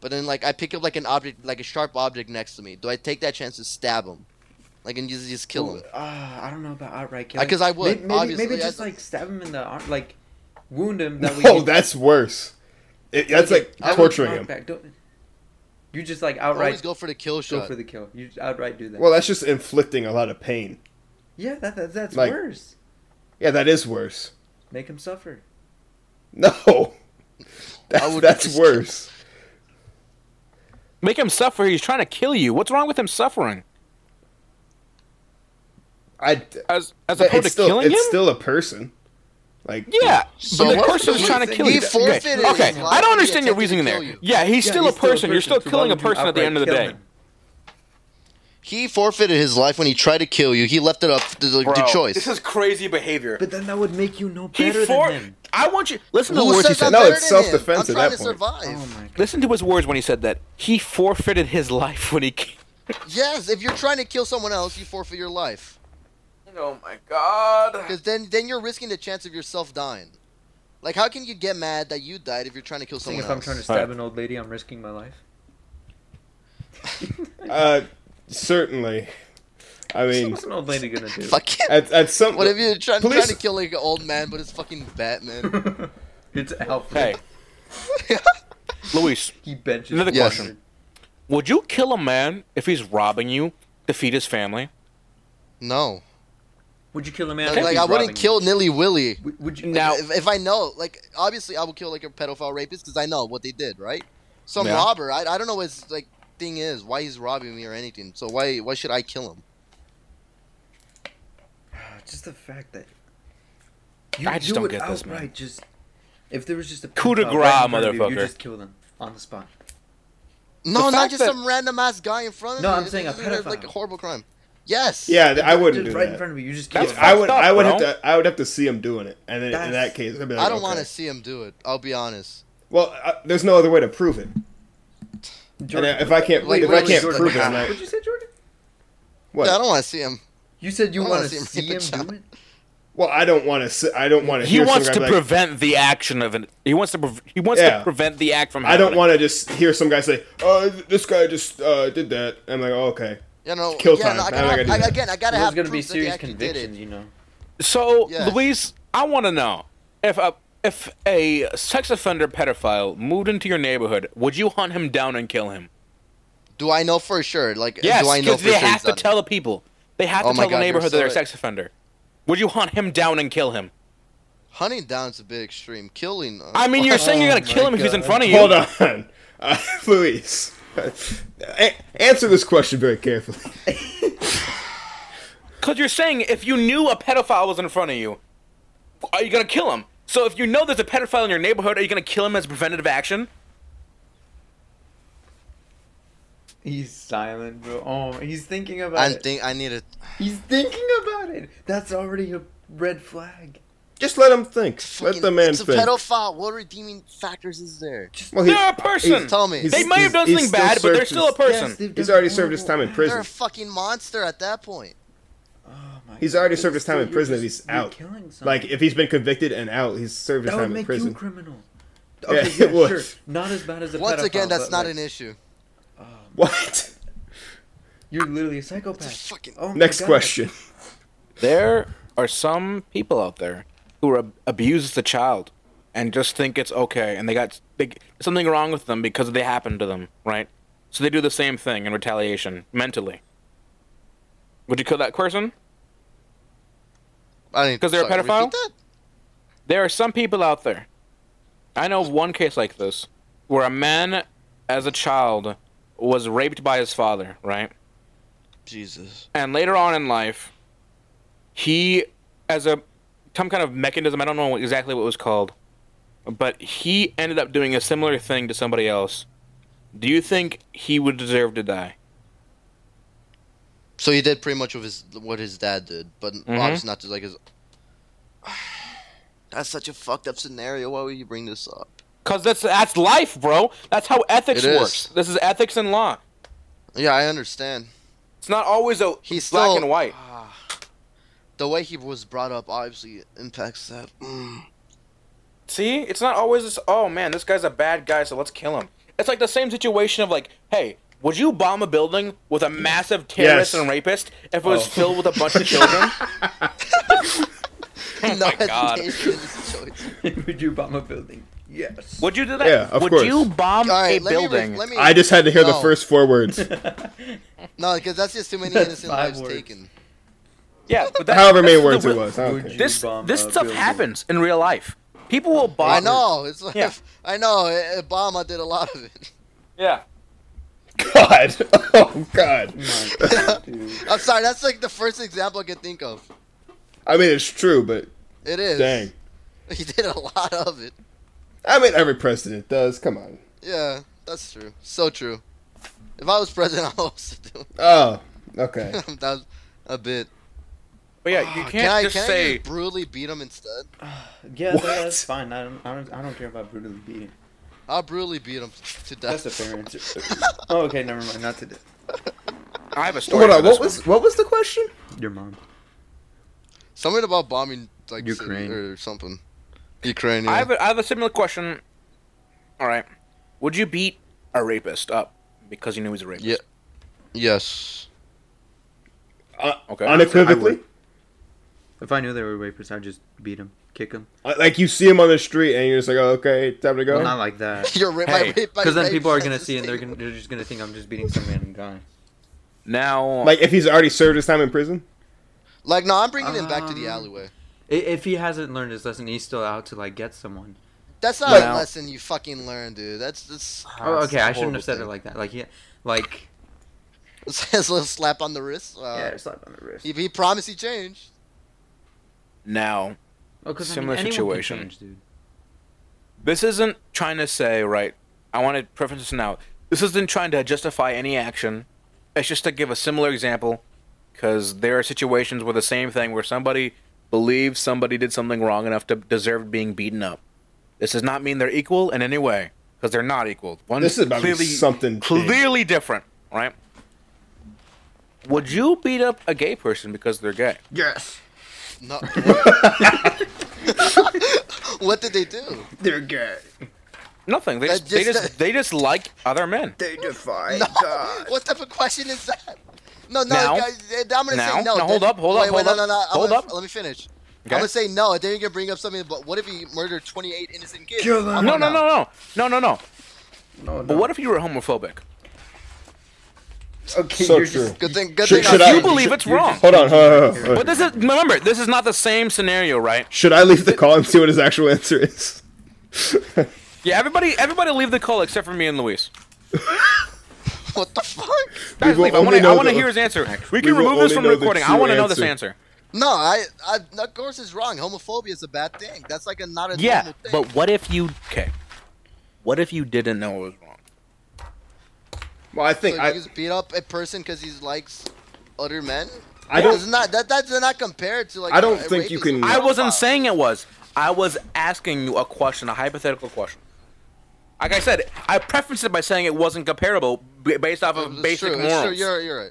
[SPEAKER 4] But then like I pick up like an object, like a sharp object next to me. Do I take that chance to stab him? Like and just just kill him?
[SPEAKER 2] Ah, I don't know about outright killing.
[SPEAKER 4] Because I would.
[SPEAKER 2] May- maybe,
[SPEAKER 4] obviously,
[SPEAKER 2] maybe
[SPEAKER 4] I-
[SPEAKER 2] just like stab him in the arm, like wound him. That way
[SPEAKER 3] no,
[SPEAKER 2] he-
[SPEAKER 3] Oh, that's worse. It, that's
[SPEAKER 2] Okay,
[SPEAKER 3] like
[SPEAKER 2] I would
[SPEAKER 3] torturing
[SPEAKER 2] knock
[SPEAKER 3] him.
[SPEAKER 2] back, don't- You just like
[SPEAKER 4] always
[SPEAKER 2] outright go,
[SPEAKER 4] go for the kill shot.
[SPEAKER 2] for the kill. You just outright do that.
[SPEAKER 3] Well, that's just inflicting a lot of pain.
[SPEAKER 2] yeah, that, that that's
[SPEAKER 3] like-
[SPEAKER 2] worse.
[SPEAKER 3] Yeah, that is worse.
[SPEAKER 2] Make him suffer.
[SPEAKER 3] No, that's,
[SPEAKER 4] would
[SPEAKER 3] that's
[SPEAKER 4] just-
[SPEAKER 3] worse.
[SPEAKER 1] Make him suffer. He's trying to kill you. What's wrong with him suffering?
[SPEAKER 3] I
[SPEAKER 1] As as
[SPEAKER 3] but
[SPEAKER 1] opposed
[SPEAKER 3] it's
[SPEAKER 1] to
[SPEAKER 3] still
[SPEAKER 1] killing
[SPEAKER 3] it's
[SPEAKER 1] him?
[SPEAKER 3] still a person. Like
[SPEAKER 1] yeah,
[SPEAKER 4] So
[SPEAKER 1] but the
[SPEAKER 4] what?
[SPEAKER 1] person's
[SPEAKER 4] He-
[SPEAKER 1] trying to kill
[SPEAKER 4] he
[SPEAKER 1] you.
[SPEAKER 4] forfeited
[SPEAKER 1] okay,
[SPEAKER 4] his
[SPEAKER 1] okay.
[SPEAKER 4] life
[SPEAKER 1] I don't
[SPEAKER 4] when he
[SPEAKER 1] understand your
[SPEAKER 4] attempted to
[SPEAKER 1] reasoning there.
[SPEAKER 4] kill you.
[SPEAKER 1] Yeah, he's
[SPEAKER 2] Yeah,
[SPEAKER 1] still
[SPEAKER 2] he's
[SPEAKER 1] a person. You're still
[SPEAKER 2] so why
[SPEAKER 1] killing a
[SPEAKER 2] would you
[SPEAKER 1] person at the
[SPEAKER 2] outright
[SPEAKER 1] end of the
[SPEAKER 2] kill
[SPEAKER 1] day.
[SPEAKER 2] him?
[SPEAKER 4] He forfeited his life when he tried to kill you. He left it up to the, the choice.
[SPEAKER 1] This is crazy behavior.
[SPEAKER 2] But then that would make you no
[SPEAKER 1] He
[SPEAKER 2] better
[SPEAKER 1] for-
[SPEAKER 2] than him.
[SPEAKER 1] I want you listen to
[SPEAKER 4] Who
[SPEAKER 1] the words he
[SPEAKER 4] says I'm
[SPEAKER 1] said.
[SPEAKER 3] No,
[SPEAKER 4] better
[SPEAKER 3] it's
[SPEAKER 4] than him?
[SPEAKER 3] self-defense
[SPEAKER 4] I'm
[SPEAKER 3] at
[SPEAKER 4] trying
[SPEAKER 3] that
[SPEAKER 4] to survive.
[SPEAKER 2] Oh my god.
[SPEAKER 1] Listen to his words when he said that. He forfeited his life when he. ki-
[SPEAKER 4] Yes, if you're trying to kill someone else, you forfeit your life.
[SPEAKER 1] Oh my god.
[SPEAKER 4] Because then, then you're risking the chance of yourself dying. Like, how can you get mad that you died if you're trying to kill
[SPEAKER 2] Saying
[SPEAKER 4] someone
[SPEAKER 2] if
[SPEAKER 4] else?
[SPEAKER 2] I'm trying to
[SPEAKER 1] All
[SPEAKER 2] stab
[SPEAKER 1] right.
[SPEAKER 2] an old lady, I'm risking my life.
[SPEAKER 3] uh, certainly. I mean,
[SPEAKER 2] What's an old lady gonna do?
[SPEAKER 4] Fuck it.
[SPEAKER 3] at at some
[SPEAKER 4] What if you're trying, trying
[SPEAKER 3] Police-
[SPEAKER 4] to kill like an old man, but it's fucking Batman?
[SPEAKER 2] it's Alfred.
[SPEAKER 1] Hey, Luis,
[SPEAKER 2] He benches.
[SPEAKER 1] Another
[SPEAKER 2] Alfred.
[SPEAKER 4] question.
[SPEAKER 1] would you kill a man if he's robbing you to feed his family?
[SPEAKER 4] no.
[SPEAKER 2] Would you kill a man?
[SPEAKER 4] Like,
[SPEAKER 2] if he's
[SPEAKER 4] I
[SPEAKER 2] robbing
[SPEAKER 4] wouldn't
[SPEAKER 2] you?
[SPEAKER 4] kill Nilly Willy.
[SPEAKER 2] Would- Would you?
[SPEAKER 1] Now-
[SPEAKER 4] if, if I know, like, obviously I will kill like a pedophile rapist because I know what they did, right? Some
[SPEAKER 1] Yeah.
[SPEAKER 4] robber. I, I don't know what his like thing is, why he's robbing me or anything. So why why should I kill him?
[SPEAKER 2] Just the fact that
[SPEAKER 1] I just
[SPEAKER 2] you
[SPEAKER 1] don't
[SPEAKER 2] would
[SPEAKER 1] get this, man.
[SPEAKER 2] outright Just if there was just a
[SPEAKER 1] Coup de
[SPEAKER 2] pedophile
[SPEAKER 1] grace,
[SPEAKER 2] right in front of you,
[SPEAKER 1] motherfucker.
[SPEAKER 2] You just kill them on the spot.
[SPEAKER 4] No,
[SPEAKER 1] The
[SPEAKER 4] not
[SPEAKER 1] fact
[SPEAKER 4] just
[SPEAKER 1] that-
[SPEAKER 4] some random ass guy in front of
[SPEAKER 2] No,
[SPEAKER 4] me.
[SPEAKER 2] I'm
[SPEAKER 4] This
[SPEAKER 2] saying a
[SPEAKER 4] is like- like a
[SPEAKER 2] pedophile.
[SPEAKER 4] horrible crime. Yes.
[SPEAKER 3] yeah, th- I wouldn't
[SPEAKER 2] Just
[SPEAKER 3] do
[SPEAKER 2] right in
[SPEAKER 3] that.
[SPEAKER 2] front of you. You just kill
[SPEAKER 1] That's
[SPEAKER 2] them.
[SPEAKER 3] I would.
[SPEAKER 1] Fucked up,
[SPEAKER 3] I would have
[SPEAKER 1] bro.
[SPEAKER 3] to. I would have to see him doing it, and then in
[SPEAKER 2] That's-
[SPEAKER 3] that case, I'd be like,
[SPEAKER 4] I don't
[SPEAKER 3] okay.
[SPEAKER 4] want to see him do it. I'll be honest.
[SPEAKER 3] Well, I, there's no other way to prove it. And
[SPEAKER 2] Jordan,
[SPEAKER 3] if I can't,
[SPEAKER 4] Wait,
[SPEAKER 3] if
[SPEAKER 4] wait,
[SPEAKER 3] I
[SPEAKER 4] wait,
[SPEAKER 3] can't
[SPEAKER 4] Jordan,
[SPEAKER 3] prove it, I'm
[SPEAKER 4] how-
[SPEAKER 3] like,
[SPEAKER 2] What'd you say, Jordan?
[SPEAKER 3] what?
[SPEAKER 4] Yeah, I don't want to see him.
[SPEAKER 2] You said you
[SPEAKER 4] I
[SPEAKER 2] want
[SPEAKER 4] wanna
[SPEAKER 2] to
[SPEAKER 4] see
[SPEAKER 2] see
[SPEAKER 4] him
[SPEAKER 2] him
[SPEAKER 4] get shot.
[SPEAKER 2] do it.
[SPEAKER 3] well, I don't want to. I don't want to.
[SPEAKER 1] He wants to prevent the action of an. He wants to. Pre- he wants
[SPEAKER 3] Yeah.
[SPEAKER 1] to prevent the act from.
[SPEAKER 3] I
[SPEAKER 1] Happening.
[SPEAKER 3] don't want to just hear some guy say, "Oh, th- this guy just uh, did that." I'm like, oh, "Okay."
[SPEAKER 4] You know,
[SPEAKER 3] Kill
[SPEAKER 4] yeah,
[SPEAKER 3] time.
[SPEAKER 4] No, I
[SPEAKER 3] I'm
[SPEAKER 4] gotta
[SPEAKER 3] not
[SPEAKER 4] have,
[SPEAKER 3] gonna do
[SPEAKER 4] I,
[SPEAKER 3] that.
[SPEAKER 4] again, I gotta
[SPEAKER 2] There's
[SPEAKER 4] have
[SPEAKER 2] gonna be
[SPEAKER 4] proof that they
[SPEAKER 2] serious
[SPEAKER 4] actually did
[SPEAKER 2] convictions,
[SPEAKER 4] it.
[SPEAKER 2] you know.
[SPEAKER 1] So,
[SPEAKER 4] Yeah.
[SPEAKER 1] Luis, I want to know if a if a sex offender pedophile moved into your neighborhood, would you hunt him down and kill him?
[SPEAKER 4] Do I know for sure? Like,
[SPEAKER 1] Yes,
[SPEAKER 4] do I know
[SPEAKER 1] because
[SPEAKER 4] for
[SPEAKER 1] they
[SPEAKER 4] sure?
[SPEAKER 1] have
[SPEAKER 4] he's
[SPEAKER 1] to
[SPEAKER 4] done it?
[SPEAKER 1] tell the people. They have
[SPEAKER 4] Oh
[SPEAKER 1] to
[SPEAKER 4] my
[SPEAKER 1] tell
[SPEAKER 4] God,
[SPEAKER 1] the
[SPEAKER 4] you're
[SPEAKER 1] neighborhood that
[SPEAKER 4] so
[SPEAKER 1] they're a
[SPEAKER 4] right.
[SPEAKER 1] sex offender. Would you hunt him down and kill him?
[SPEAKER 4] Hunting down's a bit extreme. Killing. uh,
[SPEAKER 1] I mean, you're saying you're
[SPEAKER 2] Oh
[SPEAKER 1] gonna kill
[SPEAKER 2] my
[SPEAKER 1] him if he's in
[SPEAKER 2] God.
[SPEAKER 1] front of you.
[SPEAKER 3] Hold on, uh, Luis. A- answer this question very carefully.
[SPEAKER 1] Because you're saying if you knew a pedophile was in front of you, are you going to kill him? So if you know there's a pedophile in your neighborhood, are you going to kill him as preventative action?
[SPEAKER 2] He's silent, bro. Oh, he's thinking about
[SPEAKER 4] I
[SPEAKER 2] it.
[SPEAKER 4] think I need to.
[SPEAKER 2] he's thinking about it. That's already a red flag.
[SPEAKER 3] Just let him think.
[SPEAKER 4] fucking-
[SPEAKER 3] Let the man
[SPEAKER 4] It's a
[SPEAKER 3] think.
[SPEAKER 4] pedophile. What redeeming factors is there?
[SPEAKER 3] Well,
[SPEAKER 1] They're a person.
[SPEAKER 4] Tell me.
[SPEAKER 3] he's-
[SPEAKER 1] They may have done
[SPEAKER 3] he's
[SPEAKER 1] something
[SPEAKER 3] still
[SPEAKER 1] bad, but they're
[SPEAKER 3] served
[SPEAKER 1] still a
[SPEAKER 3] his-
[SPEAKER 1] person.
[SPEAKER 2] they've
[SPEAKER 3] He's
[SPEAKER 2] done
[SPEAKER 3] already served his time
[SPEAKER 2] horrible
[SPEAKER 3] in
[SPEAKER 4] They're a
[SPEAKER 3] prison.
[SPEAKER 4] fucking monster at that point.
[SPEAKER 2] Oh my
[SPEAKER 3] He's already
[SPEAKER 2] God,
[SPEAKER 3] served his time
[SPEAKER 2] so
[SPEAKER 3] in
[SPEAKER 2] you're
[SPEAKER 3] prison. If
[SPEAKER 2] just-
[SPEAKER 3] he's
[SPEAKER 2] you're
[SPEAKER 3] out,
[SPEAKER 2] killing someone.
[SPEAKER 3] like if he's been convicted and out, he's served his
[SPEAKER 2] that would
[SPEAKER 3] time in
[SPEAKER 2] make you
[SPEAKER 3] prison.
[SPEAKER 2] criminal.
[SPEAKER 3] Yeah,
[SPEAKER 2] Okay,
[SPEAKER 3] it
[SPEAKER 2] yeah,
[SPEAKER 3] would.
[SPEAKER 2] sure. Not as bad as a
[SPEAKER 4] Once
[SPEAKER 2] pedophile,
[SPEAKER 4] again, that's
[SPEAKER 2] but,
[SPEAKER 4] not
[SPEAKER 2] like,
[SPEAKER 4] an issue.
[SPEAKER 3] What?
[SPEAKER 2] You're literally a psychopath.
[SPEAKER 4] It's fucking-
[SPEAKER 2] Oh my
[SPEAKER 3] Next
[SPEAKER 2] God.
[SPEAKER 3] question.
[SPEAKER 1] There are some people out there who ab- abuse the child and just think it's okay, and they got they, something wrong with them because they happened to them, right? So they do the same thing in retaliation mentally. Would you kill that person?
[SPEAKER 4] I didn't.
[SPEAKER 1] 'Cause they're a
[SPEAKER 4] sorry, repeat
[SPEAKER 1] pedophile?
[SPEAKER 4] that?
[SPEAKER 1] There are some people out there. I know of one case like this where a man, as a child, was raped by his father, right?
[SPEAKER 4] Jesus.
[SPEAKER 1] And later on in life, he, as a some kind of mechanism, I don't know exactly what it was called, but he ended up doing a similar thing to somebody else. Do you think he would deserve to die?
[SPEAKER 4] So he did pretty much of his what his dad did, but
[SPEAKER 1] Mm-hmm.
[SPEAKER 4] obviously not just like his. That's such a fucked up scenario. Why would you bring this up?
[SPEAKER 1] Cause that's that's life, bro. That's how ethics
[SPEAKER 4] It is.
[SPEAKER 1] works. This is ethics and law.
[SPEAKER 4] Yeah, I understand.
[SPEAKER 1] It's not always a
[SPEAKER 4] He's
[SPEAKER 1] black
[SPEAKER 4] still-
[SPEAKER 1] and white.
[SPEAKER 4] The way he was brought up obviously impacts that.
[SPEAKER 1] Oh
[SPEAKER 4] Mm.
[SPEAKER 1] See, it's not always this. Oh man, this guy's a bad guy, so let's kill him. It's like the same situation of like, hey, would you bomb a building with a massive terrorist
[SPEAKER 3] Yes.
[SPEAKER 1] and rapist if it was
[SPEAKER 3] Oh.
[SPEAKER 1] filled with a bunch of children?
[SPEAKER 4] no
[SPEAKER 1] my God.
[SPEAKER 4] hesitation in this choice.
[SPEAKER 2] Would you bomb a building? Yes.
[SPEAKER 1] Would you do that?
[SPEAKER 3] Yeah, of
[SPEAKER 1] would
[SPEAKER 3] course.
[SPEAKER 1] you bomb
[SPEAKER 4] All right,
[SPEAKER 1] a
[SPEAKER 4] let me re-
[SPEAKER 1] building?
[SPEAKER 4] let me.
[SPEAKER 3] I just had to hear the
[SPEAKER 4] No.
[SPEAKER 3] first four words.
[SPEAKER 4] No, because that's just too many
[SPEAKER 2] That's
[SPEAKER 4] innocent
[SPEAKER 2] five
[SPEAKER 4] lives
[SPEAKER 2] words.
[SPEAKER 4] taken.
[SPEAKER 1] yeah, but that,
[SPEAKER 3] However
[SPEAKER 1] that's
[SPEAKER 3] many
[SPEAKER 1] the
[SPEAKER 3] words it
[SPEAKER 1] real-
[SPEAKER 3] was. I don't
[SPEAKER 2] Would
[SPEAKER 3] care.
[SPEAKER 2] you-
[SPEAKER 1] This
[SPEAKER 2] bomb
[SPEAKER 1] this
[SPEAKER 2] a
[SPEAKER 1] stuff
[SPEAKER 2] building.
[SPEAKER 1] happens in real life. People will bomb.
[SPEAKER 4] I know. It's like,
[SPEAKER 1] Yeah.
[SPEAKER 4] I know. eh, Obama did a lot of it.
[SPEAKER 1] Yeah.
[SPEAKER 3] God. Oh, God.
[SPEAKER 4] I'm sorry. That's like the first example I could think of.
[SPEAKER 3] I mean, it's true, but
[SPEAKER 4] It is.
[SPEAKER 3] dang.
[SPEAKER 4] He did a lot of it.
[SPEAKER 3] I mean, every president does. Come on.
[SPEAKER 4] Yeah, that's true. So true. If I was president, I would also do it.
[SPEAKER 3] Oh, okay.
[SPEAKER 4] that was a bit. Ah,
[SPEAKER 1] But yeah, you can't
[SPEAKER 4] can I,
[SPEAKER 1] just
[SPEAKER 4] can
[SPEAKER 1] say
[SPEAKER 4] I just brutally beat him instead?
[SPEAKER 2] Yeah,
[SPEAKER 3] What?
[SPEAKER 2] that's fine. I don't, I don't. I don't care about brutally beating.
[SPEAKER 4] I'll brutally beat him to death.
[SPEAKER 2] That's a fair answer. oh, okay, never mind. Not to death.
[SPEAKER 1] I have a story.
[SPEAKER 3] Hold
[SPEAKER 1] for
[SPEAKER 3] on.
[SPEAKER 1] this
[SPEAKER 3] What
[SPEAKER 1] one.
[SPEAKER 3] was what was the question?
[SPEAKER 2] Your mom.
[SPEAKER 4] Something about bombing like city
[SPEAKER 2] Ukraine.
[SPEAKER 4] or something. Ukraine. yeah.
[SPEAKER 1] I have, a, I have a similar question. All right, would you beat a rapist up because you knew he was a rapist?
[SPEAKER 4] Yeah. Yes.
[SPEAKER 1] Okay.
[SPEAKER 3] Unequivocally,
[SPEAKER 2] If I knew they were rapists, I'd just beat them, kick them.
[SPEAKER 3] Uh, like you see him on the street and you're just like, oh, okay, time to go.
[SPEAKER 2] Well, not like that.
[SPEAKER 4] You're ra-
[SPEAKER 1] Hey,
[SPEAKER 4] my rape. my
[SPEAKER 2] Because then
[SPEAKER 4] rape
[SPEAKER 2] people are
[SPEAKER 4] friend
[SPEAKER 2] gonna
[SPEAKER 4] is
[SPEAKER 2] see and they're
[SPEAKER 4] saying-
[SPEAKER 2] gonna, they're just gonna think I'm just beating some random guy.
[SPEAKER 1] now,
[SPEAKER 3] like if he's already served his time in prison.
[SPEAKER 4] Like, no, I'm bringing him back to the
[SPEAKER 2] Um,
[SPEAKER 4] alleyway.
[SPEAKER 2] I- If he hasn't learned his lesson, he's still out to like get someone.
[SPEAKER 4] That's not
[SPEAKER 1] Now-
[SPEAKER 4] a lesson you fucking learn, dude. That's that's.
[SPEAKER 2] Oh,
[SPEAKER 4] Ah, that's
[SPEAKER 2] okay,
[SPEAKER 4] a
[SPEAKER 2] I shouldn't
[SPEAKER 4] horrible
[SPEAKER 2] have said it
[SPEAKER 4] thing.
[SPEAKER 2] like that. Like yeah, like
[SPEAKER 4] It's a little slap on the wrist. Uh,
[SPEAKER 2] yeah, slap on the wrist.
[SPEAKER 4] he, he promised he changed.
[SPEAKER 1] now,
[SPEAKER 2] Oh, because
[SPEAKER 1] similar
[SPEAKER 2] I mean, anyone can
[SPEAKER 1] situation.
[SPEAKER 2] change, dude.
[SPEAKER 1] this isn't trying to say right. I want to preference this now. This isn't trying to justify any action. It's just to give a similar example, because there are situations where the same thing where somebody believes somebody did something wrong enough to deserve being beaten up. This does not mean they're equal in any way, because they're not equal. One
[SPEAKER 3] This is about to be
[SPEAKER 1] clearly
[SPEAKER 3] something big.
[SPEAKER 1] clearly different, right? Would you beat up a gay person because they're gay?
[SPEAKER 2] Yes,
[SPEAKER 4] No. what did they do?
[SPEAKER 2] they're gay.
[SPEAKER 1] Nothing. They just,
[SPEAKER 4] That
[SPEAKER 1] they
[SPEAKER 4] just-
[SPEAKER 1] just they just like other men.
[SPEAKER 2] They defy
[SPEAKER 4] No. What type of question is that? No, no,
[SPEAKER 1] Now.
[SPEAKER 4] guys, eh, I'm gonna
[SPEAKER 1] Now.
[SPEAKER 4] say no.
[SPEAKER 1] Now, hold
[SPEAKER 4] Then-
[SPEAKER 1] up, hold up,
[SPEAKER 4] wait,
[SPEAKER 1] hold
[SPEAKER 4] wait, no,
[SPEAKER 1] up,
[SPEAKER 4] no, no, I'm
[SPEAKER 1] hold
[SPEAKER 4] gonna-
[SPEAKER 1] up.
[SPEAKER 4] Let me finish.
[SPEAKER 1] Okay?
[SPEAKER 4] I'm gonna say no, and then you're gonna bring up something. But what if he murdered 28 innocent kids?
[SPEAKER 2] Kill them.
[SPEAKER 1] No, no, no, no, no, no, no.
[SPEAKER 2] no,
[SPEAKER 1] But what if you were homophobic?
[SPEAKER 2] Okay,
[SPEAKER 3] So
[SPEAKER 2] you're
[SPEAKER 3] true.
[SPEAKER 2] just-
[SPEAKER 4] Good thing. Good
[SPEAKER 3] Should-
[SPEAKER 4] thing.
[SPEAKER 3] should
[SPEAKER 4] I
[SPEAKER 3] I-
[SPEAKER 1] You
[SPEAKER 4] said-
[SPEAKER 1] believe it's wrong.
[SPEAKER 3] Hold on, hold on, hold on, hold on.
[SPEAKER 1] But this is remember, this is not the same scenario, right?
[SPEAKER 3] Should I leave the call and see what his actual answer is?
[SPEAKER 1] Yeah, everybody, everybody leave the call except for me and Luis.
[SPEAKER 4] What the fuck?
[SPEAKER 1] Guys,
[SPEAKER 3] will
[SPEAKER 1] leave. I
[SPEAKER 3] only
[SPEAKER 1] want to,
[SPEAKER 3] know
[SPEAKER 1] I want to
[SPEAKER 3] the-
[SPEAKER 1] hear his answer. We
[SPEAKER 3] we
[SPEAKER 1] can
[SPEAKER 3] will
[SPEAKER 1] remove this
[SPEAKER 3] only
[SPEAKER 1] from
[SPEAKER 3] know the
[SPEAKER 1] recording. I
[SPEAKER 3] true
[SPEAKER 1] want to know this answer.
[SPEAKER 3] answer.
[SPEAKER 4] No, I, I, of course, it's wrong. Homophobia is a bad thing. That's like a not a
[SPEAKER 1] Yeah,
[SPEAKER 4] normal thing.
[SPEAKER 1] but what if you? Okay. What if you didn't know it was wrong?
[SPEAKER 3] Well, I
[SPEAKER 4] so
[SPEAKER 3] think
[SPEAKER 4] you
[SPEAKER 3] I,
[SPEAKER 4] just beat up a person because he likes other men.
[SPEAKER 3] I don't-
[SPEAKER 4] It's not that. That's not compared to like.
[SPEAKER 3] I don't
[SPEAKER 4] a
[SPEAKER 3] think you
[SPEAKER 4] rapist.
[SPEAKER 3] can-
[SPEAKER 1] I wasn't
[SPEAKER 4] Wow.
[SPEAKER 1] saying it was. I was asking you a question, a hypothetical question. Like I said, I prefaced it by saying it wasn't comparable b- based off of
[SPEAKER 4] It's
[SPEAKER 1] basic
[SPEAKER 4] true, it's true,
[SPEAKER 1] morals.
[SPEAKER 4] You're, you're right.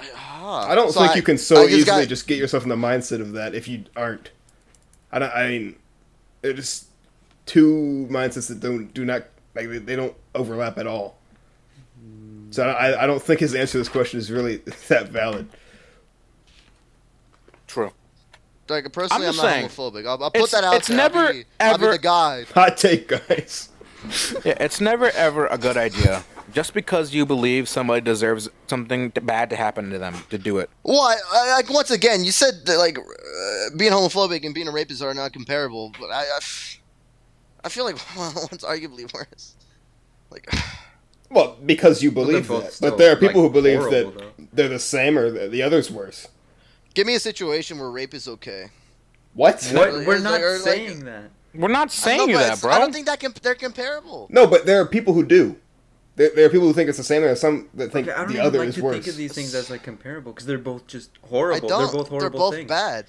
[SPEAKER 4] I, ah,
[SPEAKER 3] I don't
[SPEAKER 4] so
[SPEAKER 3] think
[SPEAKER 4] I-
[SPEAKER 3] you can so
[SPEAKER 4] I
[SPEAKER 3] easily
[SPEAKER 4] got-
[SPEAKER 3] just get yourself in the mindset of that if you aren't. I don't. I mean, it's two mindsets that don't do not like they, they don't overlap at all. So I, I don't think his answer to this question is really that valid.
[SPEAKER 1] True.
[SPEAKER 4] Like, personally,
[SPEAKER 1] I'm
[SPEAKER 4] I'm,
[SPEAKER 1] just
[SPEAKER 4] not
[SPEAKER 1] saying,
[SPEAKER 4] homophobic. I'll, I'll
[SPEAKER 1] it's-
[SPEAKER 4] put that out
[SPEAKER 1] it's
[SPEAKER 4] there. I'll
[SPEAKER 1] never,
[SPEAKER 4] be- I'll be
[SPEAKER 1] ever-
[SPEAKER 4] the guy.
[SPEAKER 3] Hot take, guys.
[SPEAKER 1] Yeah, it's never ever a good idea just because you believe somebody deserves something t- bad to happen to them to do it.
[SPEAKER 4] Well, I, I, like once again, you said that like uh, being homophobic and being a rapist are not comparable, but I, I, I feel like one's arguably worse. Like,
[SPEAKER 3] Well, because you believe
[SPEAKER 7] both
[SPEAKER 3] that.
[SPEAKER 7] still,
[SPEAKER 3] But there are people
[SPEAKER 7] like,
[SPEAKER 3] who believe
[SPEAKER 7] horrible,
[SPEAKER 3] that they're the same or the, the other's worse.
[SPEAKER 4] give me a situation where rape is okay.
[SPEAKER 3] What?
[SPEAKER 4] Like,
[SPEAKER 2] What? We're
[SPEAKER 4] it's
[SPEAKER 2] not
[SPEAKER 4] like- or like-
[SPEAKER 2] saying that.
[SPEAKER 1] We're not saying
[SPEAKER 4] No, but
[SPEAKER 1] that,
[SPEAKER 4] it's-
[SPEAKER 1] bro.
[SPEAKER 4] I don't think that comp- they're comparable.
[SPEAKER 3] No, but there are people who do. There, there are people who think it's the same. There are some that think
[SPEAKER 2] Okay, I don't
[SPEAKER 3] the
[SPEAKER 2] even
[SPEAKER 3] other
[SPEAKER 2] like
[SPEAKER 3] is
[SPEAKER 2] to
[SPEAKER 3] worse.
[SPEAKER 2] think of these things as like comparable because they're both just
[SPEAKER 4] I
[SPEAKER 2] horrible.
[SPEAKER 4] don't.
[SPEAKER 2] They're both horrible things.
[SPEAKER 4] bad.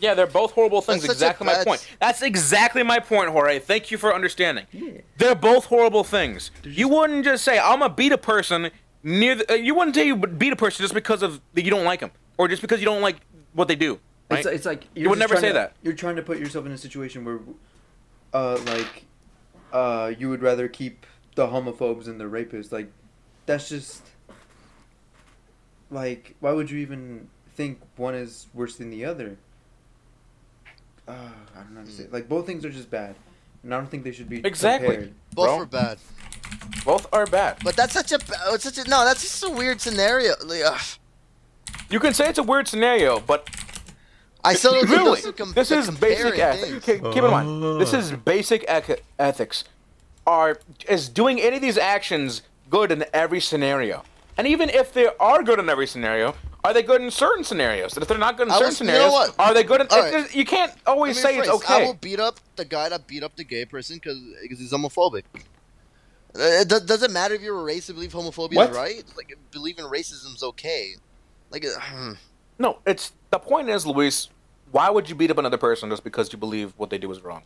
[SPEAKER 1] yeah, they're both horrible things.
[SPEAKER 4] That's such a
[SPEAKER 1] exactly my
[SPEAKER 4] bad-
[SPEAKER 1] point. That's exactly my point, Jorge. Thank you for understanding.
[SPEAKER 2] Yeah.
[SPEAKER 1] They're both horrible things. You wouldn't just say I'm gonna beat a person near. The, uh, you wouldn't say you would beat a person just because of that you don't like them or just because you don't like what they do. Right?
[SPEAKER 2] It's, it's like you're
[SPEAKER 1] You would
[SPEAKER 2] just
[SPEAKER 1] never
[SPEAKER 2] trying
[SPEAKER 1] say
[SPEAKER 2] to-
[SPEAKER 1] that.
[SPEAKER 2] You're trying to put yourself in a situation where, uh, like, uh, you would rather keep the homophobes and the rapists. Like, that's just like why would you even think one is worse than the other? Uh, I don't know. How to say it. Like both things are just bad, and I don't think they should be
[SPEAKER 1] Exactly.
[SPEAKER 2] compared.
[SPEAKER 4] Both
[SPEAKER 1] Bro.
[SPEAKER 4] were bad.
[SPEAKER 1] both are bad.
[SPEAKER 4] But that's such a ba- oh, it's such a no. That's just a weird scenario. Like, ugh.
[SPEAKER 1] You can say it's a weird scenario, but
[SPEAKER 4] I still don't
[SPEAKER 1] really,
[SPEAKER 4] think those are com-
[SPEAKER 1] this is basic
[SPEAKER 4] comparing
[SPEAKER 1] ethics.
[SPEAKER 4] things.
[SPEAKER 1] Keep keep in mind, this is basic ec- ethics. Are is doing any of these actions good in every scenario? And even if they are good in every scenario, are they good in certain scenarios? And if they're not good in
[SPEAKER 4] I
[SPEAKER 1] certain
[SPEAKER 4] was- you know
[SPEAKER 1] scenarios,
[SPEAKER 4] what?
[SPEAKER 1] are they good in?
[SPEAKER 4] All
[SPEAKER 1] it-
[SPEAKER 4] right.
[SPEAKER 1] there's- You can't always
[SPEAKER 4] Let
[SPEAKER 1] say
[SPEAKER 4] me
[SPEAKER 1] it's
[SPEAKER 4] rephrase.
[SPEAKER 1] okay.
[SPEAKER 4] I will beat up the guy that beat up the gay person because he's homophobic. Uh, It do- doesn't matter if you're a racist. Believe homophobia
[SPEAKER 3] What?
[SPEAKER 4] is right. Like believing racism's okay. Like uh,
[SPEAKER 1] No, it's the point is, Luis. Why would you beat up another person just because you believe what they do is wrong?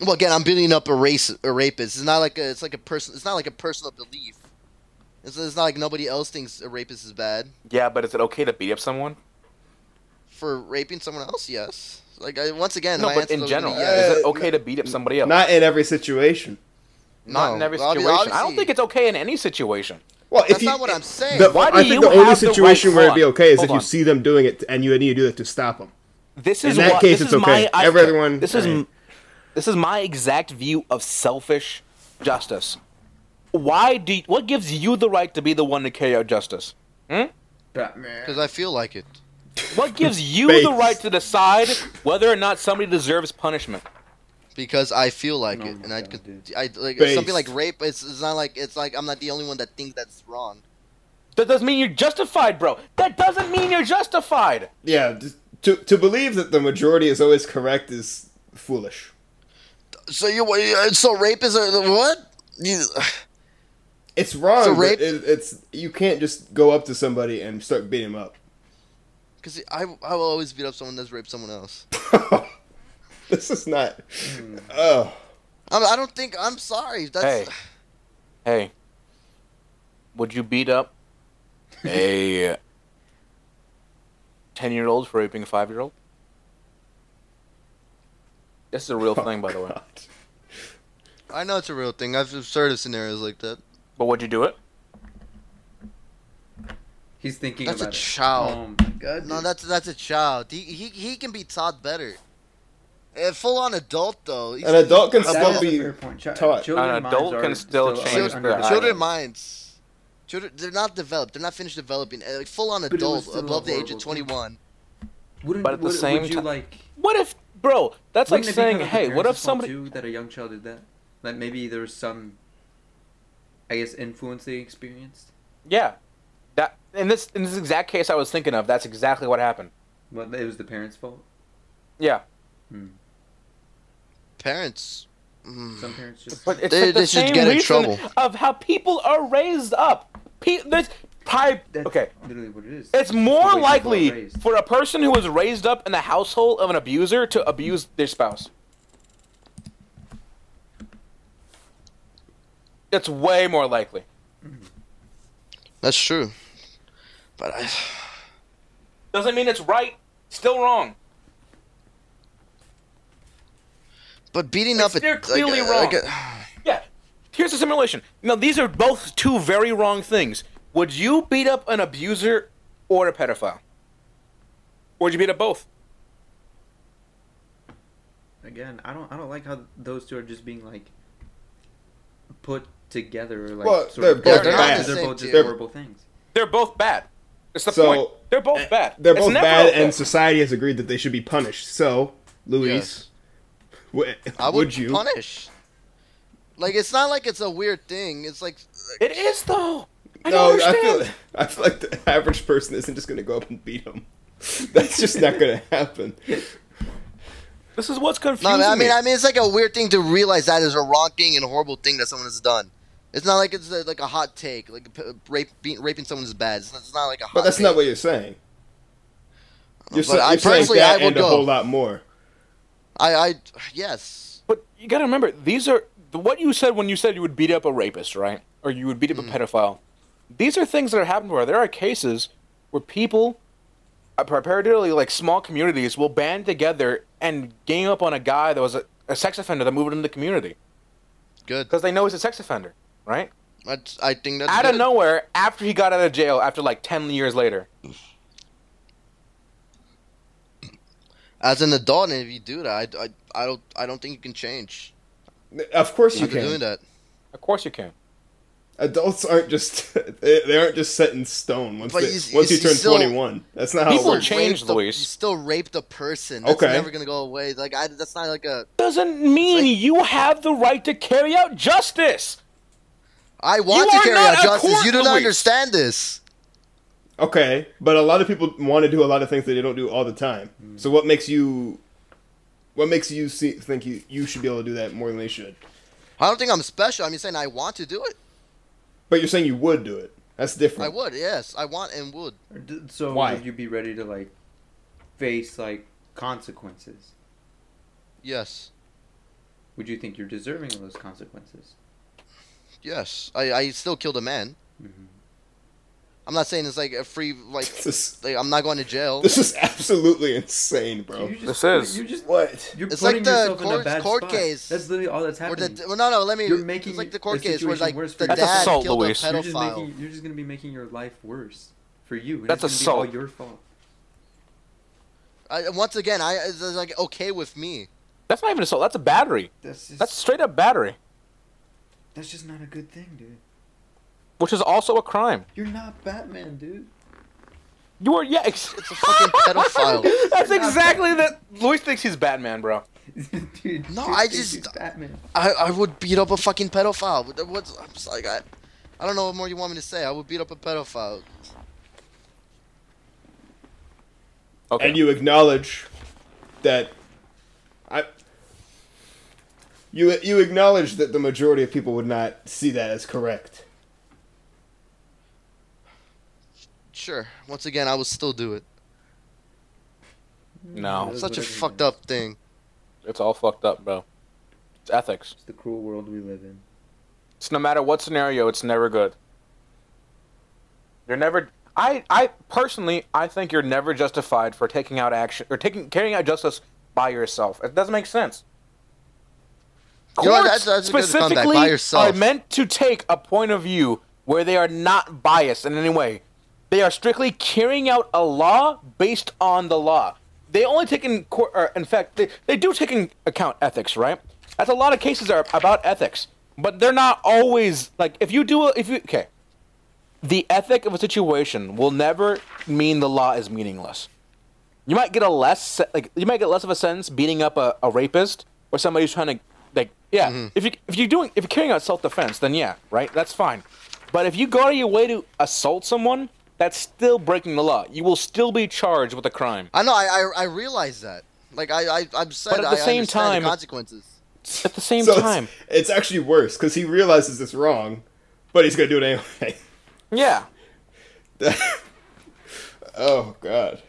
[SPEAKER 4] well, again, I'm beating up a race a rapist. It's not like a, it's like a person. It's not like a personal belief. It's, it's not like nobody else thinks a rapist is bad
[SPEAKER 1] Yeah, but is it okay to beat up someone?
[SPEAKER 4] for raping someone else. Yes. Like I, once again,
[SPEAKER 1] no,
[SPEAKER 4] my
[SPEAKER 1] but
[SPEAKER 4] answer's
[SPEAKER 1] in
[SPEAKER 4] always gonna
[SPEAKER 1] general,
[SPEAKER 4] be yes.
[SPEAKER 1] is it
[SPEAKER 3] Uh,
[SPEAKER 1] okay to beat up somebody else?
[SPEAKER 3] Not in every situation.
[SPEAKER 1] Not
[SPEAKER 4] No,
[SPEAKER 1] in every
[SPEAKER 4] obvi-
[SPEAKER 1] situation. I don't
[SPEAKER 4] obviously-
[SPEAKER 1] think it's okay in any situation.
[SPEAKER 3] Well,
[SPEAKER 4] That's
[SPEAKER 3] if you,
[SPEAKER 4] not what I'm saying.
[SPEAKER 3] The,
[SPEAKER 1] Why do
[SPEAKER 3] I think
[SPEAKER 1] you
[SPEAKER 3] the only
[SPEAKER 1] have the right-
[SPEAKER 3] situation where it'd be
[SPEAKER 1] hold on,
[SPEAKER 3] okay is
[SPEAKER 1] hold
[SPEAKER 3] if you
[SPEAKER 1] on.
[SPEAKER 3] see them doing it and you need to do that to stop them.
[SPEAKER 1] This
[SPEAKER 3] In
[SPEAKER 1] is
[SPEAKER 3] that
[SPEAKER 1] why-
[SPEAKER 3] case,
[SPEAKER 1] this
[SPEAKER 3] it's
[SPEAKER 1] is
[SPEAKER 3] okay.
[SPEAKER 1] My, I-
[SPEAKER 3] Everyone-
[SPEAKER 1] This is
[SPEAKER 3] Alright.
[SPEAKER 1] this is my exact view of selfish justice. Why do? You, what gives you the right to be the one to carry out justice?
[SPEAKER 2] Batman.
[SPEAKER 4] because I feel like it.
[SPEAKER 1] What gives you
[SPEAKER 3] Base.
[SPEAKER 1] the right to decide whether or not somebody deserves punishment?
[SPEAKER 4] because I feel like
[SPEAKER 2] Oh
[SPEAKER 4] it,
[SPEAKER 2] my
[SPEAKER 4] and I
[SPEAKER 2] God,
[SPEAKER 4] could,
[SPEAKER 2] dude.
[SPEAKER 4] I like
[SPEAKER 3] Based.
[SPEAKER 4] something like rape. It's, it's not like it's like I'm not the only one that thinks that's wrong.
[SPEAKER 1] That doesn't mean you're justified, bro. That doesn't mean you're justified.
[SPEAKER 3] Yeah, just- to to believe that the majority is always correct is foolish.
[SPEAKER 4] So you, uh, so rape is a what? You,
[SPEAKER 3] It's wrong.
[SPEAKER 4] So
[SPEAKER 3] but
[SPEAKER 4] rape-
[SPEAKER 3] it, it's you can't just go up to somebody and start beating them up.
[SPEAKER 4] because I, I will always beat up someone that's raped someone else.
[SPEAKER 3] this is not.
[SPEAKER 4] Mm.
[SPEAKER 3] Oh,
[SPEAKER 4] I'm, I don't think I'm sorry. That's
[SPEAKER 1] Hey, hey, would you beat up a ten-year-old for raping a five-year-old? This is a real thing, by the way.
[SPEAKER 3] God.
[SPEAKER 4] I know it's a real thing. I've just heard of scenarios like that.
[SPEAKER 1] But would you do it?
[SPEAKER 2] He's thinking
[SPEAKER 4] That's a
[SPEAKER 2] about it.
[SPEAKER 4] child.
[SPEAKER 2] Oh my god.
[SPEAKER 4] No,
[SPEAKER 2] dude.
[SPEAKER 4] that's that's a child. He he, he can be taught better. A full on adult though. He's-
[SPEAKER 3] An adult can
[SPEAKER 4] That
[SPEAKER 2] That
[SPEAKER 3] still
[SPEAKER 2] is a fair
[SPEAKER 3] be.
[SPEAKER 2] point. Chi-
[SPEAKER 3] taught.
[SPEAKER 2] children's
[SPEAKER 1] An
[SPEAKER 2] minds
[SPEAKER 1] adult
[SPEAKER 2] are
[SPEAKER 1] can still change
[SPEAKER 2] under
[SPEAKER 1] their
[SPEAKER 2] developed.
[SPEAKER 4] children minds children they're not developed they're not finished developing Uh, like full on
[SPEAKER 2] But it was
[SPEAKER 4] adult
[SPEAKER 2] still
[SPEAKER 4] above
[SPEAKER 2] a
[SPEAKER 4] the age of
[SPEAKER 2] horrible thing.
[SPEAKER 4] 21
[SPEAKER 2] Wouldn't,
[SPEAKER 1] But at the
[SPEAKER 2] would,
[SPEAKER 1] same
[SPEAKER 2] would you
[SPEAKER 1] ti-
[SPEAKER 2] like?
[SPEAKER 1] What if, bro? That's like
[SPEAKER 2] wouldn't it be
[SPEAKER 1] saying,
[SPEAKER 2] kind of the
[SPEAKER 1] hey, what if
[SPEAKER 2] parents' fault
[SPEAKER 1] somebody?
[SPEAKER 2] too, that a young child did that? That maybe there was some, I guess, influence they experienced.
[SPEAKER 1] Yeah, that in this in this exact case I was thinking of. That's exactly what happened.
[SPEAKER 2] But it was the parents' fault.
[SPEAKER 1] Yeah,
[SPEAKER 4] parents mm.
[SPEAKER 2] Some parents just.
[SPEAKER 1] but it's
[SPEAKER 4] They-
[SPEAKER 1] like the
[SPEAKER 4] they should
[SPEAKER 1] same
[SPEAKER 4] get in
[SPEAKER 1] reason
[SPEAKER 4] trouble.
[SPEAKER 1] of how people are raised up. Pe- there's pri-
[SPEAKER 2] that's
[SPEAKER 1] okay.
[SPEAKER 2] Literally what it is.
[SPEAKER 1] It's
[SPEAKER 2] the way
[SPEAKER 1] more
[SPEAKER 2] people are
[SPEAKER 1] likely
[SPEAKER 2] raised.
[SPEAKER 1] for a person who was raised up in the household of an abuser to abuse their spouse. It's way more likely.
[SPEAKER 4] that's true but I,
[SPEAKER 1] Doesn't mean it's right. Still wrong.
[SPEAKER 4] but beating
[SPEAKER 1] Like,
[SPEAKER 4] up a-
[SPEAKER 1] they're
[SPEAKER 4] like,
[SPEAKER 1] clearly
[SPEAKER 4] uh,
[SPEAKER 1] wrong.
[SPEAKER 4] like a-
[SPEAKER 1] Yeah. Here's the simulation. Now these are both two very wrong things. Would you beat up an abuser or a pedophile? Or would you beat up both?
[SPEAKER 2] Again, I don't. I don't like how those two are just being like. Put
[SPEAKER 7] together are like
[SPEAKER 3] Well,
[SPEAKER 7] sort
[SPEAKER 3] they're
[SPEAKER 7] of
[SPEAKER 3] both
[SPEAKER 7] they're,
[SPEAKER 3] bad.
[SPEAKER 7] they're both just
[SPEAKER 3] They're-
[SPEAKER 7] horrible things.
[SPEAKER 1] They're both bad. It's the
[SPEAKER 3] So- eh,
[SPEAKER 1] point. They're both bad.
[SPEAKER 3] They're
[SPEAKER 1] Eh, It's
[SPEAKER 3] both
[SPEAKER 1] never
[SPEAKER 3] bad,
[SPEAKER 1] okay.
[SPEAKER 3] and society has agreed that they should be punished. So, Luis, w-
[SPEAKER 4] I
[SPEAKER 3] would,
[SPEAKER 4] would,
[SPEAKER 3] you?
[SPEAKER 4] punish. Like it's not like it's a weird thing. It's like
[SPEAKER 1] it is though. I don't
[SPEAKER 3] no, I
[SPEAKER 1] understand.
[SPEAKER 3] feel I feel like the average person isn't just going to go up and beat him. That's just not going to happen.
[SPEAKER 1] This is what's confusing.
[SPEAKER 4] no, I mean,
[SPEAKER 1] me.
[SPEAKER 4] I mean, it's like a weird thing to realize that is a wrong thing and horrible thing that someone has done. It's not like it's a, like a hot take. Like p- rape, being, raping someone is bad. It's not, it's not like a hot.
[SPEAKER 3] But that's
[SPEAKER 4] take.
[SPEAKER 3] not what you're saying. You're, so,
[SPEAKER 4] But I
[SPEAKER 3] you're saying
[SPEAKER 4] personally,
[SPEAKER 3] that
[SPEAKER 4] I will
[SPEAKER 3] and a
[SPEAKER 4] go.
[SPEAKER 3] whole lot more.
[SPEAKER 4] I, I yes.
[SPEAKER 1] But you gotta remember, these are the- what you said when you said you would beat up a rapist, right? Or you would beat up
[SPEAKER 4] Mm.
[SPEAKER 1] a pedophile. These are things that are happening where there are cases where people, uh, primarily like small communities, will band together and gang up on a guy that was a, a sex offender that moved into the community
[SPEAKER 4] Good.
[SPEAKER 1] because they know he's a sex offender, right?
[SPEAKER 4] That's, I think that's
[SPEAKER 1] Out of
[SPEAKER 4] good.
[SPEAKER 1] nowhere, after he got out of jail, after like ten years later.
[SPEAKER 4] As an adult, and if you do that, I, I, I don't I don't think you can change
[SPEAKER 3] Of course you
[SPEAKER 4] after doing
[SPEAKER 3] can.
[SPEAKER 4] that.
[SPEAKER 1] Of course you can.
[SPEAKER 3] Adults aren't just they, they aren't just set in stone once
[SPEAKER 4] But
[SPEAKER 3] they,
[SPEAKER 4] you-
[SPEAKER 3] once you,
[SPEAKER 4] you
[SPEAKER 3] turn
[SPEAKER 4] still-
[SPEAKER 3] 21. That's not how it
[SPEAKER 1] People
[SPEAKER 3] works.
[SPEAKER 1] change. changed,
[SPEAKER 4] Rape the-
[SPEAKER 1] Luis.
[SPEAKER 4] You still rape the person. That's
[SPEAKER 3] Okay.
[SPEAKER 4] never gonna go away. Like I, that's not like a.
[SPEAKER 1] Doesn't mean
[SPEAKER 4] like-
[SPEAKER 1] you have the right to carry out justice.
[SPEAKER 4] I want
[SPEAKER 1] You
[SPEAKER 4] to
[SPEAKER 1] are
[SPEAKER 4] carry
[SPEAKER 1] not
[SPEAKER 4] out
[SPEAKER 1] a
[SPEAKER 4] justice.
[SPEAKER 1] court,
[SPEAKER 4] you do not
[SPEAKER 1] Luis.
[SPEAKER 4] understand this.
[SPEAKER 3] Okay, but a lot of people want to do a lot of things that they don't do all the time.
[SPEAKER 7] Mm.
[SPEAKER 3] So what makes you, what makes you see, think you you should be able to do that more than they should?
[SPEAKER 4] I don't think I'm special. I'm just saying I want to do it.
[SPEAKER 3] But you're saying you would do it. That's different.
[SPEAKER 4] I would. Yes, I want and would.
[SPEAKER 7] Or d- So
[SPEAKER 3] Why?
[SPEAKER 7] would you be ready to like face like consequences?
[SPEAKER 4] Yes,
[SPEAKER 7] Would you think you're deserving of those consequences?
[SPEAKER 4] yes. I, I still killed a man.
[SPEAKER 1] Mm-hmm.
[SPEAKER 7] Mhm.
[SPEAKER 4] I'm not saying it's like a free like.
[SPEAKER 3] This is,
[SPEAKER 4] like I'm not going to jail.
[SPEAKER 3] this is absolutely insane, bro.
[SPEAKER 7] You
[SPEAKER 1] This is-
[SPEAKER 7] you just
[SPEAKER 3] What?
[SPEAKER 7] you're
[SPEAKER 4] It's like
[SPEAKER 7] putting
[SPEAKER 4] the
[SPEAKER 7] yourself in
[SPEAKER 4] court-
[SPEAKER 7] a bad
[SPEAKER 4] court
[SPEAKER 7] spot.
[SPEAKER 4] case.
[SPEAKER 7] That's literally all that's
[SPEAKER 4] Or
[SPEAKER 7] happening.
[SPEAKER 4] the, well, no, no. Let me.
[SPEAKER 7] You're making
[SPEAKER 4] it's like the court
[SPEAKER 7] a
[SPEAKER 4] case where
[SPEAKER 7] situation
[SPEAKER 4] like
[SPEAKER 7] worse for
[SPEAKER 4] the
[SPEAKER 7] yourself.
[SPEAKER 1] That's
[SPEAKER 4] dad
[SPEAKER 1] assault,
[SPEAKER 4] killed
[SPEAKER 1] Luis.
[SPEAKER 4] a
[SPEAKER 1] You're
[SPEAKER 7] You're just
[SPEAKER 4] pedophile.
[SPEAKER 7] making. You're just gonna be making your life worse for you. and
[SPEAKER 1] That's
[SPEAKER 7] it's gonna be
[SPEAKER 1] assault.
[SPEAKER 7] all your fault.
[SPEAKER 4] I, once again, I it's like okay with me.
[SPEAKER 1] That's not even assault. That's a battery.
[SPEAKER 7] That's just,
[SPEAKER 1] That's straight up battery,
[SPEAKER 7] that's just not a good thing, dude.
[SPEAKER 1] which is also a crime.
[SPEAKER 7] You're not Batman, dude.
[SPEAKER 1] You are yeah. Ex-
[SPEAKER 4] It's a fucking pedophile.
[SPEAKER 1] that's exactly that. Luis thinks he's Batman, bro.
[SPEAKER 7] dude,
[SPEAKER 4] No,
[SPEAKER 7] dude
[SPEAKER 4] I
[SPEAKER 7] thinks
[SPEAKER 4] just-
[SPEAKER 7] he's Batman.
[SPEAKER 4] I, I would beat up a fucking pedophile. What- What's I'm just like I, I don't know what more you want me to say. I would beat up a pedophile.
[SPEAKER 1] Okay.
[SPEAKER 3] And you acknowledge that I. You you acknowledge that the majority of people would not see that as correct.
[SPEAKER 4] Sure. Once again, I would still do it.
[SPEAKER 1] no,
[SPEAKER 7] That's
[SPEAKER 4] Such a
[SPEAKER 7] what I mean,
[SPEAKER 4] fucked
[SPEAKER 7] man.
[SPEAKER 4] up thing.
[SPEAKER 1] it's all fucked up, bro. It's ethics.
[SPEAKER 7] It's the cruel world we live in.
[SPEAKER 1] It's no matter what scenario, it's never good. You're never. I I personally I think you're never justified for taking out action or taking carrying out justice by yourself. It doesn't make sense.
[SPEAKER 4] You know,
[SPEAKER 1] Courts
[SPEAKER 4] that's- that's a good comeback,
[SPEAKER 1] specifically
[SPEAKER 4] by yourself.
[SPEAKER 1] are meant to take a point of view where they are not biased in any way. They are strictly carrying out a law based on the law. They only take in court, or in fact, they, they do take in account ethics, right? That's a lot of cases are about ethics, but they're not always like if you do a, if you okay. The ethic of a situation will never mean the law is meaningless. You might get a less se- like you might get less of a sentence beating up a, a rapist or somebody who's trying to like yeah
[SPEAKER 4] Mm-hmm.
[SPEAKER 1] if you if you're doing if you're carrying out self defense then yeah right that's fine, but if you go out of your way to assault someone that's still breaking the law you will still be charged with a crime.
[SPEAKER 4] I know. I I, I realize that. Like I, I I'm sad.
[SPEAKER 1] But at
[SPEAKER 4] I-
[SPEAKER 1] the
[SPEAKER 4] I
[SPEAKER 1] same
[SPEAKER 4] understand
[SPEAKER 1] time-
[SPEAKER 4] the consequences.
[SPEAKER 1] At the same
[SPEAKER 3] So it's-
[SPEAKER 1] time,
[SPEAKER 3] it's, actually worse because he realizes it's wrong, but he's gonna do it anyway.
[SPEAKER 1] yeah,
[SPEAKER 3] oh god.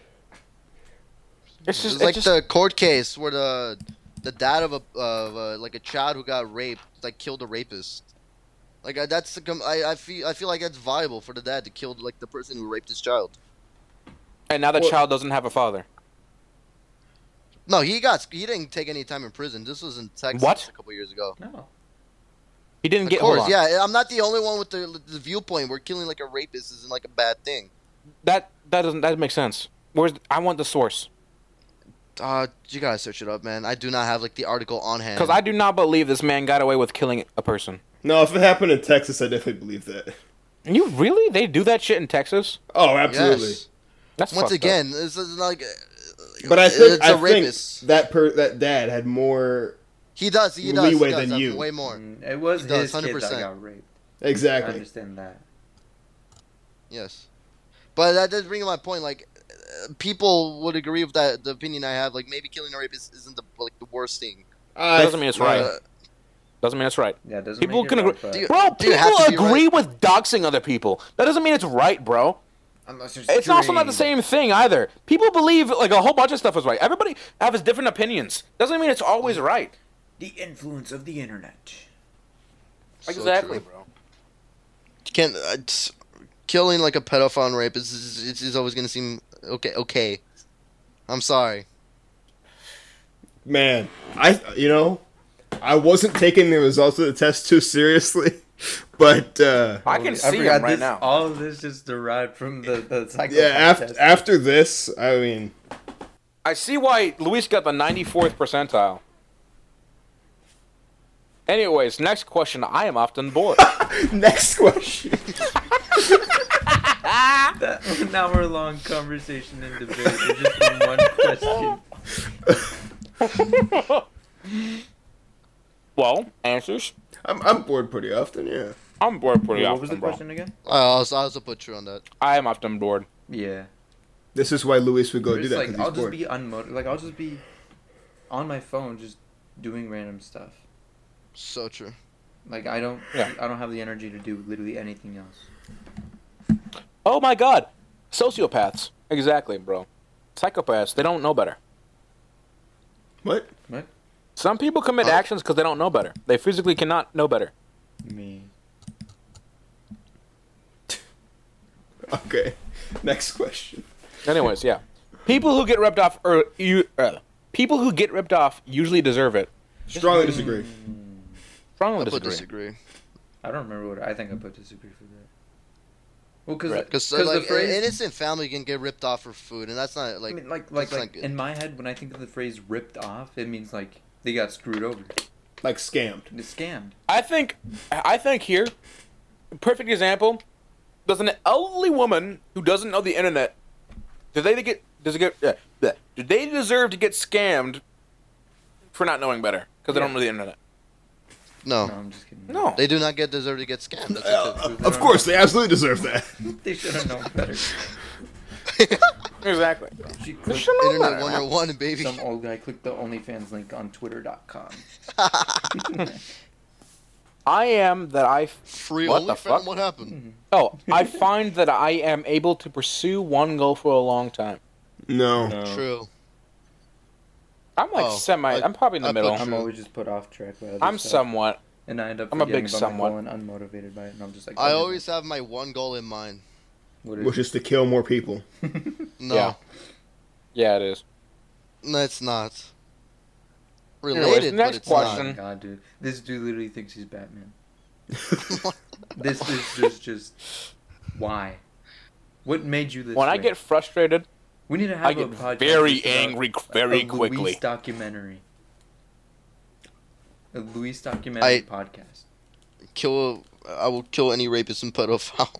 [SPEAKER 1] it's just
[SPEAKER 4] It's like
[SPEAKER 1] it's just,
[SPEAKER 4] the court case where the the dad of a of a, like a child who got raped like killed a rapist. Like I, that's the com- I, I feel I feel like that's viable for the dad to kill like the person who raped his child.
[SPEAKER 1] and now the
[SPEAKER 3] well-
[SPEAKER 1] child doesn't have a father.
[SPEAKER 4] No, he got he didn't take any time in prison. This was in Texas
[SPEAKER 1] What?
[SPEAKER 4] a couple years ago.
[SPEAKER 7] No,
[SPEAKER 1] He didn't get
[SPEAKER 4] of course,
[SPEAKER 1] hold on.
[SPEAKER 4] yeah. I'm not the only one with the, the viewpoint where killing like a rapist isn't like a bad thing.
[SPEAKER 1] That that doesn't that makes sense. Where's I want the source
[SPEAKER 4] Uh, you gotta search it up, man. I do not have like the article on hand.
[SPEAKER 1] because I do not believe this man got away with killing a person.
[SPEAKER 3] No, if it happened in Texas, I definitely believe that.
[SPEAKER 1] You really? They do that shit in Texas?
[SPEAKER 3] Oh, absolutely.
[SPEAKER 4] Yes.
[SPEAKER 1] That's
[SPEAKER 4] Once
[SPEAKER 1] fucked up.
[SPEAKER 4] again, this is like. uh,
[SPEAKER 3] But I
[SPEAKER 4] it's
[SPEAKER 3] think,
[SPEAKER 4] a
[SPEAKER 3] I think
[SPEAKER 4] rapist.
[SPEAKER 3] that per, that dad had more
[SPEAKER 4] he does. He does.
[SPEAKER 3] leeway
[SPEAKER 4] he does
[SPEAKER 3] than
[SPEAKER 4] have
[SPEAKER 3] you.
[SPEAKER 4] Way more.
[SPEAKER 2] Mm, It was
[SPEAKER 4] It
[SPEAKER 2] his
[SPEAKER 4] does,
[SPEAKER 2] kid that
[SPEAKER 4] 100%.
[SPEAKER 2] got raped. I
[SPEAKER 3] exactly.
[SPEAKER 2] understand that.
[SPEAKER 4] Yes, but that does bring up my point. Like, uh, people would agree with that. The opinion I have, like, maybe killing a rapist isn't the like the worst thing.
[SPEAKER 3] I,
[SPEAKER 1] doesn't mean it's right.
[SPEAKER 4] Uh,
[SPEAKER 1] Doesn't mean it's right.
[SPEAKER 2] Yeah, it doesn't
[SPEAKER 1] People
[SPEAKER 2] make it
[SPEAKER 1] can
[SPEAKER 2] right,
[SPEAKER 1] agree-
[SPEAKER 2] but-
[SPEAKER 4] Do you-
[SPEAKER 1] Bro,
[SPEAKER 4] do you have
[SPEAKER 1] people
[SPEAKER 4] to be
[SPEAKER 1] agree with doxing other people. That doesn't mean it's right, bro.
[SPEAKER 2] Unless there's
[SPEAKER 1] It's also not the
[SPEAKER 2] string.
[SPEAKER 1] same thing either. People believe like a whole bunch of stuff is right. Everybody has different opinions. Doesn't mean it's always right.
[SPEAKER 2] The influence of the internet.
[SPEAKER 4] So
[SPEAKER 1] exactly,
[SPEAKER 4] true.
[SPEAKER 1] bro.
[SPEAKER 4] Can uh, it's- killing like a pedophile and rapist is, is, is always going to seem okay? Okay, I'm sorry.
[SPEAKER 3] man, I you know, I wasn't taking the results of the test too seriously, but uh,
[SPEAKER 1] I can see
[SPEAKER 2] forgot
[SPEAKER 1] him right
[SPEAKER 2] this-
[SPEAKER 1] now.
[SPEAKER 2] All of this just derived from the the psychopath
[SPEAKER 3] yeah, after
[SPEAKER 2] test.
[SPEAKER 3] after this, I mean,
[SPEAKER 1] I see why Luis got the 94th percentile. Anyways, next question. I am often bored.
[SPEAKER 3] next question.
[SPEAKER 2] that one hour long conversation and debate is just from one question.
[SPEAKER 1] well, answers.
[SPEAKER 3] I'm I'm bored pretty often, yeah.
[SPEAKER 1] I'm bored pretty
[SPEAKER 2] what
[SPEAKER 1] often,
[SPEAKER 2] was the
[SPEAKER 1] bro.
[SPEAKER 2] question again?
[SPEAKER 4] I also, I also put true on that.
[SPEAKER 1] I am often bored.
[SPEAKER 2] Yeah.
[SPEAKER 3] This is why Luis would go do
[SPEAKER 2] Just
[SPEAKER 3] that
[SPEAKER 2] like
[SPEAKER 3] because
[SPEAKER 2] I'll
[SPEAKER 3] he's bored.
[SPEAKER 2] just be unmotivated. Like I'll just be on my phone just doing random stuff.
[SPEAKER 4] So true.
[SPEAKER 2] Like I don't
[SPEAKER 1] Yeah.
[SPEAKER 2] I don't have the energy to do literally anything else.
[SPEAKER 1] Oh my god. Sociopaths. Exactly, bro. Psychopaths, they don't know better.
[SPEAKER 3] What?
[SPEAKER 1] Some people commit
[SPEAKER 4] Huh?
[SPEAKER 1] actions because they don't know better. They physically cannot know better.
[SPEAKER 2] Me.
[SPEAKER 3] Okay, next question.
[SPEAKER 1] Anyways, yeah. People who get ripped off or you uh, people who get ripped off usually deserve it.
[SPEAKER 3] Strongly
[SPEAKER 2] Hmm.
[SPEAKER 3] disagree.
[SPEAKER 1] Strongly
[SPEAKER 4] I put
[SPEAKER 1] disagree.
[SPEAKER 4] disagree
[SPEAKER 2] I don't remember what I think I put disagree for that. Well, because
[SPEAKER 1] Right.
[SPEAKER 4] because
[SPEAKER 2] the
[SPEAKER 4] uh, like
[SPEAKER 2] phrase
[SPEAKER 4] an innocent family can get ripped off for food, and that's not like
[SPEAKER 2] I mean, like, like,
[SPEAKER 4] that's not
[SPEAKER 2] like
[SPEAKER 4] good.
[SPEAKER 2] in my head, when I think of the phrase "ripped off," it means like they got screwed over,
[SPEAKER 3] Like scammed.
[SPEAKER 2] they scammed.
[SPEAKER 1] I think I think here, perfect example, does an elderly woman who doesn't know the internet, do they get does it get yeah, bleh. do they deserve to get scammed for not knowing better because they don't know the internet?
[SPEAKER 4] no.
[SPEAKER 2] No, I'm just kidding.
[SPEAKER 1] No.
[SPEAKER 4] They do not get deserved to get scammed. That's a
[SPEAKER 3] Uh, of course, they absolutely deserve that.
[SPEAKER 2] they should have known better.
[SPEAKER 1] exactly.
[SPEAKER 2] She clicked,
[SPEAKER 4] Internet 101, baby.
[SPEAKER 2] some old guy clicked the OnlyFans link on Twitter.com. Mm-hmm.
[SPEAKER 1] I am that I
[SPEAKER 4] Free
[SPEAKER 1] What
[SPEAKER 4] OnlyFans.
[SPEAKER 1] the fuck?
[SPEAKER 4] What happened?
[SPEAKER 1] oh, I find that I am able to pursue one goal for a long time.
[SPEAKER 3] No.
[SPEAKER 4] Oh,
[SPEAKER 1] Hmm.
[SPEAKER 4] True.
[SPEAKER 1] I'm like
[SPEAKER 4] Oh,
[SPEAKER 1] semi.
[SPEAKER 4] I-
[SPEAKER 1] I'm probably in the
[SPEAKER 4] I put
[SPEAKER 1] middle.
[SPEAKER 4] true.
[SPEAKER 1] I'm,
[SPEAKER 2] I'm always just put off track by other stuff,
[SPEAKER 1] somewhat.
[SPEAKER 2] and I end up
[SPEAKER 1] I'm a
[SPEAKER 2] forgetting
[SPEAKER 1] big
[SPEAKER 2] about my goal
[SPEAKER 1] somewhat.
[SPEAKER 2] and unmotivated by it, and I'm just like,
[SPEAKER 4] I always have my one goal in mind.
[SPEAKER 2] what is
[SPEAKER 3] Which
[SPEAKER 2] Oh
[SPEAKER 3] is to kill more people.
[SPEAKER 4] No,
[SPEAKER 1] Yeah. Yeah, it is.
[SPEAKER 4] no, it's not.
[SPEAKER 1] Anyways,
[SPEAKER 4] Related, but
[SPEAKER 1] next
[SPEAKER 4] it's
[SPEAKER 1] question.
[SPEAKER 2] it? God, dude, this dude literally thinks he's Batman. This is just just why. What made you this?
[SPEAKER 1] When I
[SPEAKER 2] way?
[SPEAKER 1] get frustrated,
[SPEAKER 2] we need to have
[SPEAKER 1] I
[SPEAKER 2] a
[SPEAKER 1] get
[SPEAKER 2] podcast
[SPEAKER 1] very
[SPEAKER 2] just about-
[SPEAKER 1] angry very
[SPEAKER 2] a
[SPEAKER 1] quickly.
[SPEAKER 2] Luis documentary. A Luis documentary
[SPEAKER 4] I-
[SPEAKER 2] podcast.
[SPEAKER 4] not. Kill. I will kill any rapist and pedophile.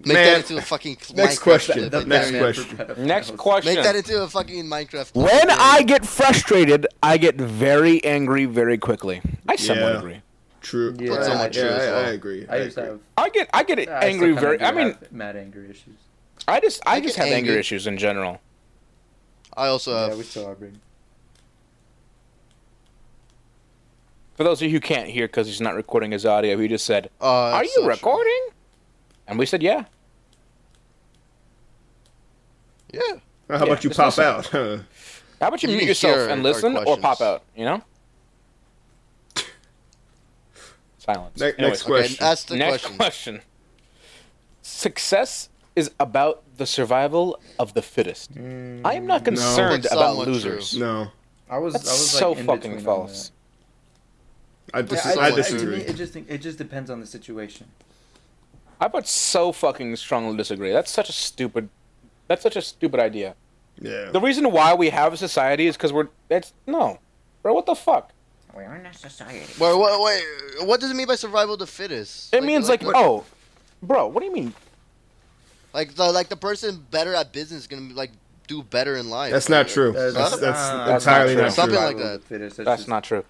[SPEAKER 4] Make
[SPEAKER 3] Man,
[SPEAKER 4] that into a fucking
[SPEAKER 3] next
[SPEAKER 4] Minecraft
[SPEAKER 3] question.
[SPEAKER 4] clip.
[SPEAKER 3] The
[SPEAKER 4] Make
[SPEAKER 3] next
[SPEAKER 4] that-
[SPEAKER 3] question.
[SPEAKER 1] Next
[SPEAKER 4] Make
[SPEAKER 1] question.
[SPEAKER 4] that into a fucking Minecraft.
[SPEAKER 1] When I get frustrated, I get very angry very quickly. I somewhat
[SPEAKER 3] Yeah.
[SPEAKER 1] agree.
[SPEAKER 3] True.
[SPEAKER 2] Yeah.
[SPEAKER 3] I-
[SPEAKER 2] That's
[SPEAKER 3] I,
[SPEAKER 4] somewhat true as
[SPEAKER 3] I-
[SPEAKER 4] well.
[SPEAKER 3] I agree.
[SPEAKER 2] I used to have
[SPEAKER 1] I get I get
[SPEAKER 2] I
[SPEAKER 1] angry
[SPEAKER 2] still kinda
[SPEAKER 1] very.
[SPEAKER 2] do
[SPEAKER 1] I mean,
[SPEAKER 2] have mad anger issues.
[SPEAKER 1] I just I,
[SPEAKER 4] I
[SPEAKER 1] just
[SPEAKER 4] get
[SPEAKER 1] have anger
[SPEAKER 4] angry.
[SPEAKER 1] issues in general.
[SPEAKER 4] I also
[SPEAKER 2] Yeah,
[SPEAKER 4] have.
[SPEAKER 2] we still are. Brady.
[SPEAKER 1] For those of you who can't hear because he's not recording his audio, he just said,
[SPEAKER 4] uh,
[SPEAKER 1] "Are
[SPEAKER 4] it's
[SPEAKER 1] you
[SPEAKER 4] so true.
[SPEAKER 1] recording?" And we said, "Yeah."
[SPEAKER 4] Yeah.
[SPEAKER 3] How about you
[SPEAKER 1] just
[SPEAKER 3] pop
[SPEAKER 1] listen.
[SPEAKER 3] out? huh?
[SPEAKER 1] How about you,
[SPEAKER 4] You
[SPEAKER 1] mute
[SPEAKER 4] can
[SPEAKER 1] yourself
[SPEAKER 4] hear
[SPEAKER 1] and
[SPEAKER 4] our
[SPEAKER 1] listen, or
[SPEAKER 4] questions.
[SPEAKER 1] pop out? You know. Silence.
[SPEAKER 3] Ne-
[SPEAKER 1] Anyways.
[SPEAKER 3] next question.
[SPEAKER 4] Okay, ask the
[SPEAKER 1] Next
[SPEAKER 4] question.
[SPEAKER 1] question. Success is about the survival of the fittest. I am not concerned
[SPEAKER 4] That's
[SPEAKER 1] about
[SPEAKER 4] somewhat
[SPEAKER 1] losers.
[SPEAKER 4] true.
[SPEAKER 3] No,
[SPEAKER 2] I was.
[SPEAKER 1] That's
[SPEAKER 2] I was like,
[SPEAKER 1] so
[SPEAKER 2] in
[SPEAKER 1] fucking
[SPEAKER 2] between on
[SPEAKER 1] false.
[SPEAKER 3] I,
[SPEAKER 2] that.
[SPEAKER 3] dis-
[SPEAKER 4] Yeah,
[SPEAKER 3] I,
[SPEAKER 4] I- I-
[SPEAKER 3] disagree.
[SPEAKER 2] to me, it just think- it just depends on the situation.
[SPEAKER 1] I would so fucking strongly disagree. That's such a stupid. That's such a stupid idea.
[SPEAKER 3] yeah.
[SPEAKER 1] The reason why we have a society is because we're. That's no, bro. What the fuck?
[SPEAKER 8] We're in a society.
[SPEAKER 4] Wait, wait, wait, what does it mean by survival of the fittest?
[SPEAKER 1] It means like,
[SPEAKER 4] what-
[SPEAKER 1] oh, bro, what do you mean?
[SPEAKER 4] like the like the person better at business is gonna like do better in life.
[SPEAKER 3] That's not true.
[SPEAKER 7] That's-
[SPEAKER 3] That's, that's,
[SPEAKER 7] uh,
[SPEAKER 1] that's
[SPEAKER 3] entirely
[SPEAKER 1] not true.
[SPEAKER 3] not true.
[SPEAKER 4] Something like
[SPEAKER 7] Survival of
[SPEAKER 4] that.
[SPEAKER 7] the fittest,
[SPEAKER 1] That's
[SPEAKER 7] just-
[SPEAKER 1] not true.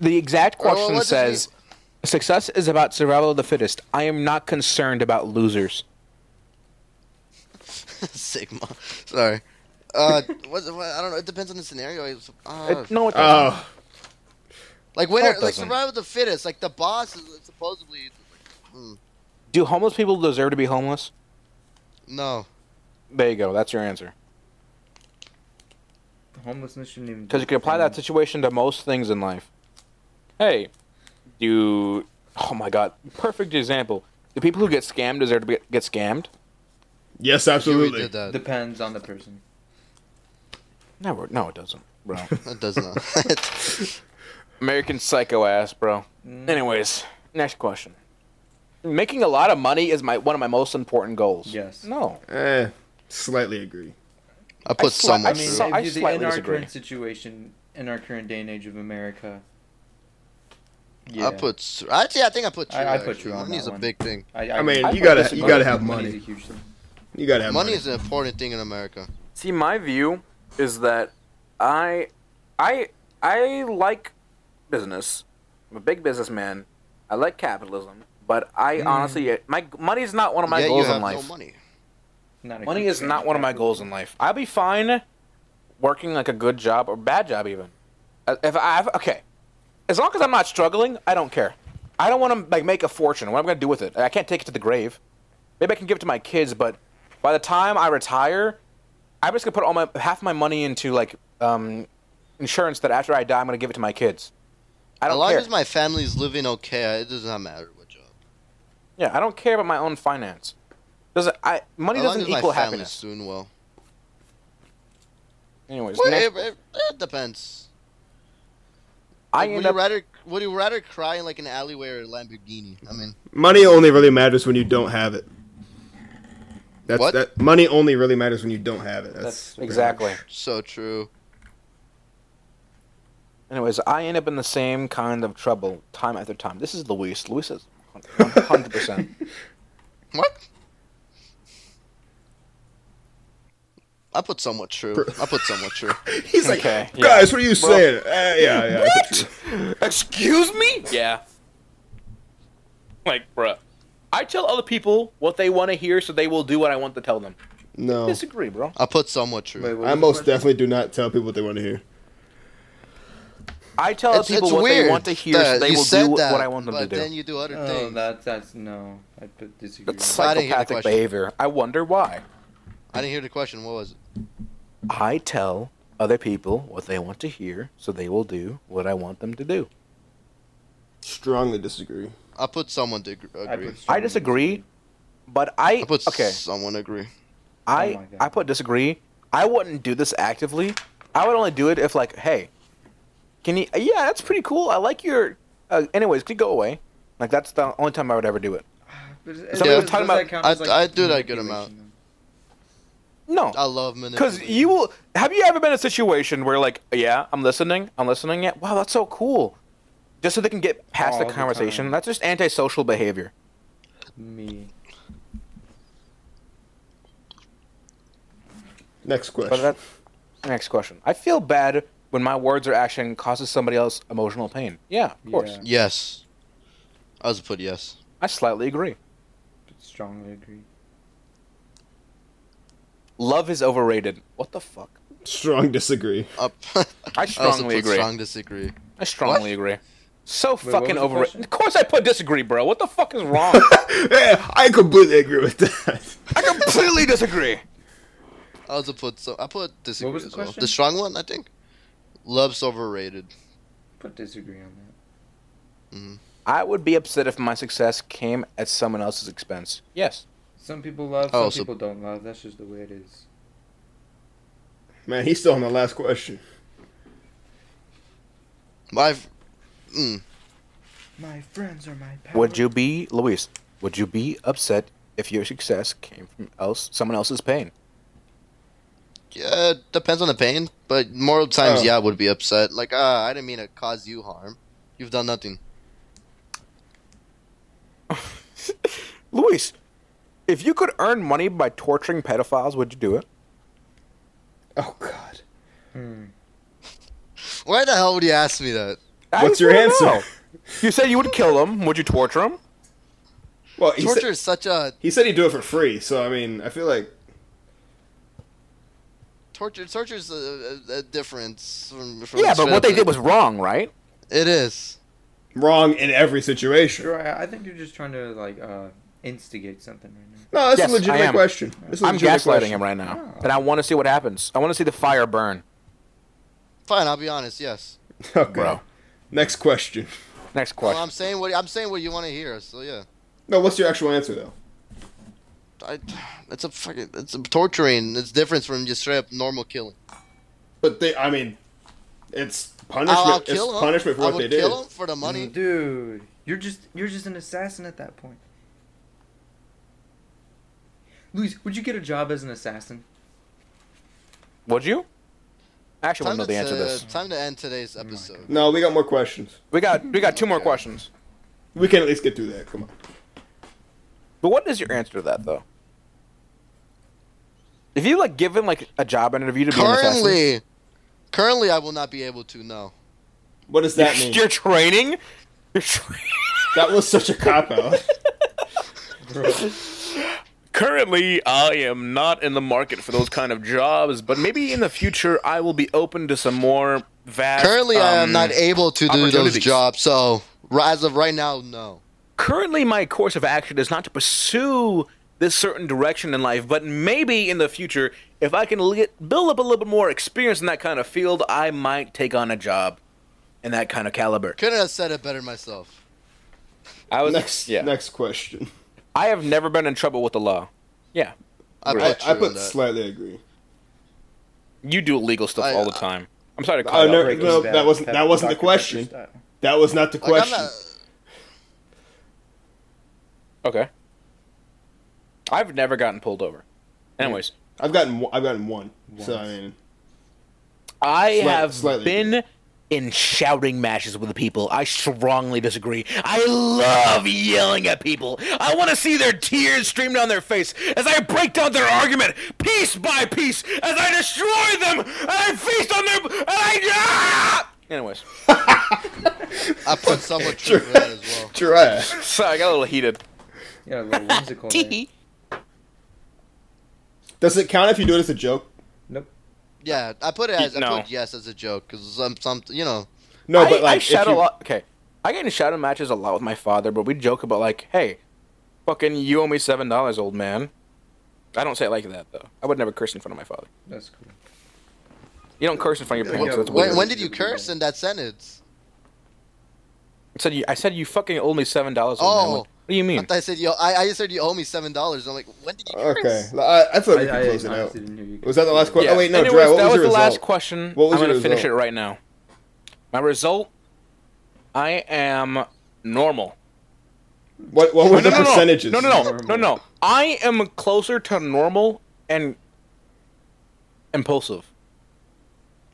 [SPEAKER 1] The exact
[SPEAKER 4] Well,
[SPEAKER 1] question
[SPEAKER 4] what does it
[SPEAKER 1] says, "Success is about survival of the fittest." I am not concerned about losers.
[SPEAKER 4] Sigma. Sorry. Uh, what, what, I don't know. It depends on the scenario. It's- Uh,
[SPEAKER 1] It- no, it doesn't.
[SPEAKER 3] Oh,
[SPEAKER 4] like winner,
[SPEAKER 1] it
[SPEAKER 4] like
[SPEAKER 1] doesn't.
[SPEAKER 4] survival of the fittest. Like the boss is supposedly
[SPEAKER 1] do homeless people deserve to be homeless?
[SPEAKER 4] no.
[SPEAKER 1] There you go. That's your answer.
[SPEAKER 7] Homelessness shouldn't even.
[SPEAKER 1] Because you can apply that situation to most things in life. Hey, do oh my god, perfect example. The people who get scammed deserve to be, get scammed.
[SPEAKER 3] yes,
[SPEAKER 4] Yuri
[SPEAKER 3] absolutely.
[SPEAKER 4] did that.
[SPEAKER 7] Depends on the person.
[SPEAKER 1] Never. No, it doesn't, bro.
[SPEAKER 4] That does not.
[SPEAKER 1] American psycho ass, bro. Anyways, next question. Making a lot of money is my one of my most important goals.
[SPEAKER 7] Yes.
[SPEAKER 1] No.
[SPEAKER 3] Eh, slightly agree.
[SPEAKER 4] I put
[SPEAKER 1] sli-
[SPEAKER 4] so
[SPEAKER 1] I
[SPEAKER 4] much.
[SPEAKER 7] I mean,
[SPEAKER 1] So
[SPEAKER 7] if
[SPEAKER 1] I
[SPEAKER 7] you- the- in
[SPEAKER 1] slightly
[SPEAKER 7] our
[SPEAKER 1] disagree.
[SPEAKER 7] current situation, in our current day and age of America,
[SPEAKER 4] I put. Sur- Actually, I think I put. True,
[SPEAKER 7] I- I put
[SPEAKER 4] actually.
[SPEAKER 7] True on
[SPEAKER 4] Money's
[SPEAKER 7] that
[SPEAKER 4] a
[SPEAKER 7] one.
[SPEAKER 4] big thing.
[SPEAKER 3] I mean,
[SPEAKER 1] I
[SPEAKER 3] you
[SPEAKER 1] put this
[SPEAKER 3] gotta you
[SPEAKER 1] money-
[SPEAKER 3] gotta have
[SPEAKER 7] Money's
[SPEAKER 3] money.
[SPEAKER 7] a huge thing.
[SPEAKER 3] You gotta have
[SPEAKER 4] Money
[SPEAKER 3] money.
[SPEAKER 4] is an important thing in America.
[SPEAKER 1] See, my view is that I, I, I like business. I'm a big businessman. I like capitalism, but I honestly, my money's not one of my
[SPEAKER 4] Yet
[SPEAKER 1] goals
[SPEAKER 4] Hmm. you have
[SPEAKER 1] in
[SPEAKER 4] no
[SPEAKER 1] life.
[SPEAKER 4] money.
[SPEAKER 7] Not a
[SPEAKER 1] money
[SPEAKER 7] huge
[SPEAKER 1] is
[SPEAKER 7] thing.
[SPEAKER 1] not one of my goals in life. I'll be fine working like a good job or bad job even. Uh, If I have okay, as long as I'm not struggling, I don't care. I don't want to like make a fortune. What am I gonna do with it? I can't take it to the grave. Maybe I can give it to my kids, but by the time I retire, I'm just gonna put all my half my money into like um, insurance that after I die, I'm gonna give it to my kids. I
[SPEAKER 4] As
[SPEAKER 1] don't
[SPEAKER 4] long
[SPEAKER 1] care.
[SPEAKER 4] as my family's living okay, it does not matter what job.
[SPEAKER 1] yeah, I don't care about my own finance. Does I money
[SPEAKER 4] As long
[SPEAKER 1] doesn't
[SPEAKER 4] as my
[SPEAKER 1] equal
[SPEAKER 4] family's
[SPEAKER 1] happiness.
[SPEAKER 4] doing well.
[SPEAKER 1] Anyways,
[SPEAKER 4] Well,
[SPEAKER 1] next-
[SPEAKER 4] it, it, it depends.
[SPEAKER 1] I
[SPEAKER 4] Like, would
[SPEAKER 1] end
[SPEAKER 4] you
[SPEAKER 1] up
[SPEAKER 4] rather would you rather cry in like an alleyway or a Lamborghini? I mean,
[SPEAKER 3] money only really matters when you don't have it. That's,
[SPEAKER 4] What?
[SPEAKER 3] That money only really matters when you don't have it. That's,
[SPEAKER 1] exactly.
[SPEAKER 4] so true.
[SPEAKER 1] Anyways, I end up in the same kind of trouble time after time. This is Luis. Luis is 100%.
[SPEAKER 4] What? I put somewhat true. I put somewhat true.
[SPEAKER 3] He's like,
[SPEAKER 1] Okay, yeah.
[SPEAKER 3] guys, what are you saying? Uh, yeah, yeah. What?
[SPEAKER 1] Excuse me? Yeah. Like, bruh. I tell other people what they want to hear so they will do what I want to tell them.
[SPEAKER 4] Oh.
[SPEAKER 3] No,
[SPEAKER 1] Disagree, bro.
[SPEAKER 4] I put somewhat true.
[SPEAKER 7] Wait, what was
[SPEAKER 3] I
[SPEAKER 7] the
[SPEAKER 3] most
[SPEAKER 7] question?
[SPEAKER 3] definitely do not tell people what they want to hear.
[SPEAKER 1] I tell other
[SPEAKER 4] It's,
[SPEAKER 1] people
[SPEAKER 4] it's
[SPEAKER 1] what
[SPEAKER 4] weird.
[SPEAKER 1] they want to hear
[SPEAKER 4] that
[SPEAKER 1] so they
[SPEAKER 4] you
[SPEAKER 1] will
[SPEAKER 4] said
[SPEAKER 1] do wh-
[SPEAKER 4] that,
[SPEAKER 1] what I want them to
[SPEAKER 4] but
[SPEAKER 1] do.
[SPEAKER 4] then you do other
[SPEAKER 7] Oh,
[SPEAKER 4] things.
[SPEAKER 7] that, that's no. I put disagree.
[SPEAKER 1] That's
[SPEAKER 7] on
[SPEAKER 4] I didn't hear the
[SPEAKER 1] psychopathic
[SPEAKER 4] question.
[SPEAKER 1] behavior. I wonder why.
[SPEAKER 4] I didn't hear the question. What was it?
[SPEAKER 1] I tell other people what they want to hear so they will do what I want them to do.
[SPEAKER 3] Strongly disagree.
[SPEAKER 4] I put someone to agree.
[SPEAKER 7] that.
[SPEAKER 4] agree.
[SPEAKER 7] put
[SPEAKER 1] I disagree, but
[SPEAKER 4] I
[SPEAKER 1] I.
[SPEAKER 4] put
[SPEAKER 1] okay.
[SPEAKER 4] someone agree.
[SPEAKER 1] I
[SPEAKER 7] Oh my God.
[SPEAKER 1] I put disagree. I wouldn't do this actively. I would only do it if like, hey, can you? Yeah, that's pretty cool. I like your. Uh, anyways, could you go away? Like that's the only time I would ever do it.
[SPEAKER 7] But it-
[SPEAKER 1] Somebody
[SPEAKER 7] does-
[SPEAKER 1] was talking
[SPEAKER 7] does that
[SPEAKER 1] about-
[SPEAKER 7] count as,
[SPEAKER 4] I- I do
[SPEAKER 7] manipulation,
[SPEAKER 4] that good amount.
[SPEAKER 7] though?
[SPEAKER 1] No,
[SPEAKER 7] Oh.
[SPEAKER 4] I love manipulation.
[SPEAKER 1] because you will. Have you ever been in a situation where like, yeah, I'm listening, I'm listening. Yeah, wow, that's so cool. Just so they can get past
[SPEAKER 7] All
[SPEAKER 1] the
[SPEAKER 7] the
[SPEAKER 1] conversation.
[SPEAKER 7] time.
[SPEAKER 1] that's just antisocial behavior.
[SPEAKER 7] Me.
[SPEAKER 3] Next question.
[SPEAKER 1] But that. Next question. I feel bad when my words or action causes somebody else emotional pain. Yeah, of course.
[SPEAKER 7] Yeah.
[SPEAKER 4] Yes. I was put yes.
[SPEAKER 1] I slightly agree.
[SPEAKER 7] Strongly agree.
[SPEAKER 1] Love is overrated. What the fuck?
[SPEAKER 3] Strong disagree.
[SPEAKER 4] Up.
[SPEAKER 1] I
[SPEAKER 4] also
[SPEAKER 1] strongly
[SPEAKER 4] put
[SPEAKER 1] agree.
[SPEAKER 4] Strong disagree.
[SPEAKER 1] I strongly agree. So
[SPEAKER 7] what was
[SPEAKER 1] fucking
[SPEAKER 7] the
[SPEAKER 1] overrated.
[SPEAKER 7] question?
[SPEAKER 1] Of course, I put disagree, bro. What the fuck is wrong?
[SPEAKER 3] yeah, I completely agree with that.
[SPEAKER 1] I completely disagree.
[SPEAKER 4] I also put so I put disagree
[SPEAKER 7] was the
[SPEAKER 4] as well.
[SPEAKER 7] question?
[SPEAKER 4] The strong one, I think. Love's overrated.
[SPEAKER 7] Put disagree on that.
[SPEAKER 1] I would be upset if my success came at someone else's expense. Yes.
[SPEAKER 7] Some people love,
[SPEAKER 4] I
[SPEAKER 7] some
[SPEAKER 4] also-
[SPEAKER 7] people don't love. That's just the way it is.
[SPEAKER 3] Man, he's still on the last question.
[SPEAKER 4] My, mm,
[SPEAKER 7] My friends are my power.
[SPEAKER 1] Would you be Luis? Would you be upset if your success came from else someone else's pain?
[SPEAKER 4] yeah, Uh, depends on the pain, but more times,
[SPEAKER 3] Oh.
[SPEAKER 4] yeah, I would be upset. Like, ah, I didn't mean to cause you harm. You've done nothing.
[SPEAKER 1] Luis, if you could earn money by torturing pedophiles, would you do it?
[SPEAKER 3] Oh God.
[SPEAKER 4] Why the hell would you ask me that?
[SPEAKER 1] I
[SPEAKER 3] What's
[SPEAKER 1] just
[SPEAKER 3] your
[SPEAKER 1] wanna
[SPEAKER 3] answer?
[SPEAKER 1] know. You said you would kill them. Would you torture them?
[SPEAKER 3] Well, he
[SPEAKER 4] Torture
[SPEAKER 3] said,
[SPEAKER 4] is such a
[SPEAKER 3] he said he'd do it for free, so I mean, I feel like
[SPEAKER 4] torture. Torture is a, a, a difference from, from
[SPEAKER 1] Yeah, but what they
[SPEAKER 4] straight
[SPEAKER 1] did
[SPEAKER 4] up-
[SPEAKER 1] was wrong, right?
[SPEAKER 4] it is.
[SPEAKER 3] wrong in every situation.
[SPEAKER 7] Sure, I I think you're just trying to like uh, instigate something right
[SPEAKER 3] No, that's
[SPEAKER 1] Yes,
[SPEAKER 3] a
[SPEAKER 1] I
[SPEAKER 3] legitimate
[SPEAKER 1] am.
[SPEAKER 3] question. That's a
[SPEAKER 1] I'm
[SPEAKER 3] legitimate
[SPEAKER 1] gaslighting
[SPEAKER 3] question. Oh.
[SPEAKER 1] him right now, and I want to see what happens. I want to see the fire burn,
[SPEAKER 4] Fine, I'll be honest. Yes.
[SPEAKER 3] Okay.
[SPEAKER 1] bro.
[SPEAKER 3] Next question.
[SPEAKER 1] Next question.
[SPEAKER 4] Well, I'm saying what I'm saying what you want to hear. So yeah,
[SPEAKER 3] No, what's your actual answer though?
[SPEAKER 4] I, it's a fucking it's a torturing. It's different from just straight up normal killing.
[SPEAKER 3] But they, I mean, it's punishment.
[SPEAKER 4] I'll, I'll kill
[SPEAKER 3] it's
[SPEAKER 4] him.
[SPEAKER 3] punishment for
[SPEAKER 4] I
[SPEAKER 3] what
[SPEAKER 4] would
[SPEAKER 3] they
[SPEAKER 4] kill
[SPEAKER 3] did.
[SPEAKER 4] him for the
[SPEAKER 7] now.
[SPEAKER 2] Mm,
[SPEAKER 4] money.
[SPEAKER 7] Dude, you're just you're just an assassin at that point. Luis, would you get a job as an assassin?
[SPEAKER 1] Would you? I Actually, want to know the answer to
[SPEAKER 4] to-
[SPEAKER 1] this.
[SPEAKER 4] Time to end today's episode.
[SPEAKER 3] No, we got more questions.
[SPEAKER 1] We got we got two more questions.
[SPEAKER 3] We can at least get through that. Come on.
[SPEAKER 1] But what is your answer to that though? If you like given like a job interview to be an assassin-
[SPEAKER 4] currently, currently, I will not be able to. No.
[SPEAKER 3] What does that mean?
[SPEAKER 1] you're training. You're tra-
[SPEAKER 3] That was such a cop out.
[SPEAKER 1] Currently, I am not in the market for those kind of jobs, but maybe in the future I will be open to some more vast.
[SPEAKER 4] Currently, I am
[SPEAKER 1] um,
[SPEAKER 4] not able to do those
[SPEAKER 1] opportunities.
[SPEAKER 4] jobs. So ri- as of right now, no.
[SPEAKER 1] currently my course of action is not to pursue this certain direction in life, but maybe in the future, if I can li- build up a little bit more experience in that kind of field, I might take on a job in that kind of caliber.
[SPEAKER 4] Couldn't have said it better myself.
[SPEAKER 1] I was
[SPEAKER 3] next,
[SPEAKER 1] yeah.
[SPEAKER 3] next question.
[SPEAKER 1] I have never been in trouble with the law. Yeah,
[SPEAKER 4] I put,
[SPEAKER 3] I,
[SPEAKER 4] you
[SPEAKER 3] I
[SPEAKER 4] on
[SPEAKER 3] put
[SPEAKER 4] that.
[SPEAKER 3] slightly agree.
[SPEAKER 1] you do illegal stuff
[SPEAKER 4] I-
[SPEAKER 1] all the time. I'm sorry to
[SPEAKER 3] uh, I
[SPEAKER 1] call you.
[SPEAKER 3] never-
[SPEAKER 1] out.
[SPEAKER 7] Breaking
[SPEAKER 3] no,
[SPEAKER 7] Bad,
[SPEAKER 3] that wasn't- that
[SPEAKER 7] Pep-
[SPEAKER 3] wasn't the
[SPEAKER 7] Dr. Pepper
[SPEAKER 3] question.
[SPEAKER 7] style.
[SPEAKER 3] That was not the
[SPEAKER 4] Like, I'm
[SPEAKER 3] question.
[SPEAKER 4] not-
[SPEAKER 1] Okay. I've never gotten pulled over. Anyways,
[SPEAKER 3] I've gotten one- I've gotten one. So I mean,
[SPEAKER 1] I
[SPEAKER 3] Slight-
[SPEAKER 1] have
[SPEAKER 3] slightly.
[SPEAKER 1] been in shouting matches with people. I strongly disagree. I love yelling at people. I want to see their tears stream down their face as I break down their argument piece by piece as I destroy them and I feast on them and I. Ah! Anyways,
[SPEAKER 4] I put somewhat true for that as well.
[SPEAKER 3] trash.
[SPEAKER 1] sorry, I got a little heated.
[SPEAKER 7] Yeah, a little whimsical. there.
[SPEAKER 3] Does it count if you do it as a joke?
[SPEAKER 7] Nope.
[SPEAKER 4] Yeah, I put it as I
[SPEAKER 1] No.
[SPEAKER 4] put yes as a joke because some some you know
[SPEAKER 3] No,
[SPEAKER 1] I,
[SPEAKER 3] but
[SPEAKER 1] I
[SPEAKER 3] like, if
[SPEAKER 1] shout
[SPEAKER 3] you-
[SPEAKER 1] a lot. Okay, I get in shouting matches a lot with my father, but we joke about like, "Hey, fucking, you owe me seven dollars, old man." I don't say it like that though. I would never curse in front of my father.
[SPEAKER 7] That's cool.
[SPEAKER 1] You don't curse in front of your
[SPEAKER 7] Yeah,
[SPEAKER 1] parents.
[SPEAKER 7] yeah,
[SPEAKER 1] that's
[SPEAKER 7] Well,
[SPEAKER 4] when,
[SPEAKER 1] weird.
[SPEAKER 4] when
[SPEAKER 7] it's
[SPEAKER 4] did you
[SPEAKER 7] different,
[SPEAKER 4] curse
[SPEAKER 7] yeah.
[SPEAKER 4] in that sentence?
[SPEAKER 1] I said you. I said you fucking owe me seven dollars.
[SPEAKER 4] Oh.
[SPEAKER 1] Oh, what do you
[SPEAKER 4] I,
[SPEAKER 1] mean?
[SPEAKER 4] thought I said yo, I, I said you owe me seven dollars. I'm like, when did you curse?
[SPEAKER 3] Okay, I, I thought we
[SPEAKER 7] I-
[SPEAKER 3] could
[SPEAKER 7] I
[SPEAKER 3] close it
[SPEAKER 7] honestly
[SPEAKER 3] out.
[SPEAKER 7] didn't hear you
[SPEAKER 3] Was that the last question? Oh wait, no,
[SPEAKER 1] Anyways,
[SPEAKER 3] Dry. What
[SPEAKER 1] that
[SPEAKER 3] was,
[SPEAKER 1] was
[SPEAKER 3] your
[SPEAKER 1] the
[SPEAKER 3] result?
[SPEAKER 1] last question.
[SPEAKER 3] What was
[SPEAKER 1] I'm
[SPEAKER 3] your
[SPEAKER 1] gonna finish it
[SPEAKER 3] result?
[SPEAKER 1] right now. My result. I am normal.
[SPEAKER 3] What, what were the
[SPEAKER 1] no, no,
[SPEAKER 3] percentages?
[SPEAKER 1] No, no, no, no, no,
[SPEAKER 7] Normal.
[SPEAKER 1] no. I am closer to normal and impulsive.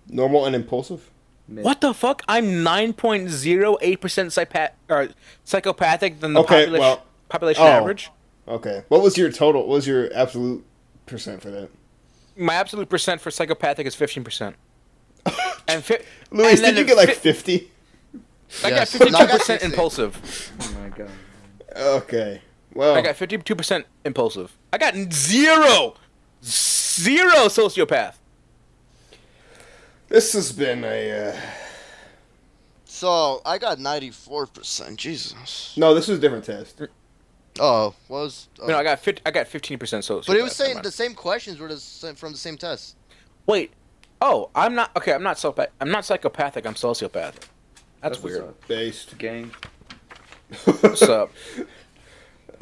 [SPEAKER 3] Normal and impulsive.
[SPEAKER 7] Mid.
[SPEAKER 1] What the fuck? I'm 9.08 percent psychopath or psychopathic than the
[SPEAKER 3] Okay,
[SPEAKER 1] population,
[SPEAKER 3] well-
[SPEAKER 1] population
[SPEAKER 3] oh.
[SPEAKER 1] average.
[SPEAKER 3] Okay. What was your total? What was your absolute percent for that?
[SPEAKER 1] My absolute percent for psychopathic is 15 percent. And fi-
[SPEAKER 3] Luis,
[SPEAKER 1] and then
[SPEAKER 3] did you
[SPEAKER 1] the
[SPEAKER 3] get like
[SPEAKER 1] fi-
[SPEAKER 3] fifty?
[SPEAKER 1] I got
[SPEAKER 4] Yes. No, I
[SPEAKER 1] 52
[SPEAKER 4] got
[SPEAKER 1] percent
[SPEAKER 4] 60.
[SPEAKER 1] impulsive.
[SPEAKER 7] Oh my god.
[SPEAKER 3] Okay.
[SPEAKER 4] Oh.
[SPEAKER 3] Well,
[SPEAKER 1] I got 52 percent impulsive. I got zero, zero sociopath.
[SPEAKER 3] this has been a. Uh,
[SPEAKER 4] So I got ninety four percent. Jesus.
[SPEAKER 3] no, this was a different test.
[SPEAKER 4] Oh, was oh.
[SPEAKER 1] No, I got 50, I got 15 percent sociopath.
[SPEAKER 4] but it was saying
[SPEAKER 1] Never
[SPEAKER 4] the
[SPEAKER 1] mind.
[SPEAKER 4] same questions were the same, from the same test.
[SPEAKER 1] Wait. Oh, I'm not okay. I'm not soci- I'm not psychopathic. I'm sociopathic.
[SPEAKER 7] what's
[SPEAKER 1] That's, weird.
[SPEAKER 7] up.
[SPEAKER 3] Based.
[SPEAKER 7] Gang.
[SPEAKER 1] What's up?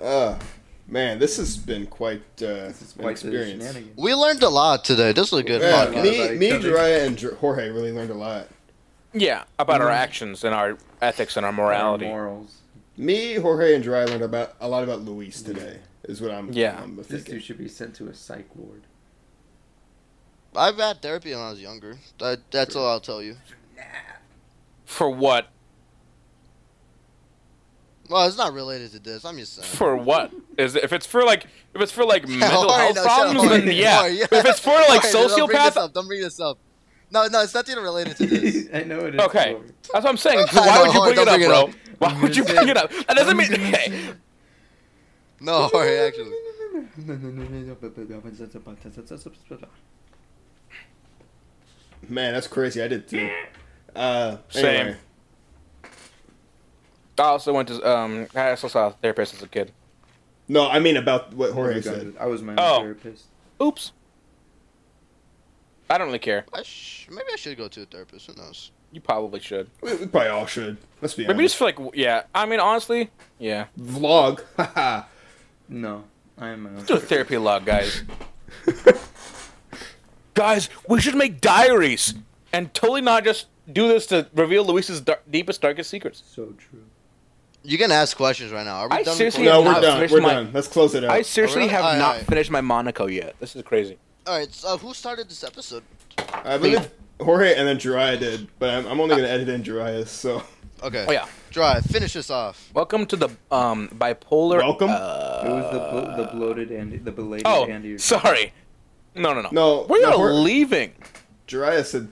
[SPEAKER 3] Uh, man, this has been quite uh,
[SPEAKER 7] This is
[SPEAKER 3] an
[SPEAKER 7] quite the
[SPEAKER 3] experience.
[SPEAKER 7] shenanigans.
[SPEAKER 4] We learned a lot today. This was a good
[SPEAKER 3] Yeah,
[SPEAKER 4] podcast.
[SPEAKER 3] me, me,
[SPEAKER 7] Each other.
[SPEAKER 3] Jiraiya, and Jor- Jorge really learned a lot.
[SPEAKER 1] Yeah, about
[SPEAKER 4] Mm-hmm.
[SPEAKER 1] our actions and our ethics and our morality.
[SPEAKER 7] Morals.
[SPEAKER 3] Me, Jorge, and Jiraiya learned about a lot about Luis today. Is what I'm.
[SPEAKER 1] Yeah.
[SPEAKER 3] I'm
[SPEAKER 7] This
[SPEAKER 3] thinking.
[SPEAKER 7] dude should be sent to a psych ward.
[SPEAKER 4] I've had therapy when I was younger. That, that's all I'll tell you.
[SPEAKER 1] For what?
[SPEAKER 4] Well, it's not related to this. I'm just saying.
[SPEAKER 1] For what? Is it, if it's for like if it's for like mental
[SPEAKER 4] Alright,
[SPEAKER 1] health
[SPEAKER 4] no, shut
[SPEAKER 1] problems,
[SPEAKER 4] up.
[SPEAKER 1] then yeah.
[SPEAKER 4] Alright,
[SPEAKER 1] If it's for like
[SPEAKER 4] Alright, no, Don't bring this
[SPEAKER 1] sociopath,
[SPEAKER 4] up. Don't bring this up. No, no, it's nothing related to this.
[SPEAKER 7] I know it is.
[SPEAKER 1] Okay.
[SPEAKER 7] Lord.
[SPEAKER 1] That's what I'm saying. So
[SPEAKER 4] I
[SPEAKER 1] why
[SPEAKER 4] know,
[SPEAKER 1] would you
[SPEAKER 4] alright,
[SPEAKER 1] bring it
[SPEAKER 4] don't
[SPEAKER 1] up,
[SPEAKER 4] bring it
[SPEAKER 1] bro?
[SPEAKER 4] up.
[SPEAKER 1] Why would you
[SPEAKER 7] Just
[SPEAKER 1] bring
[SPEAKER 7] say-
[SPEAKER 1] it up? That doesn't
[SPEAKER 7] I'm
[SPEAKER 1] mean.
[SPEAKER 7] gonna
[SPEAKER 1] Hey,
[SPEAKER 7] say-
[SPEAKER 4] No,
[SPEAKER 3] Oh,
[SPEAKER 4] Jorge, actually.
[SPEAKER 3] Man, that's crazy. I did too. Uh,
[SPEAKER 1] Same.
[SPEAKER 3] anyway.
[SPEAKER 1] I also went to um. I also saw a therapist as a kid.
[SPEAKER 3] No, I mean about what
[SPEAKER 7] Oh my
[SPEAKER 3] Jorge said.
[SPEAKER 7] God, I was my own
[SPEAKER 1] Oh.
[SPEAKER 7] therapist.
[SPEAKER 1] Oops. I don't really care.
[SPEAKER 4] I sh- maybe I should go to a therapist. Who knows?
[SPEAKER 1] You probably should.
[SPEAKER 3] We, we probably all should. Let's be
[SPEAKER 1] Maybe just
[SPEAKER 3] honest.
[SPEAKER 1] for like, w- yeah. I mean, honestly, yeah.
[SPEAKER 3] Vlog. Haha.
[SPEAKER 7] No, I am my own
[SPEAKER 1] Do a
[SPEAKER 7] therapist.
[SPEAKER 1] therapy log, guys. guys, we should make diaries and totally not just do this to reveal Luis's dar- deepest, darkest secrets.
[SPEAKER 7] So true.
[SPEAKER 4] You can ask questions right now. Are we
[SPEAKER 1] I
[SPEAKER 4] done
[SPEAKER 1] seriously-
[SPEAKER 4] recording?
[SPEAKER 3] no, we're
[SPEAKER 1] I've
[SPEAKER 3] done.
[SPEAKER 1] finished
[SPEAKER 3] We're
[SPEAKER 1] my-
[SPEAKER 3] done. Let's close it out.
[SPEAKER 1] I seriously
[SPEAKER 4] Alright,
[SPEAKER 1] have
[SPEAKER 4] alright,
[SPEAKER 1] not
[SPEAKER 4] alright.
[SPEAKER 1] finished my Monaco yet. This is crazy.
[SPEAKER 4] All right. So who started this episode?
[SPEAKER 3] I believe Jorge and then Jiraiya did, but I'm, I'm only going to edit in Jiraiya's, so.
[SPEAKER 4] Okay.
[SPEAKER 1] Oh yeah.
[SPEAKER 4] Dry. Finish this off.
[SPEAKER 1] Welcome to the um bipolar.
[SPEAKER 3] Welcome?
[SPEAKER 1] uh,
[SPEAKER 7] It was the blo- the bloated and the belated
[SPEAKER 1] oh,
[SPEAKER 7] Andy.
[SPEAKER 1] sorry. No, no, no.
[SPEAKER 3] No,
[SPEAKER 1] we
[SPEAKER 3] no,
[SPEAKER 1] are
[SPEAKER 3] we're-
[SPEAKER 1] leaving.
[SPEAKER 3] Jiraiya said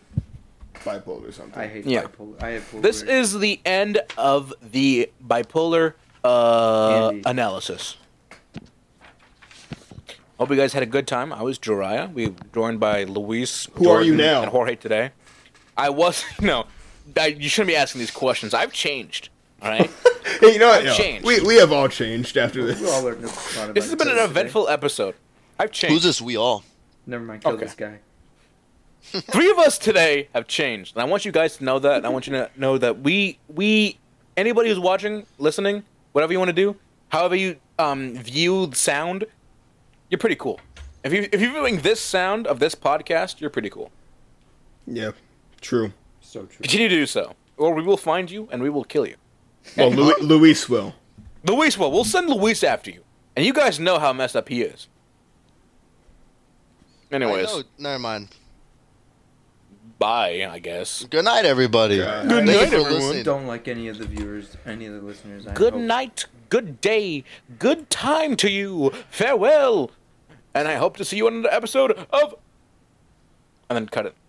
[SPEAKER 3] bipolar or something.
[SPEAKER 7] I hate
[SPEAKER 1] Yeah.
[SPEAKER 7] bipolar. I have
[SPEAKER 1] This
[SPEAKER 7] bipolar.
[SPEAKER 1] is the end of the bipolar uh,
[SPEAKER 7] Andy.
[SPEAKER 1] analysis. Hope you guys had a good time. I was Jiraiya. We were joined by Luis.
[SPEAKER 3] Who are you
[SPEAKER 1] Jordan,
[SPEAKER 3] now?
[SPEAKER 1] And Jorge today. I was no. I, you shouldn't be asking these questions. I've changed. All right.
[SPEAKER 3] Hey, you know what?
[SPEAKER 1] I've
[SPEAKER 3] yo,
[SPEAKER 1] changed.
[SPEAKER 3] we, we have all changed after this.
[SPEAKER 7] We all learned a lot about
[SPEAKER 1] this has been an
[SPEAKER 7] each other today.
[SPEAKER 1] eventful episode. I've changed.
[SPEAKER 4] Who's this? We all.
[SPEAKER 7] Never mind. Kill
[SPEAKER 1] Okay.
[SPEAKER 7] this guy.
[SPEAKER 1] three of us today have changed, and I want you guys to know that. And I want you to know that we we anybody who's watching, listening, whatever you want to do, however you um, view the sound, you're pretty cool. If you if you're viewing this sound of this podcast, you're pretty cool.
[SPEAKER 3] Yeah, true.
[SPEAKER 7] So true.
[SPEAKER 1] Continue to do so, or we will find you and we will kill you.
[SPEAKER 3] Well, Louis, Luis will.
[SPEAKER 1] Luis will. We'll send Luis after you, and you guys know how messed up he is. Anyways,
[SPEAKER 4] I know. Never mind.
[SPEAKER 1] bye. I guess.
[SPEAKER 4] Good night, everybody.
[SPEAKER 3] Good
[SPEAKER 4] Thank
[SPEAKER 1] night,
[SPEAKER 4] you for
[SPEAKER 1] everyone.
[SPEAKER 4] listening.
[SPEAKER 7] Don't like any of the viewers, any of the listeners. I
[SPEAKER 1] Good
[SPEAKER 7] hope.
[SPEAKER 1] night, good day, good time to you. Farewell. And I hope to see you on another episode of. And then cut it.